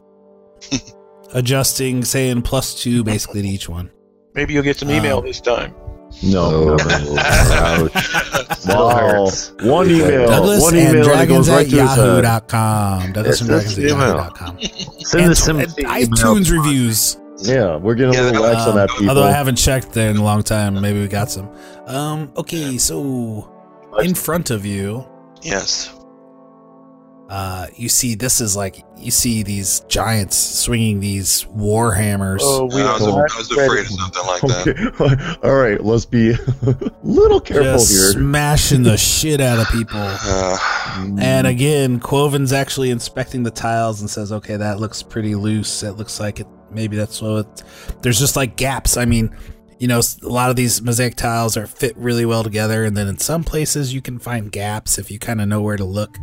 Speaker 1: adjusting, saying plus two basically to each one.
Speaker 5: Maybe you'll get some email
Speaker 1: Um,
Speaker 5: this time.
Speaker 6: No.
Speaker 3: Oh,
Speaker 6: never. [laughs]
Speaker 3: ouch. Still
Speaker 6: Wow.
Speaker 3: hurts.
Speaker 6: One email.
Speaker 1: Douglas
Speaker 6: one
Speaker 1: and
Speaker 6: email that
Speaker 1: Dragons
Speaker 6: goes right
Speaker 1: at
Speaker 6: to his head.
Speaker 1: yahoo.com. Douglas and Dragons
Speaker 3: That's the
Speaker 1: at
Speaker 3: email.
Speaker 1: yahoo.com.
Speaker 3: Send us some
Speaker 1: And iTunes reviews.
Speaker 6: Yeah, we're getting
Speaker 2: Yeah,
Speaker 6: a little
Speaker 2: that-
Speaker 6: lax on that,
Speaker 2: um,
Speaker 6: people.
Speaker 1: Although I haven't checked there in a long time. Maybe we got some. Um, okay, so in front of you,
Speaker 2: Yes.
Speaker 1: uh, you see this is like you see these giants swinging these war hammers.
Speaker 5: Oh, we
Speaker 2: I, was,
Speaker 5: are
Speaker 2: I was afraid of something like that.
Speaker 6: [laughs] Okay. All right, let's be [laughs] a little careful
Speaker 1: just
Speaker 6: here.
Speaker 1: smashing
Speaker 6: [laughs]
Speaker 1: the shit out of people.
Speaker 2: Uh,
Speaker 1: And again, Quoven's actually inspecting the tiles and says, "Okay, that looks pretty loose. It looks like it. Maybe that's what. It, there's just like gaps. I mean, you know, s- a lot of these mosaic tiles are fit really well together, and then in some places you can find gaps if you kind of know where to look.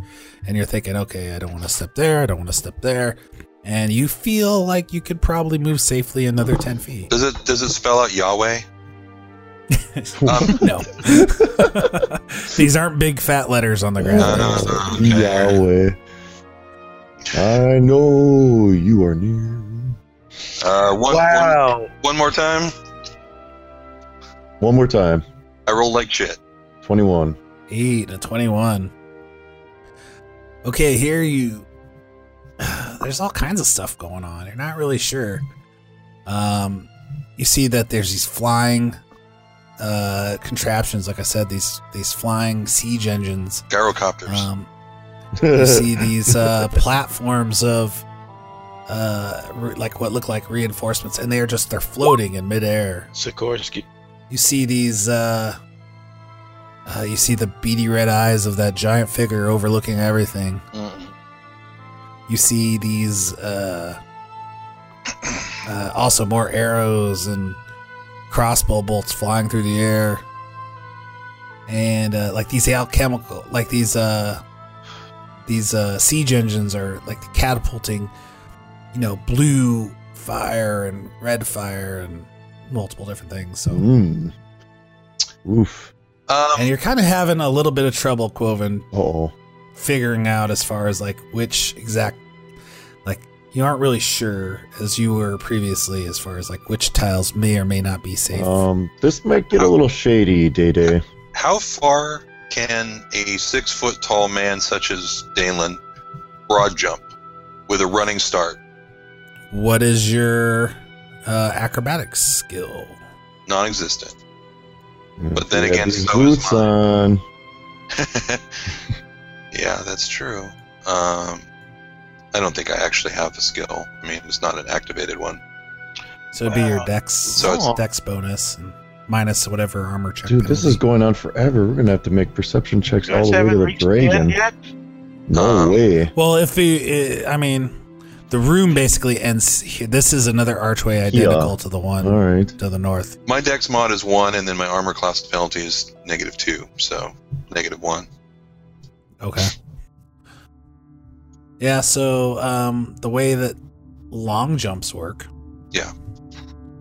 Speaker 1: And you're thinking, okay, I don't want to step there. I don't want to step there. And you feel like you could probably move safely another ten feet.
Speaker 2: does it does it spell out Yahweh? Um,
Speaker 5: [laughs]
Speaker 1: no, [laughs] these aren't big fat letters on the ground.
Speaker 2: No, no, no, okay.
Speaker 6: Yahweh. I know you are near.
Speaker 2: Uh, one, one,
Speaker 5: Wow.
Speaker 2: one more time.
Speaker 6: One more time.
Speaker 2: I rolled like shit.
Speaker 6: 21.
Speaker 1: Eight to twenty-one. Okay, here you. [sighs] There's all kinds of stuff going on. You're not really sure. Um, you see that there's these flying uh, contraptions. Like I said, these these flying siege engines.
Speaker 2: Gyrocopters.
Speaker 1: Um, you see these uh, platforms of uh, re- like what look like reinforcements, and they are just they're floating in midair.
Speaker 5: Sikorsky.
Speaker 1: You see these, uh, uh, you see the beady red eyes of that giant figure overlooking everything. You see these, uh, uh, also more arrows and crossbow bolts flying through the air. And, uh, like these alchemical, like these, uh, these, uh, siege engines are like catapulting, you know, blue fire and red fire and multiple different things. So,
Speaker 6: Mm. Oof.
Speaker 2: Um,
Speaker 1: and you're kind of having a little bit of trouble, Quoven,
Speaker 6: Uh-oh.
Speaker 1: figuring out as far as like which exact, like you aren't really sure as you were previously as far as like which tiles may or may not be safe.
Speaker 6: Um, this might get a little shady, Day Day.
Speaker 2: How far can a six foot tall man such as Danelin broad jump with a running start?
Speaker 1: what is your uh, acrobatics skill.
Speaker 2: non-existent. [laughs] But
Speaker 6: Yeah,
Speaker 2: then again,
Speaker 6: these
Speaker 2: so is
Speaker 6: boots
Speaker 2: mine.
Speaker 6: on.
Speaker 2: yeah, that's true. Um, I don't think I actually have a skill. I mean, it's not an activated one.
Speaker 1: So it'd be your
Speaker 5: Wow.
Speaker 1: dex,
Speaker 2: So it's-
Speaker 1: dex bonus and minus whatever armor check.
Speaker 6: Dude, this
Speaker 1: penalty.
Speaker 6: is going on forever. We're gonna have to make perception checks all
Speaker 5: guys
Speaker 6: the way to
Speaker 5: haven't
Speaker 6: the
Speaker 5: reached the
Speaker 6: dragon.
Speaker 5: end yet?
Speaker 6: No
Speaker 2: Um,
Speaker 6: way.
Speaker 1: well. If the I mean, the room basically ends. Here. This is another archway identical to the one
Speaker 6: All right.
Speaker 1: to the north.
Speaker 2: My dex mod is one, and then my armor class penalty is negative two. So negative one.
Speaker 1: Okay. Yeah. So um, the way that long jumps work.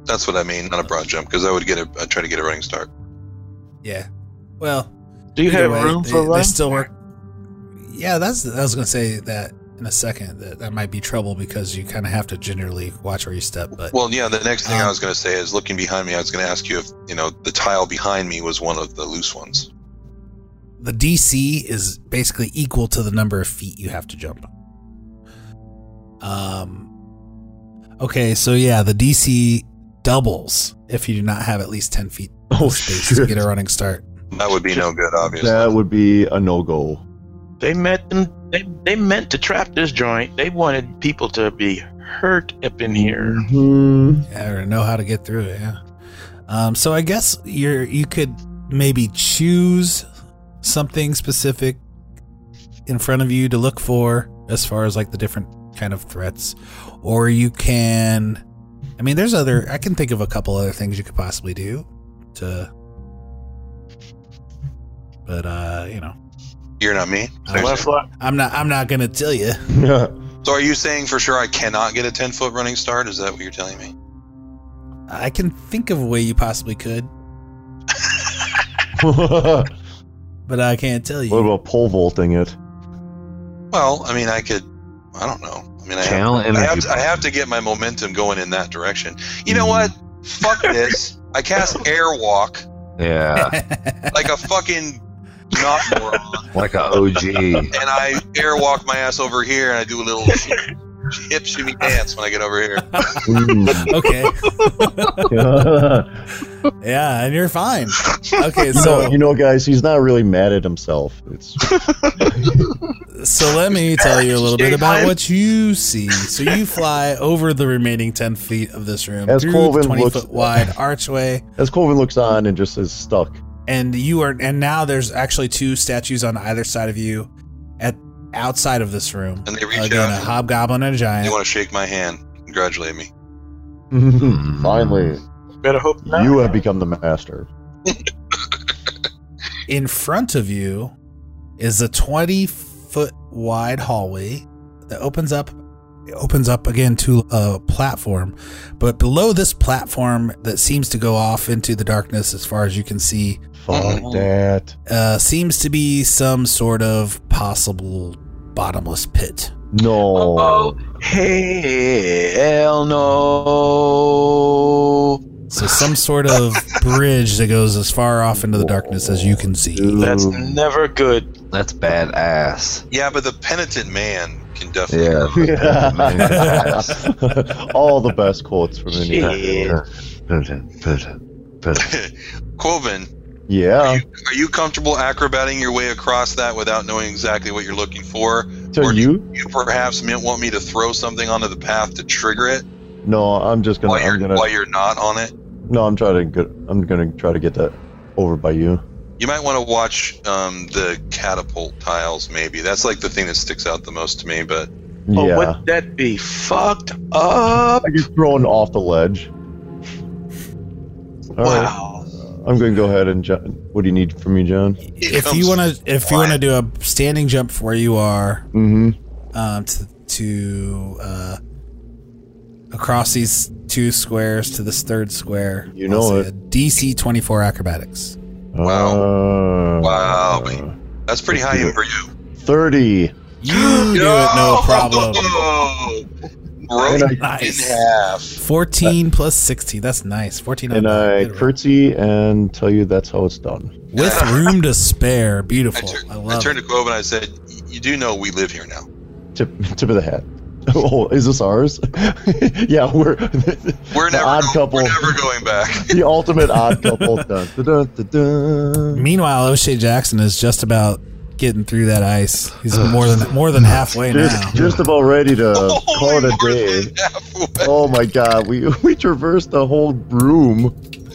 Speaker 2: That's what I mean, not a broad jump, because I would get a I'd try to get a running start.
Speaker 1: Yeah. Well,
Speaker 5: Do you
Speaker 1: Either
Speaker 5: have
Speaker 1: way,
Speaker 5: room
Speaker 1: they,
Speaker 5: for
Speaker 1: they
Speaker 5: one?
Speaker 1: still work. Yeah, that's. I was gonna say that in a second. That that might be trouble because you kind of have to gingerly watch where you step. But
Speaker 2: Well, yeah. The next thing I
Speaker 1: Um,
Speaker 2: was going to say is looking behind me. I was going to ask you if you know the tile behind me was one of the loose ones.
Speaker 1: the DC is basically equal to the number of feet you have to jump. Um. Okay, so yeah, the DC doubles if you do not have at least ten feet of
Speaker 6: Oh
Speaker 1: space to
Speaker 6: shit.
Speaker 1: get a running start.
Speaker 2: That would be no good, obviously.
Speaker 6: That would be a no go.
Speaker 5: They meant them. They, they meant to trap this joint. They wanted people to be hurt up in here.
Speaker 6: [laughs] Hmm.
Speaker 1: Yeah, or know how to get through it. Yeah. Um. So I guess you're you could maybe choose something specific in front of you to look for as far as like the different kind of threats or you can i mean there's other i can think of a couple other things you could possibly do to but uh you know
Speaker 2: You're not me.
Speaker 1: Uh,
Speaker 2: Seriously.
Speaker 5: Leflock,
Speaker 1: i'm not i'm not gonna tell you
Speaker 2: So are you saying for sure I cannot get a 10 foot running start? Is that what you're telling me?
Speaker 1: i can think of a way you possibly could
Speaker 6: what
Speaker 1: but i can't tell you [laughs]
Speaker 6: about pole vaulting it?
Speaker 2: Well, I mean, I could. I don't know. I mean, I have,
Speaker 3: Channel
Speaker 2: I
Speaker 3: energy.
Speaker 2: have, to, I have to get my momentum going in that direction. You know what?
Speaker 1: [laughs]
Speaker 2: Fuck this. I cast airwalk
Speaker 3: Yeah,
Speaker 2: like a fucking not moron,
Speaker 3: like a OG.
Speaker 2: and I airwalk my ass over here, and I do a little sh- hip shimmy dance when I get over here.
Speaker 6: [laughs] Hmm.
Speaker 1: okay
Speaker 6: you
Speaker 1: yeah and you're
Speaker 2: [laughs]
Speaker 1: fine okay so
Speaker 6: know, you know, guys, he's not really mad at himself. It's
Speaker 1: So let
Speaker 2: [laughs]
Speaker 1: me tell you a little bit about what you see. So you fly over the remaining ten feet of this room
Speaker 6: As
Speaker 1: through
Speaker 6: Colvin
Speaker 1: the twenty
Speaker 6: looks-
Speaker 1: foot wide archway,
Speaker 6: as Colvin looks on and just is stuck.
Speaker 1: and you are and now there's actually two statues on either side of you, at outside of this room.
Speaker 2: And they reach
Speaker 1: Again,
Speaker 2: out.
Speaker 1: a hobgoblin and a
Speaker 2: You
Speaker 1: giant.
Speaker 2: want to shake my hand, congratulate me.
Speaker 6: Hmm. Finally,
Speaker 5: better hope not.
Speaker 6: you have become the master.
Speaker 1: In front of you is a twenty foot wide hallway that opens up it opens up again to a platform. But below this platform that seems to go off into the darkness as far as you can see
Speaker 6: Fuck that.
Speaker 1: uh, seems to be some sort of possible bottomless pit.
Speaker 6: No.
Speaker 5: Oh, hell no!
Speaker 1: So some sort of bridge that goes as far off into the darkness as you can see.
Speaker 5: That's
Speaker 3: Ooh.
Speaker 5: never good.
Speaker 3: That's
Speaker 6: [laughs]
Speaker 3: badass.
Speaker 2: Yeah, but the penitent man can definitely.
Speaker 3: Yeah.
Speaker 6: All the best quotes from any.
Speaker 5: Shit.
Speaker 2: [laughs] Quoven,
Speaker 6: Yeah.
Speaker 2: Are you comfortable acrobating your way across that without knowing exactly what you're looking for?
Speaker 6: So
Speaker 2: Or do
Speaker 6: you?
Speaker 2: You perhaps meant want me to throw something onto the path to trigger it
Speaker 6: No, I'm just gonna.
Speaker 2: while you're
Speaker 6: I'm gonna.
Speaker 2: while you're not on it.
Speaker 6: No, I'm trying to get. I'm gonna try to get that over by you.
Speaker 2: You might want to watch um, the catapult tiles. Maybe that's like the thing that sticks out the most to me. But
Speaker 5: Oh,
Speaker 6: yeah.
Speaker 5: would that be fucked up?
Speaker 6: I get thrown off the ledge. All right,
Speaker 5: wow.
Speaker 6: I'm going to go ahead and. John, what do you need from me, John?
Speaker 1: If you want to, if you want to do a standing jump from where you are
Speaker 6: Mm-hmm.
Speaker 1: um, to, to uh, across these two squares to this third square,
Speaker 6: You know
Speaker 1: I'll say
Speaker 6: it.
Speaker 1: a DC twenty four acrobatics.
Speaker 6: Wow.
Speaker 2: Wow,
Speaker 6: Uh,
Speaker 2: man. that's pretty high aim for you.
Speaker 6: Thirty.
Speaker 1: You do it, no problem.
Speaker 2: Broke
Speaker 6: And
Speaker 1: Nice.
Speaker 2: in half.
Speaker 1: Fourteen plus sixteen. That's nice. Fourteen. on
Speaker 6: And
Speaker 1: the-
Speaker 6: I
Speaker 1: good roll.
Speaker 6: curtsy and tell you that's how it's done.
Speaker 1: with room to spare.
Speaker 2: I,
Speaker 1: Beautiful. I,
Speaker 2: tur- I
Speaker 1: love.
Speaker 2: turned
Speaker 1: it.
Speaker 2: to Quoven and I said, "You do know we live here now."
Speaker 6: Tip, tip of the hat. [laughs] Oh, is this ours? [laughs] yeah, we're
Speaker 2: We're
Speaker 6: [laughs] the
Speaker 2: never,
Speaker 6: odd
Speaker 2: go-
Speaker 6: couple.
Speaker 2: we're never going back. [laughs]
Speaker 6: the ultimate odd couple. Dun, dun, dun, dun, dun.
Speaker 1: Meanwhile, O'Shea Jackson is just about getting through that ice. He's more than more than halfway now.
Speaker 6: Just, just about ready to call
Speaker 2: Holy
Speaker 6: it a
Speaker 2: Lord,
Speaker 6: day.
Speaker 2: halfway.
Speaker 6: Oh my god, we [laughs] we traversed the whole room.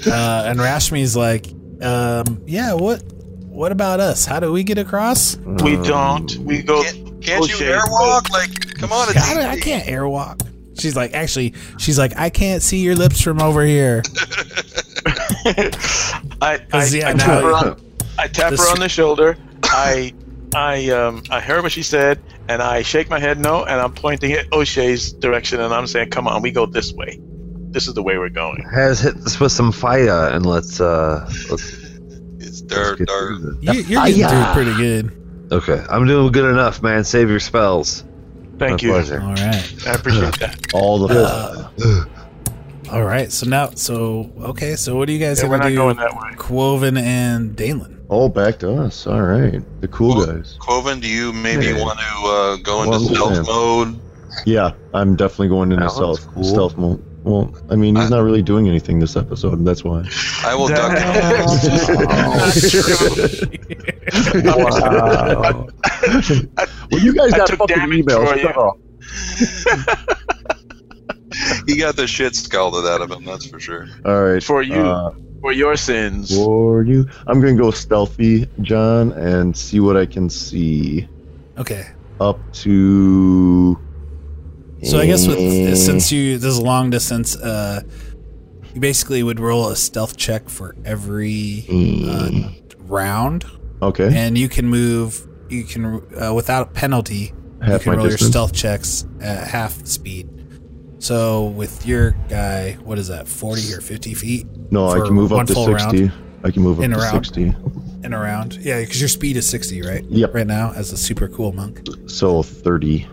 Speaker 1: Uh, and Rashmi's like, um, "Yeah, what? What about us? How do we get across?
Speaker 5: We
Speaker 6: Mm.
Speaker 5: don't. We go.
Speaker 2: Can't, can't you
Speaker 5: O'Shea, [laughs]
Speaker 2: airwalk? Like, come on, it's
Speaker 1: God, I
Speaker 2: easy.
Speaker 1: can't airwalk." She's like, "Actually, she's like, I can't see your lips from over here."
Speaker 5: I, [laughs] I,
Speaker 1: 'Cause, yeah,
Speaker 5: I,
Speaker 1: now-
Speaker 5: tap her on, I tap
Speaker 1: This-
Speaker 5: her on the shoulder. I, I, um, I heard what she said, and I shake my head no, and I'm pointing at O'Shea's direction, and I'm saying, "Come on, we go this way. This is the way we're going."
Speaker 3: Has hit this with some fire, and let's uh, let's,
Speaker 2: It's
Speaker 3: let's
Speaker 2: dirt,
Speaker 3: get
Speaker 2: dirt.
Speaker 3: through
Speaker 1: You, you're getting
Speaker 3: Hiya.
Speaker 1: through pretty good.
Speaker 3: this. Okay, I'm doing good enough, man. Save your spells.
Speaker 5: Thank
Speaker 3: My
Speaker 5: you.
Speaker 3: pleasure.
Speaker 1: All right,
Speaker 5: I
Speaker 1: [laughs]
Speaker 5: appreciate that.
Speaker 6: All the
Speaker 1: all right. So now, so okay, so what do you guys
Speaker 5: Yeah,
Speaker 1: gonna
Speaker 5: we're not
Speaker 1: do?
Speaker 5: going that way.
Speaker 1: Quoven and Dalen.
Speaker 6: oh back to us. All right, the cool
Speaker 2: Well-
Speaker 6: guys.
Speaker 2: Quoven, do you maybe
Speaker 6: Yeah.
Speaker 2: want to uh, go into
Speaker 6: Well,
Speaker 2: stealth
Speaker 6: yeah.
Speaker 2: mode?
Speaker 6: Yeah, I'm definitely going into
Speaker 3: That
Speaker 6: stealth.
Speaker 3: one's cool.
Speaker 6: Stealth mode. Well, I mean, he's not really doing anything this episode. That's why.
Speaker 2: I will duck.
Speaker 6: wow. well, you guys
Speaker 5: I
Speaker 6: got
Speaker 5: took
Speaker 6: fucking
Speaker 5: damage for
Speaker 6: emails.
Speaker 5: you.
Speaker 6: Shut up.
Speaker 2: He got the shit scalded out of him, that's for sure.
Speaker 6: All right.
Speaker 5: For you.
Speaker 6: uh,
Speaker 5: For your sins.
Speaker 6: for you. I'm gonna go stealthy, John, and see what I can see
Speaker 1: Okay,
Speaker 6: up to.
Speaker 1: so I guess with uh,
Speaker 6: Eh,
Speaker 1: since you this is long distance, uh, you basically would roll a stealth check for every uh,
Speaker 6: eh,
Speaker 1: round.
Speaker 6: [laughs] okay,
Speaker 1: and you can move you can uh, without penalty
Speaker 6: half
Speaker 1: you can
Speaker 6: my
Speaker 1: roll your
Speaker 6: distance.
Speaker 1: stealth checks at half speed so with your guy what is that 40 or 50 feet
Speaker 6: No, I
Speaker 1: for
Speaker 6: can move
Speaker 1: one
Speaker 6: up to
Speaker 1: full round.
Speaker 6: sixty. I can move up
Speaker 1: In a
Speaker 6: to
Speaker 1: round.
Speaker 6: sixty.
Speaker 1: and around yeah because your speed is 60 right
Speaker 6: Yep.
Speaker 1: right now as a super cool monk
Speaker 6: So thirty.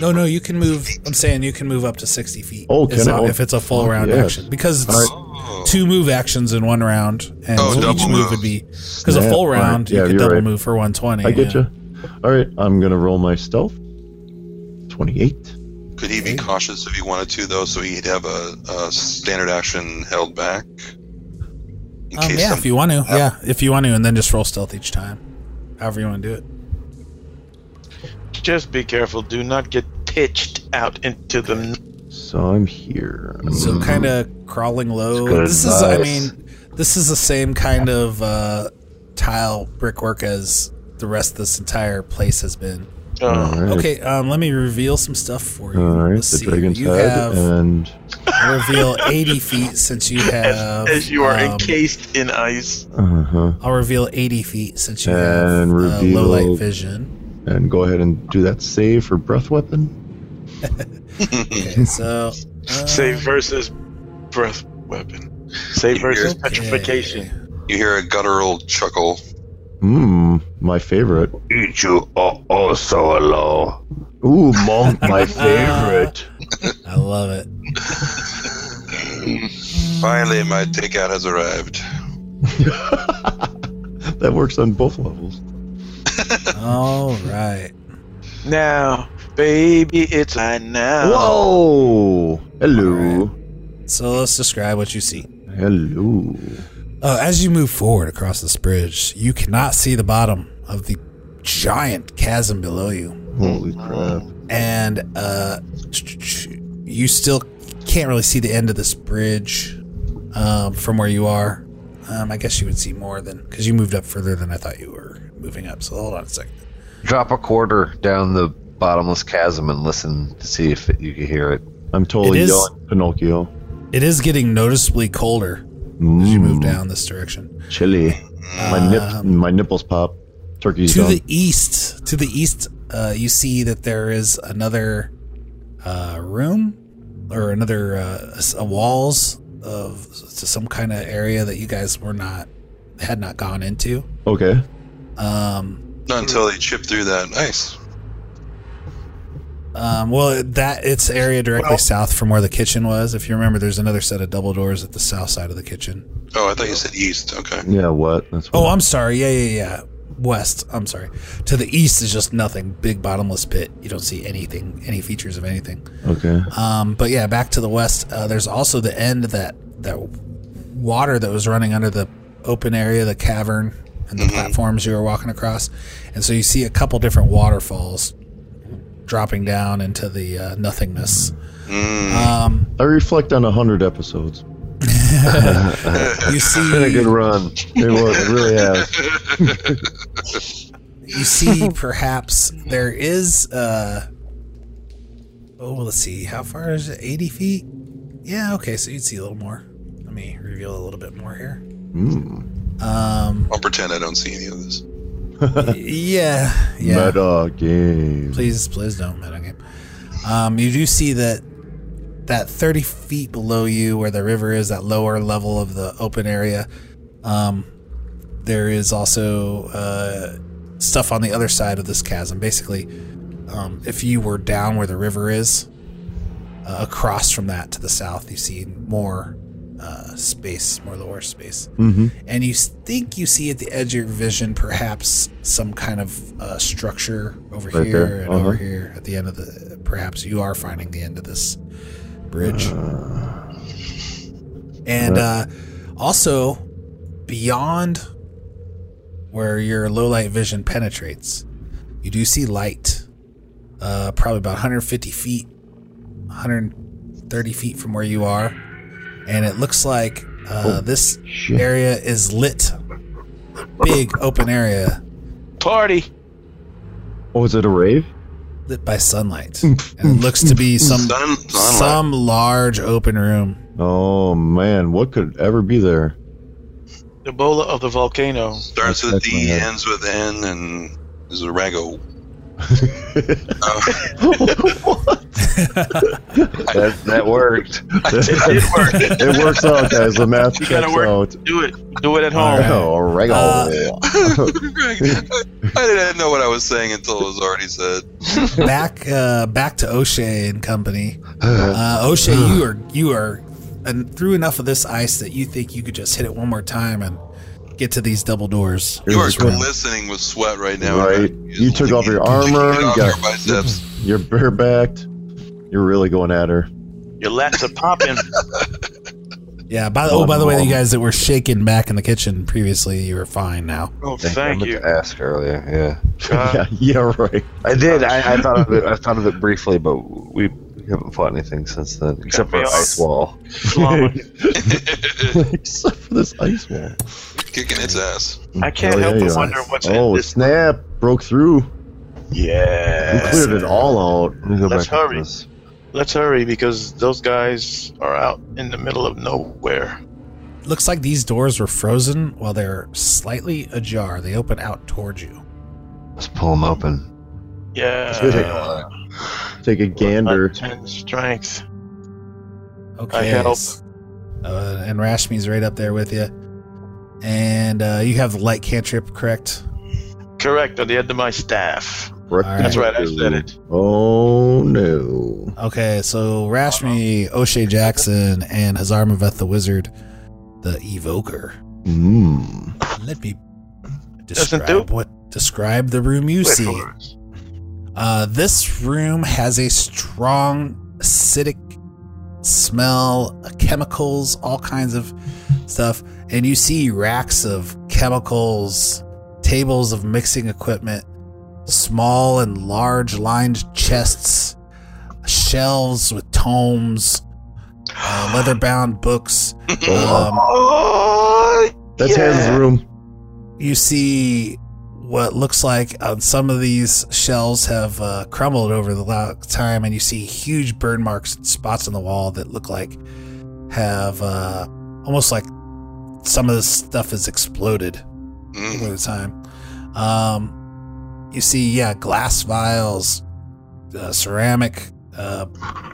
Speaker 1: no no you can move i'm saying you can move up to 60 feet
Speaker 6: Oh,
Speaker 1: as
Speaker 6: can I?
Speaker 1: long- if it's a full
Speaker 6: Oh,
Speaker 1: round
Speaker 6: yes.
Speaker 1: action because it's
Speaker 6: All
Speaker 2: Oh.
Speaker 1: two move actions in one round and
Speaker 2: Oh,
Speaker 1: so each
Speaker 2: double
Speaker 1: move
Speaker 2: move.
Speaker 1: would be because a
Speaker 6: Snap.
Speaker 1: full
Speaker 6: All right.
Speaker 1: round
Speaker 6: Yeah,
Speaker 1: you could
Speaker 6: you're
Speaker 1: double
Speaker 6: right.
Speaker 1: move for 120
Speaker 6: I get
Speaker 1: yeah.
Speaker 6: you. All right, I'm gonna roll my stealth. Twenty-eight.
Speaker 2: Could he be cautious if he wanted to, though, so he'd have a, a standard action held back? In
Speaker 1: Um, yeah,
Speaker 2: some-
Speaker 1: if you want to. Yeah, if you want to, and then just roll stealth each time, however you want to do it.
Speaker 5: Just be careful. Do not get pitched out into the. n-
Speaker 6: So I'm here.
Speaker 1: So kind of crawling low.
Speaker 3: Good
Speaker 1: This is, I
Speaker 3: advice.
Speaker 1: mean, this is the same kind of uh, tile brickwork as the rest of this entire place has been.
Speaker 5: Uh,
Speaker 6: All right.
Speaker 1: Okay, um, let me reveal some stuff for you.
Speaker 6: All right.
Speaker 1: Let's
Speaker 6: the
Speaker 1: see.
Speaker 6: dragon's
Speaker 1: you
Speaker 6: head
Speaker 1: have
Speaker 6: and
Speaker 1: reveal eighty feet since
Speaker 6: [laughs]
Speaker 1: you have.
Speaker 5: as you are
Speaker 1: um,
Speaker 5: encased in ice.
Speaker 6: uh huh.
Speaker 1: I'll reveal eighty feet since you have
Speaker 6: And
Speaker 1: uh, low
Speaker 6: reveal-
Speaker 1: light vision.
Speaker 6: And go ahead and do that save for breath weapon.
Speaker 1: Okay,
Speaker 6: [laughs]
Speaker 1: so uh,
Speaker 5: Save versus breath weapon. Save versus
Speaker 1: Okay.
Speaker 5: petrification.
Speaker 2: you hear a guttural chuckle.
Speaker 6: Mmm, my favorite.
Speaker 9: Eat you are also alone.
Speaker 6: Ooh, monk, [laughs] my favorite.
Speaker 1: uh, I love it.
Speaker 2: Finally, my takeout has arrived.
Speaker 6: that works on both levels.
Speaker 1: All right.
Speaker 5: Now, baby, it's I now.
Speaker 6: Whoa! Hello.
Speaker 1: So let's describe what you see.
Speaker 6: Hello.
Speaker 1: Uh, as you move forward across this bridge, you cannot see the bottom of the giant chasm below you,
Speaker 6: Holy crap.
Speaker 1: and uh, you still can't really see the end of this bridge um, from where you are. Um, I guess you would see more than because you moved up further than I thought you were moving up. So hold on a second.
Speaker 3: Drop a quarter down the bottomless chasm and listen to see if you can hear it.
Speaker 6: I'm totally
Speaker 1: It is-
Speaker 6: yelling Pinocchio.
Speaker 1: It is getting noticeably colder as you move down this direction.
Speaker 6: Chili. My, nip, my nipples pop. Turkey's
Speaker 1: Um, to
Speaker 6: done.
Speaker 1: the east to the east uh, you see that there is another uh, room or another uh, s- uh, walls of to some kind of area that you guys were not had not gone into
Speaker 6: okay.
Speaker 1: um,
Speaker 2: Not until they chip through that. Nice.
Speaker 1: um, well that it's area directly south from where the kitchen was if you remember there's another set of double doors at the south side of the kitchen
Speaker 2: Oh, I thought you said east. Okay.
Speaker 6: Yeah, what? That's what.
Speaker 1: oh i'm sorry yeah yeah yeah west. I'm sorry. To the east is just nothing. Big bottomless pit. You don't see anything, any features of anything.
Speaker 6: Okay.
Speaker 1: Um, but yeah, back to the west. Uh, there's also the end of that that water that was running under the open area, the cavern, and the platforms you were walking across. And so you see a couple different waterfalls dropping down into the uh, nothingness. Um,
Speaker 6: I reflect on a hundred episodes.
Speaker 3: [laughs]
Speaker 1: you
Speaker 3: Been a good
Speaker 1: see,
Speaker 3: run.
Speaker 6: It was it really has.
Speaker 5: [laughs]
Speaker 1: you
Speaker 3: [laughs]
Speaker 1: see, perhaps there is. Uh, oh, let's see. How far is it? 80 feet? Yeah. Okay. So you'd see a little more. Let me reveal a little bit more
Speaker 3: [laughs]
Speaker 1: here.
Speaker 6: Mm.
Speaker 1: Um.
Speaker 2: I'll pretend I don't see any of this.
Speaker 1: Yeah. Yeah.
Speaker 6: Meta game.
Speaker 1: Please, please don't metagame. Um, you do see that that 30 feet below you, where the river is, that lower level of the open area, um, there is also uh, stuff on the other side of this chasm. Basically, um, if you were down where the river is, uh, across from that to the south, you see more uh, space, more lower space
Speaker 6: Mm-hmm.
Speaker 1: and you s- think you see at the edge of your vision perhaps some kind of uh, structure over
Speaker 6: Right
Speaker 1: here
Speaker 6: there,
Speaker 1: and over
Speaker 6: uh-huh.
Speaker 1: here at the end of the perhaps you are finding the end of this bridge and uh, also beyond where your low light vision penetrates you do see light uh, probably about 150 feet 130 feet from where you are and it looks like uh, this area is lit big open area
Speaker 5: Party.
Speaker 6: Oh, is it a rave?
Speaker 1: lit by sunlight and it looks to be some
Speaker 2: Sun, sunlight.
Speaker 1: Um, some large open room
Speaker 6: Oh man, what could ever be there?
Speaker 5: Ebola of the volcano.
Speaker 2: Starts with
Speaker 6: That's my
Speaker 2: D,
Speaker 6: head.
Speaker 2: ends with N, and is a
Speaker 6: [laughs]
Speaker 2: rago.
Speaker 3: [laughs]
Speaker 2: Uh,
Speaker 3: That, that [laughs] worked.
Speaker 6: It works out, guys. The math
Speaker 5: You gotta
Speaker 6: checks
Speaker 5: work.
Speaker 6: out.
Speaker 5: Do it. Do it at home.
Speaker 1: Alright.
Speaker 6: Oh, right.
Speaker 2: I didn't know what [laughs] I was saying until it was already said.
Speaker 1: back uh, back to O'Shea and
Speaker 2: [sighs]
Speaker 1: company
Speaker 2: Uh-huh.
Speaker 1: uh, O'Shea you are you are and through enough of this ice that you think you could just hit it one more time and get to these double doors
Speaker 2: You are
Speaker 6: Here's this one.
Speaker 2: glistening with sweat right now.
Speaker 6: Right. You took off your armor.
Speaker 2: Took off
Speaker 6: you
Speaker 2: your
Speaker 6: got- [laughs]
Speaker 2: biceps. [laughs]
Speaker 6: You're barebacked. You're really going at her.
Speaker 5: Your lats are popping.
Speaker 1: yeah by the, oh by the way you guys that were shaking back in the kitchen previously you were fine now
Speaker 5: Oh,
Speaker 3: I
Speaker 5: thank
Speaker 3: meant
Speaker 5: you.
Speaker 3: to ask earlier. Yeah.
Speaker 5: God.
Speaker 6: [laughs] yeah, yeah, right.
Speaker 3: I did. I, I thought of it. I thought of it briefly, but we haven't fought anything since then, except for
Speaker 5: me
Speaker 3: an
Speaker 5: off.
Speaker 3: ice wall.
Speaker 6: Except for this ice wall.
Speaker 2: Kicking its ass.
Speaker 5: I can't
Speaker 6: Hell
Speaker 5: help
Speaker 6: yeah,
Speaker 5: but
Speaker 6: yeah.
Speaker 5: wonder what's in
Speaker 6: Oh,
Speaker 5: this.
Speaker 6: snap! Broke through. We
Speaker 5: Yeah.
Speaker 6: cleared it all out. Let me go
Speaker 5: Let's
Speaker 6: back up to
Speaker 5: hurry.
Speaker 6: this.
Speaker 5: Let's hurry because those guys are out in the middle of nowhere.
Speaker 1: looks like these doors were frozen while they're slightly ajar they open out towards you
Speaker 3: Let's pull them open.
Speaker 6: [laughs]
Speaker 5: Yeah.
Speaker 6: Take a gander.
Speaker 5: Ten strength.
Speaker 1: Okay.
Speaker 5: I help.
Speaker 1: s- Uh, and Rashmi's right up there with you. And uh, you have the light cantrip, correct?
Speaker 5: Correct. At the end of my staff. That's right. I said it.
Speaker 6: Oh no.
Speaker 1: Okay, so Rashmi, O'Shea Jackson, and Hazar Maveth the Wizard, the Evoker.
Speaker 6: Mmm.
Speaker 1: Let me
Speaker 5: Doesn't
Speaker 1: describe
Speaker 5: do-
Speaker 1: what describe the room you see. Uh, this room has a strong acidic smell, uh, chemicals, all kinds of stuff. And you see racks of chemicals, tables of mixing equipment, small and large lined chests, shelves with tomes, uh, leather bound books. Um,
Speaker 5: Oh,
Speaker 6: That's
Speaker 5: Yeah.
Speaker 6: Hans' room.
Speaker 1: you see what looks like on some of these shells have uh, crumbled over the lo- time, and you see huge burn marks and spots on the wall that look like have uh, almost like some of this stuff has exploded
Speaker 2: Mm.
Speaker 1: over the time. Um, you see, yeah, glass vials, uh, ceramic uh,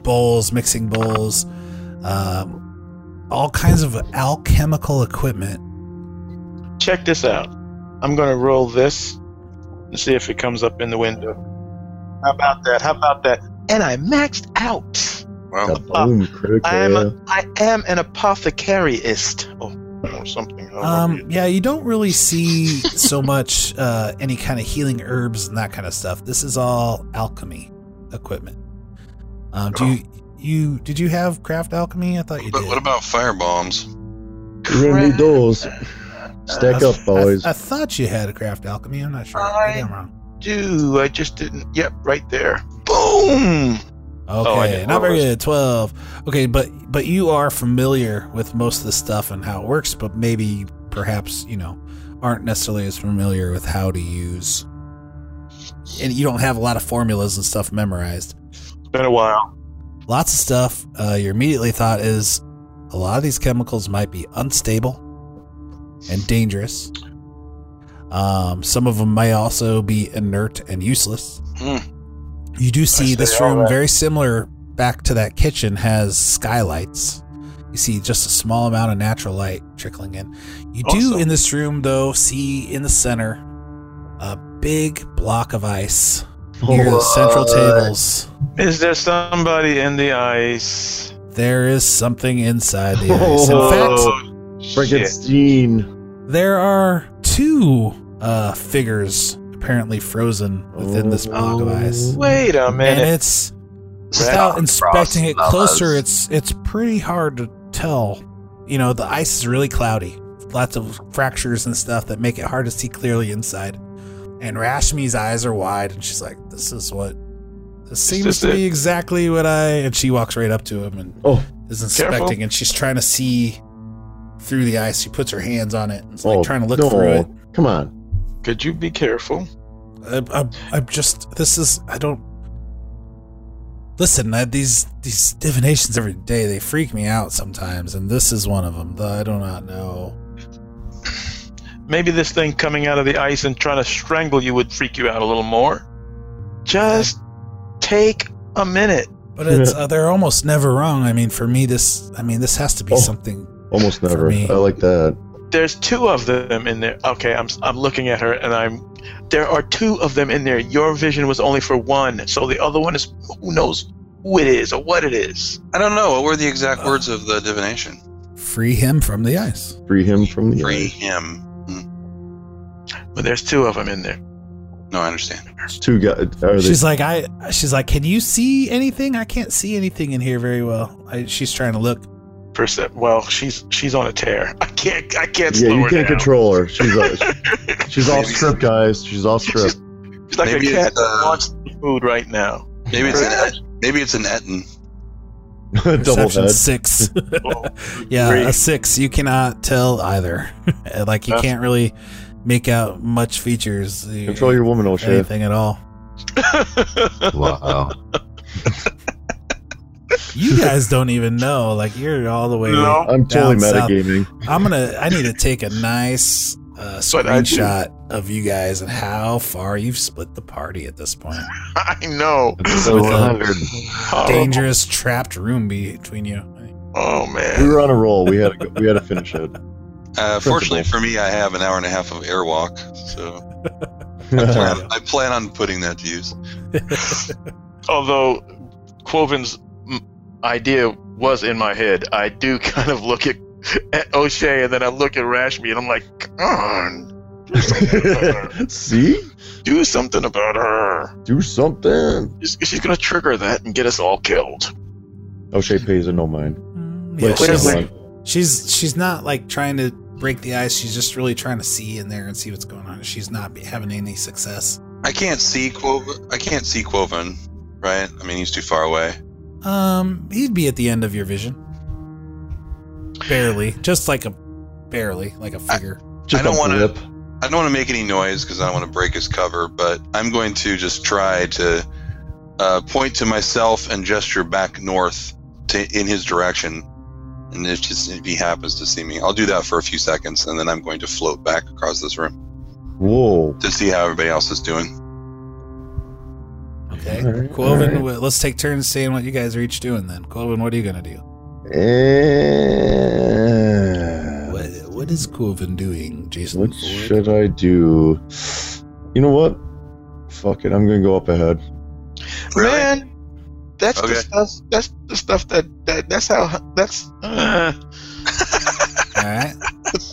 Speaker 1: bowls, mixing bowls, um, all kinds of alchemical equipment.
Speaker 5: check this out. I'm gonna roll this and see if it comes up in the window. How about that? How about that? And I maxed out.
Speaker 2: Wow.
Speaker 6: Boom, critical.
Speaker 5: I am a, I am an apothecariist. Oh,
Speaker 2: or something. I don't know.
Speaker 1: Um, yeah, you don't really see so much uh, any kind of healing herbs and that kind of stuff. This is all alchemy equipment. Um, do you, you did you have craft alchemy? I thought you
Speaker 2: Oh. But
Speaker 1: did.
Speaker 2: what about fire bombs?
Speaker 6: You're gonna
Speaker 5: [laughs]
Speaker 6: need those. Stack
Speaker 1: I-
Speaker 6: up, boys.
Speaker 1: I, I thought you had a craft alchemy. I'm not sure. Maybe I'm wrong.
Speaker 5: Do I just didn't? Yep, right there.
Speaker 2: Boom! Oh, I
Speaker 1: Okay,
Speaker 2: didn't
Speaker 1: not very
Speaker 2: realize.
Speaker 1: good. Twelve. Okay, but but you are familiar with most of the stuff and how it works, but maybe perhaps you know aren't necessarily as familiar with how to use. And you don't have a lot of formulas and stuff memorized.
Speaker 5: It's been a while.
Speaker 1: Lots of stuff. Uh, your immediately thought is a lot of these chemicals might be unstable and dangerous. Um, some of them may also be inert and useless.
Speaker 2: Hmm.
Speaker 1: You do see
Speaker 2: say
Speaker 1: this
Speaker 2: all
Speaker 1: room,
Speaker 2: that.
Speaker 1: very similar back to that kitchen, has skylights. You see just a small amount of natural light trickling in. You do
Speaker 2: Awesome.
Speaker 1: in this room, though, see in the center a big block of ice near the central tables.
Speaker 5: Is there somebody in the ice?
Speaker 1: There is something inside the ice. In fact,
Speaker 5: [laughs] Oh, shit.
Speaker 6: Frankenstein.
Speaker 1: There are two uh, figures apparently frozen within this block of ice,
Speaker 5: Wait a
Speaker 1: and
Speaker 5: minute.
Speaker 1: it's without inspecting it closer, it's it's pretty hard to tell. You know, the ice is really cloudy, lots of fractures and stuff that make it hard to see clearly inside. And Rashmi's eyes are wide, and she's like, "This is what." This seems
Speaker 5: this
Speaker 1: to
Speaker 5: it?"
Speaker 1: be exactly what I. And she walks right up to him and
Speaker 6: Oh.
Speaker 1: is inspecting,
Speaker 5: Careful.
Speaker 1: and she's trying to see through the ice. She puts her hands on it and is like
Speaker 6: oh,
Speaker 1: trying to look
Speaker 6: no.
Speaker 1: through it.
Speaker 6: Come on.
Speaker 5: Could you be careful?
Speaker 1: I'm, I'm, I'm just. This is. I don't. Listen, I, these these divinations every day they freak me out sometimes, and this is one of them. Though I do not know.
Speaker 5: Maybe this thing coming out of the ice and trying to strangle you would freak you out a little more. Just take a minute.
Speaker 1: But it's uh, they're almost never wrong. I mean, for me, this. I mean, this has to be
Speaker 6: Oh.
Speaker 1: something.
Speaker 6: Almost
Speaker 1: For
Speaker 6: never.
Speaker 1: me.
Speaker 6: I like that.
Speaker 5: There's two of them in there. Okay, I'm I'm looking at her and I'm there are two of them in there. Your vision was only for one, so the other one is who knows who it is or what it is.
Speaker 2: I don't know. What were the exact words of the divination?
Speaker 1: Free him from the ice.
Speaker 6: Free him from the
Speaker 2: Free
Speaker 6: ice.
Speaker 2: him. Hmm.
Speaker 5: But there's two of them in there.
Speaker 2: No, I understand.
Speaker 6: It's two guys. Are they
Speaker 1: She's like, I. She's like, can you see anything? I can't see anything in here very well. I, she's trying to look.
Speaker 5: Percent. Well, she's she's on a tear. I can't I can't
Speaker 6: Yeah,
Speaker 5: slow
Speaker 6: you
Speaker 5: her
Speaker 6: can't
Speaker 5: down.
Speaker 6: control her. She's
Speaker 5: [laughs]
Speaker 6: uh, she's off strip, guys. She's off strip.
Speaker 5: She's like
Speaker 2: Maybe
Speaker 5: a cat
Speaker 2: it's, uh,
Speaker 5: that wants food right now.
Speaker 2: Maybe it's an et- maybe it's an Uh, Etten.
Speaker 6: [laughs] Double
Speaker 1: Perception
Speaker 6: head.
Speaker 1: six.
Speaker 5: Oh,
Speaker 1: Yeah,
Speaker 5: great.
Speaker 1: a six. You cannot tell either. like you
Speaker 5: Yeah.
Speaker 1: can't really make out much features. uh,
Speaker 6: Control your woman, O'Shea.
Speaker 1: anything at all.
Speaker 5: [laughs]
Speaker 3: Wow.
Speaker 1: You guys don't even know. Like you're all the way.
Speaker 5: No.
Speaker 6: I'm totally
Speaker 1: Down south.
Speaker 6: metagaming.
Speaker 1: I'm gonna. I need to take a nice uh,
Speaker 5: But I do.
Speaker 1: screenshot of you guys and how far you've split the party at this point.
Speaker 5: [laughs] I know.
Speaker 6: So
Speaker 1: With a
Speaker 6: 100. Oh.
Speaker 1: Dangerous trapped room between you.
Speaker 5: Oh
Speaker 6: We
Speaker 5: man.
Speaker 6: were on a roll. We had to, go- we had to finish it.
Speaker 2: Uh, fortunately
Speaker 6: Principle.
Speaker 2: for me, I have an hour and a half of airwalk, so
Speaker 6: [laughs]
Speaker 2: I
Speaker 6: yeah,
Speaker 2: plan, I plan on putting that to use.
Speaker 5: Although Quoven's mm, idea was in my head, I do [laughs] kind of look at, at O'Shea and then I look at Rashmi and I'm like, "Come on,
Speaker 6: [laughs] See,
Speaker 5: do something about her.
Speaker 6: do something.
Speaker 5: She's, she's gonna trigger that and get us all killed."
Speaker 6: O'Shea pays and no mind.
Speaker 1: Yeah,
Speaker 6: Like,
Speaker 1: she's,
Speaker 6: no mind.
Speaker 1: she's she's not like trying to break the ice. She's just really trying to see in there and see what's going on. She's not be- having any success.
Speaker 2: I can't see Quoven. I can't see Quoven, right? I mean, he's too far away.
Speaker 1: Um, he'd be at the end of your vision. Barely, just like a barely, like a figure.
Speaker 6: Just
Speaker 2: I don't
Speaker 6: a
Speaker 2: wanna-
Speaker 6: blip.
Speaker 2: I don't want to make any noise because I don't want to break his cover, but I'm going to just try to uh, point to myself and gesture back north to in his direction. And if, just, if he happens to see me, I'll do that for a few seconds, and then I'm going to float back across this room
Speaker 6: Whoa.
Speaker 2: to see how everybody else is doing.
Speaker 1: okay,
Speaker 6: All right,
Speaker 1: Quoven,
Speaker 6: all
Speaker 1: wh- let's take turns saying what you guys are each doing. Then, Quoven, what are you gonna do?
Speaker 6: Eh,
Speaker 1: What What is Quoven doing, Jason?
Speaker 6: What
Speaker 1: Ford?
Speaker 6: should I do? You know what? Fuck it. I'm gonna go up ahead.
Speaker 2: Really?
Speaker 5: Man, that's
Speaker 2: Okay.
Speaker 5: the stuff. That's the stuff that, that that's how that's. Uh,
Speaker 1: All right,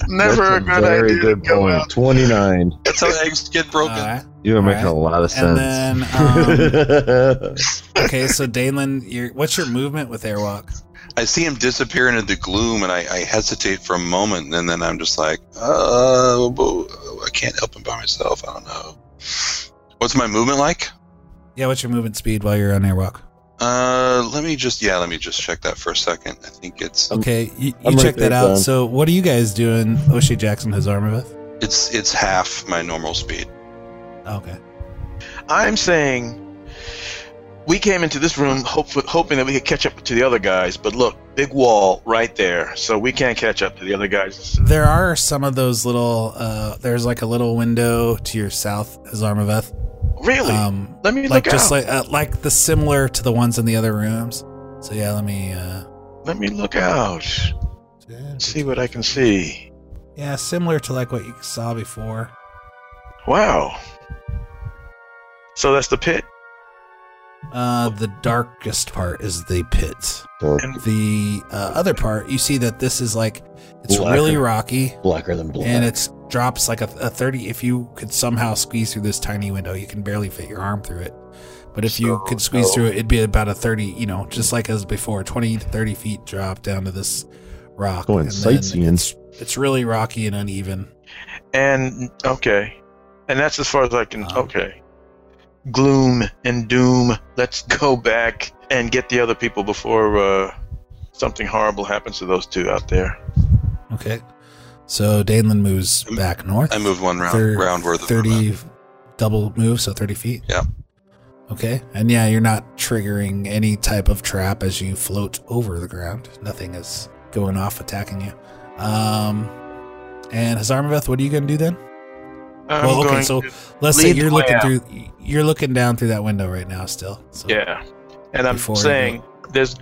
Speaker 5: never a
Speaker 6: Ah, That's
Speaker 5: good
Speaker 6: very
Speaker 5: idea
Speaker 6: good
Speaker 5: to go
Speaker 6: point.
Speaker 5: out.
Speaker 6: Twenty nine.
Speaker 2: That's how eggs get broken.
Speaker 1: Alright.
Speaker 3: You are making
Speaker 1: Alright.
Speaker 3: a lot of
Speaker 1: And
Speaker 3: sense.
Speaker 1: then, um,
Speaker 6: [laughs]
Speaker 1: okay, so Danelin, your what's your movement with Airwalk?
Speaker 2: I see him disappear into the gloom, and I, I hesitate for a moment, and then I'm just like, uh, bo- I can't help him by myself. I don't know. What's my movement like?
Speaker 1: Yeah, what's your movement speed while you're on Airwalk?
Speaker 2: Uh, let me just yeah, let me just check that for a second. I think it's
Speaker 1: Okay, you, you
Speaker 6: I'm right
Speaker 1: check that
Speaker 6: there,
Speaker 1: out.
Speaker 6: Glenn.
Speaker 1: So, what are you guys doing? O'Shea Jackson has Armaveth.
Speaker 2: it's it's half my normal speed.
Speaker 1: Okay.
Speaker 5: I'm saying we came into this room hope, hoping that we could catch up to the other guys, but look, big wall right there, so we can't catch up to the other guys.
Speaker 1: There are some of those little. Uh, there's like a little window to your south as Armaveth.
Speaker 5: Really?
Speaker 1: Um,
Speaker 5: Let me
Speaker 1: like
Speaker 5: look
Speaker 1: just
Speaker 5: out.
Speaker 1: like uh, like the similar to the ones in the other rooms. So yeah, let me. Uh,
Speaker 5: Let me look out. See what I can see.
Speaker 1: yeah, similar to like what you saw before.
Speaker 5: Wow. So that's the pit.
Speaker 1: Uh, the darkest part is the pit.
Speaker 6: Or
Speaker 1: The uh, other part, you see that this is like it's
Speaker 6: Blacker.
Speaker 1: really rocky.
Speaker 6: blacker than black.
Speaker 1: and it's drops like a, a 30 if you could somehow squeeze through this tiny window you can barely fit your arm through it but if you could squeeze through it it'd be about a 30 you know just like as before 20 to 30 feet drop down to this rock
Speaker 6: Going
Speaker 1: then
Speaker 6: sightseeing.
Speaker 1: it's, it's really rocky and uneven
Speaker 5: And okay. And that's as far as I can.
Speaker 1: Um.
Speaker 5: okay. Gloom and doom. Let's go back and get the other people before uh, something horrible happens to those two out there.
Speaker 1: okay so danelin moves back north
Speaker 2: I moved one round
Speaker 1: Thir-
Speaker 2: round worth of movement.
Speaker 1: 30 double move so 30 feet
Speaker 2: Yeah.
Speaker 1: okay and yeah you're not triggering any type of trap as you float over the ground nothing is going off attacking you um and Hazarmaveth, what are you gonna do then?
Speaker 5: I'm
Speaker 1: well, okay,
Speaker 5: going
Speaker 1: so
Speaker 5: to-
Speaker 1: let's say
Speaker 5: lead
Speaker 1: you're
Speaker 5: the way
Speaker 1: looking
Speaker 5: out.
Speaker 1: through, you're looking down through that window right now, still. So,
Speaker 5: yeah. And I'm
Speaker 1: Before you
Speaker 5: saying there's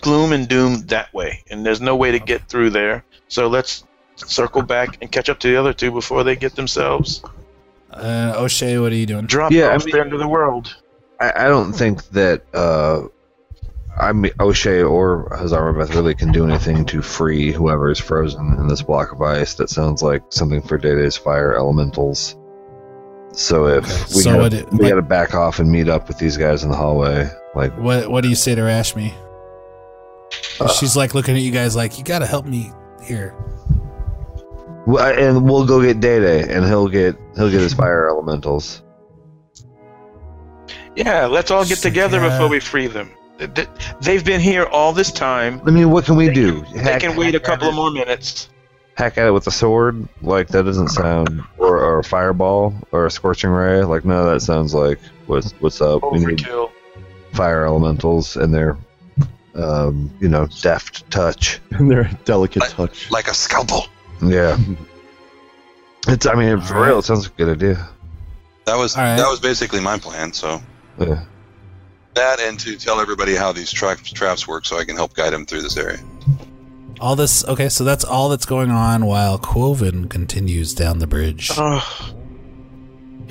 Speaker 5: gloom and doom that way, and there's no way to get through there. So let's circle back and catch up to the other two before they get themselves
Speaker 1: Uh, O'Shea, what are you doing?
Speaker 5: dropped
Speaker 3: Yeah, I
Speaker 5: off
Speaker 3: mean-
Speaker 5: there into the world.
Speaker 3: I, I don't think that uh, I mean O'Shea or Hazarmaveth really can do anything to free whoever is frozen in this block of ice. That sounds like something for Data's fire elementals. So if
Speaker 1: Okay,
Speaker 3: we
Speaker 1: so
Speaker 3: gotta,
Speaker 1: it-
Speaker 3: we
Speaker 1: like-
Speaker 3: gotta back off and meet up with these guys in the hallway, like
Speaker 1: What What do you say to Rashmi?
Speaker 5: Uh,
Speaker 1: She's like looking at you guys, like you gotta help me here.
Speaker 3: Well, I- and we'll go get Data, and he'll get
Speaker 1: [laughs]
Speaker 3: he'll get his fire elementals.
Speaker 5: Yeah, let's all get
Speaker 1: So,
Speaker 5: together
Speaker 1: yeah.
Speaker 5: before we free them. Th- th- They've been here all this time.
Speaker 3: I mean, what can we do?
Speaker 5: They
Speaker 3: Hack,
Speaker 5: can wait a couple of more minutes.
Speaker 3: hack at it with a sword? Like that doesn't sound, or, or a fireball, or a scorching ray? Like no, that sounds like what's what's up? We need
Speaker 5: Overkill.
Speaker 3: fire elementals and their, um, you know, deft touch.
Speaker 6: and [laughs] they're a delicate touch.
Speaker 2: Like a scalpel.
Speaker 3: Yeah. It's. I mean, for
Speaker 1: All right.
Speaker 3: real, it sounds like a good idea.
Speaker 2: That was
Speaker 1: All right.
Speaker 2: that was basically my plan. So
Speaker 3: Yeah.
Speaker 2: that and to tell everybody how these traps traps work, so I can help guide them through this area.
Speaker 1: All this, okay, so that's all that's going on while Quoven continues down the bridge.
Speaker 5: Ugh.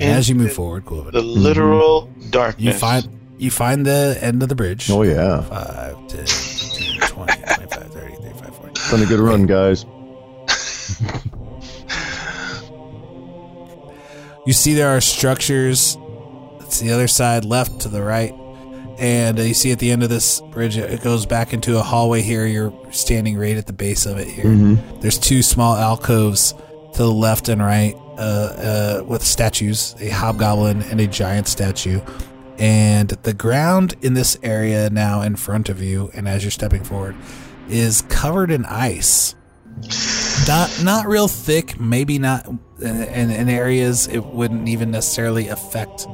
Speaker 1: And as you move
Speaker 5: Into
Speaker 1: forward, Quoven,
Speaker 5: the literal darkness.
Speaker 1: mm-hmm. you find you find the end of the bridge.
Speaker 6: Oh yeah,
Speaker 1: 5, 10, 15, 20, 25, 30, 35, 40.
Speaker 6: it's been a good run, guys.
Speaker 1: You see there are structures. It's the other side, left to the right. And uh, you see at the end of this bridge, it it goes back into a hallway here. You're standing right at the base of it here. There's two small alcoves to the left and right uh, uh, with statues a hobgoblin and a giant statue. And the ground in this area now in front of you, and as you're stepping forward, is covered in ice. Not not real thick, maybe not in, in, in areas it wouldn't even necessarily affect,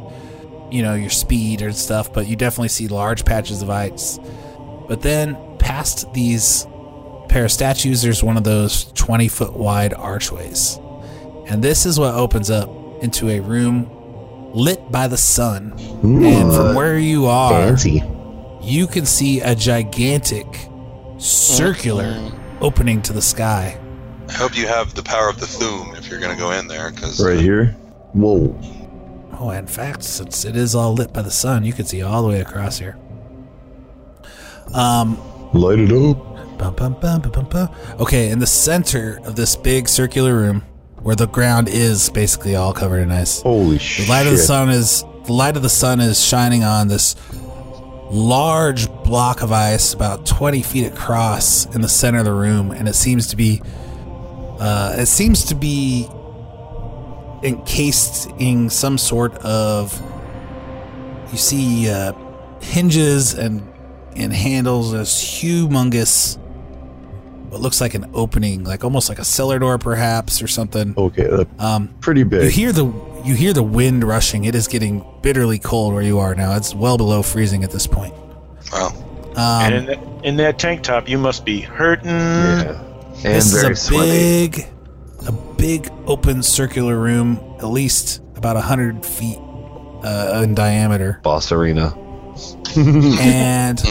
Speaker 1: you know, your speed or stuff. But you definitely see large patches of ice. But then past these pair of statues, there's one of those 20 foot wide archways. And this is what opens up into a room lit by the sun. and from where you are, you can see a gigantic circular opening to the sky.
Speaker 2: I hope you have the power of the Thum if you're going to go in there, because
Speaker 6: Right here. Whoa.
Speaker 1: Oh, in fact, since it is all lit by the sun, you can see all the way across here. Um,
Speaker 6: Light it up.
Speaker 1: Bum, bum, bum, bum, bum, bum. Okay, in the center of this big circular room, where the ground is basically all covered in ice,
Speaker 6: Holy shit.
Speaker 1: the light of the sun is the light of the sun is shining on this large block of ice about 20 feet across in the center of the room and it seems to be uh, it seems to be encased in some sort of you see uh, hinges and and handles as humongous what looks like an opening like almost like a cellar door perhaps or something
Speaker 6: Okay, that's
Speaker 1: um
Speaker 6: pretty
Speaker 1: you
Speaker 6: big.
Speaker 1: hear the you hear the wind rushing. It is getting bitterly cold where you are now. It's well below freezing at this point.
Speaker 2: Wow.
Speaker 1: Um,
Speaker 5: and in that, in that tank top, you must be hurting. [laughs]
Speaker 3: And
Speaker 1: this
Speaker 3: very
Speaker 1: is a
Speaker 3: sweaty.
Speaker 1: big, a big open circular room, at least about hundred feet uh, in diameter,
Speaker 3: boss arena.
Speaker 1: and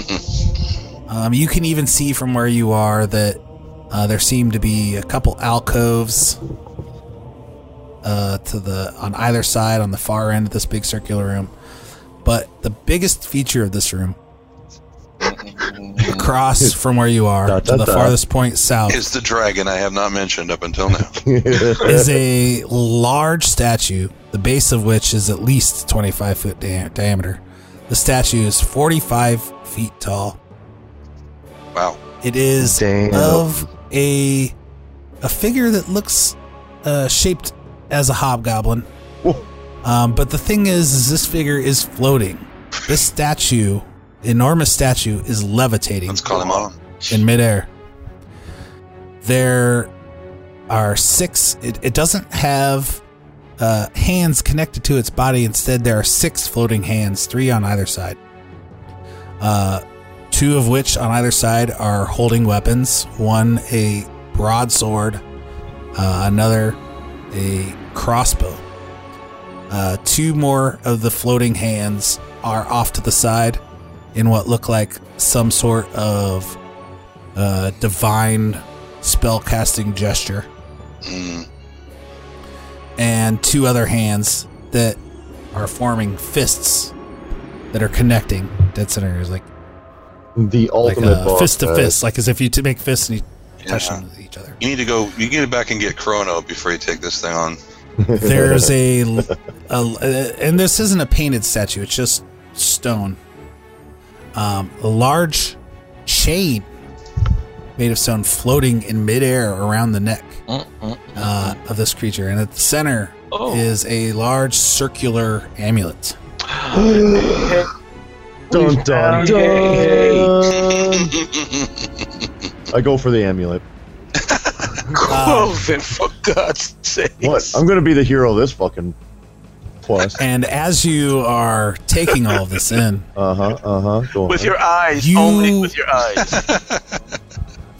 Speaker 1: um, you can even see from where you are that uh, there seem to be a couple alcoves uh, to the on either side on the far end of this big circular room. But the biggest feature of this room, across from where you are
Speaker 6: Da, da,
Speaker 1: to the
Speaker 6: da.
Speaker 1: farthest point south,
Speaker 2: Is the dragon I have not mentioned up until now.
Speaker 1: is a large statue, the base of which is at least 25 foot dia- diameter. The statue is 45 feet tall.
Speaker 2: Wow.
Speaker 1: It is
Speaker 3: Damn.
Speaker 1: of a a figure that looks uh, shaped as a hobgoblin. Um, but the thing is, is, this figure is floating. This statue, enormous statue, is levitating
Speaker 2: Let's call him on.
Speaker 1: in midair. There are six. It, it doesn't have uh, hands connected to its body. Instead, there are six floating hands, three on either side. Uh, two of which on either side are holding weapons. One a broadsword, uh, another a crossbow. Uh, two more of the floating hands are off to the side in what look like some sort of uh, divine spell casting gesture
Speaker 2: Mm.
Speaker 1: and two other hands that are forming fists that are connecting dead center is like
Speaker 6: the
Speaker 1: like
Speaker 6: ultimate
Speaker 1: a
Speaker 6: boss, uh,
Speaker 1: fist to
Speaker 6: guys.
Speaker 1: fist like as if you t- make fists and you touch
Speaker 2: Yeah.
Speaker 1: them with each other
Speaker 2: You need to go. You need to back and get Chrono before you take this thing on.
Speaker 1: there's a, a- a- and this isn't a painted statue it's just stone um, a large chain made of stone floating in midair around the neck uh, of this creature and at the center is a large circular amulet
Speaker 6: Dun, dun, dun. I go for the amulet.
Speaker 5: Cloven, Oh, for God's sake.
Speaker 6: What? I'm gonna be the hero of this fucking
Speaker 2: [laughs]
Speaker 6: quest.
Speaker 1: and as you are taking all of this in
Speaker 6: Uh huh. Uh huh. Go on.
Speaker 5: With your eyes,
Speaker 1: You-
Speaker 5: only with your eyes.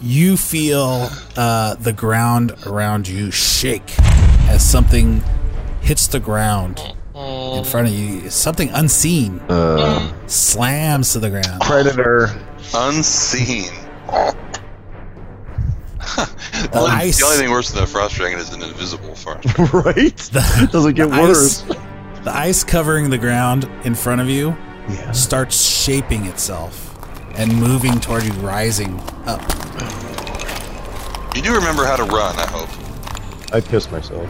Speaker 1: you feel uh, the ground around you shake as something hits the ground in front of you. Something unseen slams to the ground.
Speaker 3: Predator.
Speaker 2: Unseen.
Speaker 1: The ice,
Speaker 2: The only thing worse than a frost dragon is an invisible frost. dragon.
Speaker 6: [laughs] right? [laughs] Doesn't get
Speaker 1: the
Speaker 6: worse.
Speaker 1: Ice, the ice covering the ground in front of you starts shaping itself and moving toward you, rising up.
Speaker 2: You do remember how to run, I hope.
Speaker 6: I pissed myself.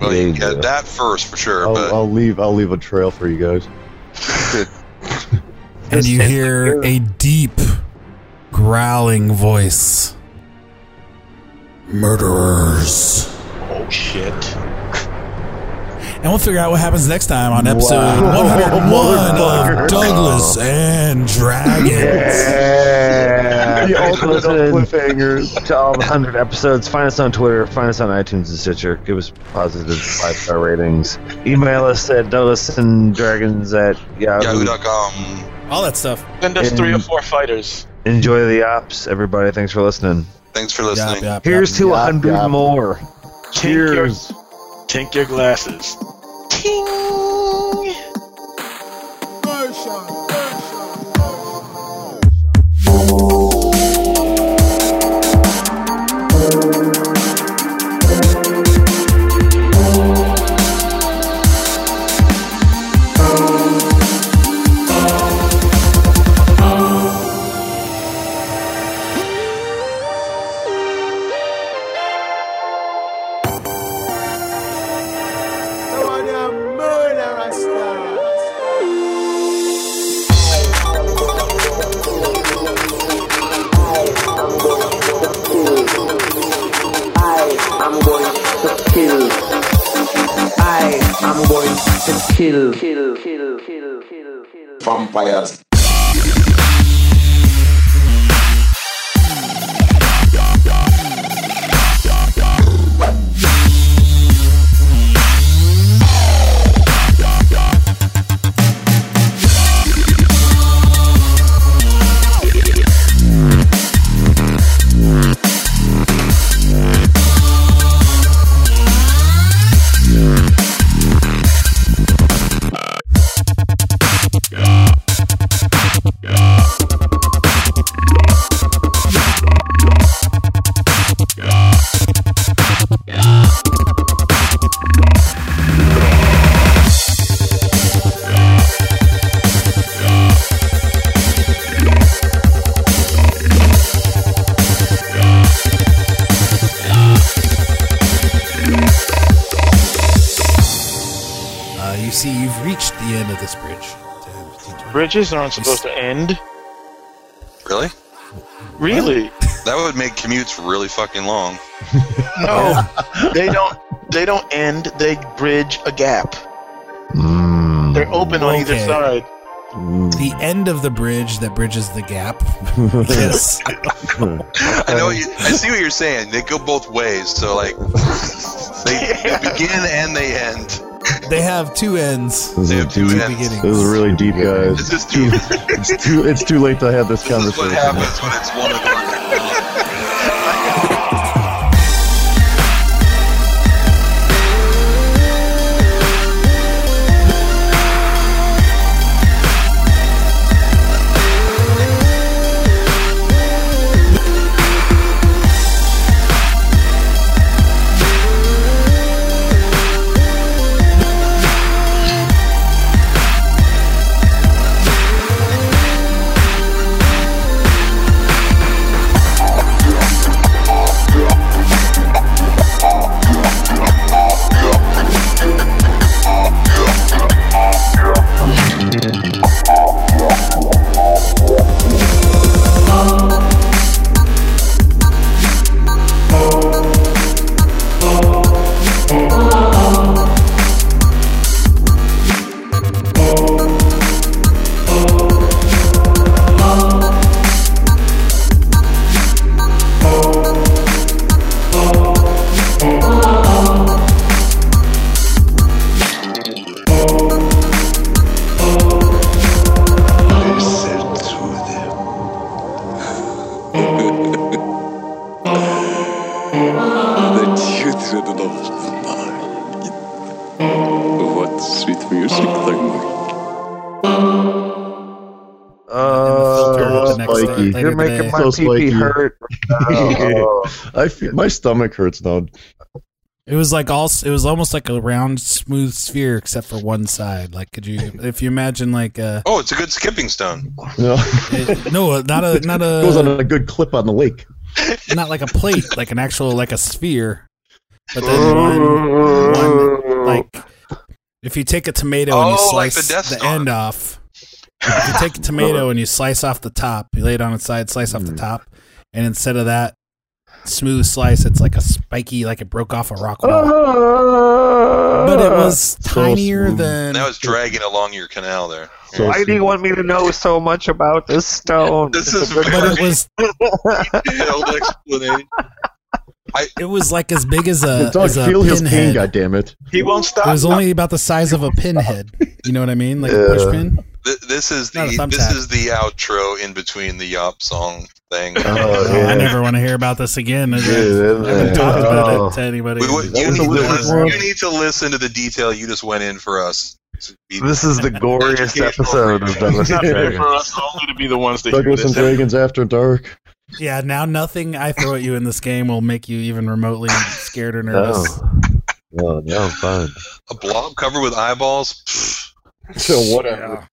Speaker 2: Well, you
Speaker 3: Yeah,
Speaker 2: get
Speaker 3: yeah.
Speaker 2: that first for sure,
Speaker 6: I'll,
Speaker 2: but
Speaker 6: I'll leave. I'll leave a trail for you guys.
Speaker 1: and you hear a deep, growling voice. Murderers.
Speaker 5: oh, shit.
Speaker 1: And we'll figure out what happens next time on episode 101 of Douglas and Dragons.
Speaker 3: Yeah.
Speaker 6: The ultimate
Speaker 3: Listen
Speaker 6: cliffhangers.
Speaker 3: to all the 100 episodes. Find us on Twitter. Find us on iTunes and Stitcher. Give us positive five star ratings. Email us at dragons at yahoo.
Speaker 2: yahoo.com.
Speaker 1: All that stuff.
Speaker 5: Send us three or
Speaker 3: And-
Speaker 5: four fighters.
Speaker 3: Enjoy the ops, everybody. Thanks for listening.
Speaker 2: Thanks for listening.
Speaker 3: Here's to a
Speaker 6: Yop,
Speaker 3: 100
Speaker 6: yop.
Speaker 3: more.
Speaker 6: Cheers.
Speaker 5: Tink your glasses.
Speaker 10: Thank
Speaker 1: Uh,
Speaker 10: kill. I am going to kill. Kill. Kill. Kill. Kill. Kill. Vampires.
Speaker 1: Uh, you see, you've reached the end of this bridge. 10, 15, 20.
Speaker 5: Bridges aren't supposed to end.
Speaker 2: Really?
Speaker 5: Really?
Speaker 2: That would make commutes really fucking long.
Speaker 5: No, [laughs] they don't. They don't end. They bridge a gap.
Speaker 6: Mm.
Speaker 5: They're open on either
Speaker 1: Okay.
Speaker 5: side.
Speaker 6: Mm.
Speaker 1: The end of the bridge that bridges the
Speaker 6: [laughs]
Speaker 1: gap. yes.
Speaker 2: I know. You, I see what you're saying. They go both ways. So like, they, they begin and they end.
Speaker 1: They have two ends.
Speaker 6: This
Speaker 2: They
Speaker 6: is
Speaker 2: have two
Speaker 6: deep.
Speaker 2: ends.
Speaker 1: beginnings.
Speaker 6: This is really deep, guys.
Speaker 2: This is too.
Speaker 6: It's too. It's too late to have this
Speaker 2: This is what
Speaker 6: [laughs] conversation.
Speaker 2: happens when it's one o'clock.
Speaker 11: What sweet music language.
Speaker 3: Uh,
Speaker 1: the next day-
Speaker 6: Spiky.
Speaker 1: later
Speaker 3: you're
Speaker 1: today.
Speaker 3: making my
Speaker 6: So
Speaker 3: PP
Speaker 6: spiky.
Speaker 3: hurt. Oh,
Speaker 6: [laughs] I feel, my stomach hurts now.
Speaker 1: It was like all. It was almost like a round, smooth sphere, except for one side. Like, could you, if you imagine, like, uh,
Speaker 2: Oh, it's a good skipping stone.
Speaker 6: [laughs] No,
Speaker 1: it- no, not a, not
Speaker 3: [laughs]
Speaker 6: goes on
Speaker 1: a,
Speaker 6: a good clip on the lake.
Speaker 1: not like a plate, like an actual, like a sphere. But then one, one like, if you take a tomato and you
Speaker 2: Oh, like
Speaker 1: slice
Speaker 2: the Death
Speaker 1: the,
Speaker 2: Star.
Speaker 1: end off, if you take a tomato and you slice off the top, you lay it on its side, slice off
Speaker 3: Mm.
Speaker 1: the top, and instead of that smooth slice, it's like a spiky, like it broke off a rock wall. But it was tinier
Speaker 6: smooth.
Speaker 1: than
Speaker 2: Now it's dragging along your canal there.
Speaker 6: So
Speaker 3: [laughs] why do you want me to know so much about this stone?
Speaker 2: This is
Speaker 3: [laughs]
Speaker 1: but it was
Speaker 2: detailed explanation.
Speaker 1: it was like as big as a,
Speaker 6: the dog
Speaker 1: as uh, a
Speaker 6: feel his pain.
Speaker 1: pinhead.
Speaker 6: God damn it!
Speaker 5: He won't
Speaker 1: It
Speaker 5: stop.
Speaker 1: was only about the size of a pinhead. You know what I mean? Like a
Speaker 3: Yeah.
Speaker 1: push pin.
Speaker 2: Th- This is
Speaker 1: Not a
Speaker 2: the
Speaker 1: thumbtack.
Speaker 2: this is the outro in between the yop song thing.
Speaker 3: Oh,
Speaker 1: Oh, I never want to hear about this again. I
Speaker 3: Dude,
Speaker 1: haven't
Speaker 3: that-
Speaker 1: talked
Speaker 3: oh.
Speaker 1: about it to anybody.
Speaker 2: We, would- you,
Speaker 6: was
Speaker 2: need
Speaker 6: a
Speaker 2: to
Speaker 6: little
Speaker 2: listen,
Speaker 6: more-
Speaker 2: you need to listen to the detail you just went in for us.
Speaker 3: This is the goriest episode of Douglas and
Speaker 5: It's not fair
Speaker 3: Dragons.
Speaker 5: for us only to be the ones that hear
Speaker 6: Douglas
Speaker 5: this.
Speaker 6: and Dragons After Dark.
Speaker 1: Yeah, now nothing I throw at you in this game will make you even remotely
Speaker 6: Oh.
Speaker 1: scared or nervous.
Speaker 3: No, no, I'm fine.
Speaker 2: A blob covered with eyeballs. Pfft.
Speaker 6: [laughs] So whatever.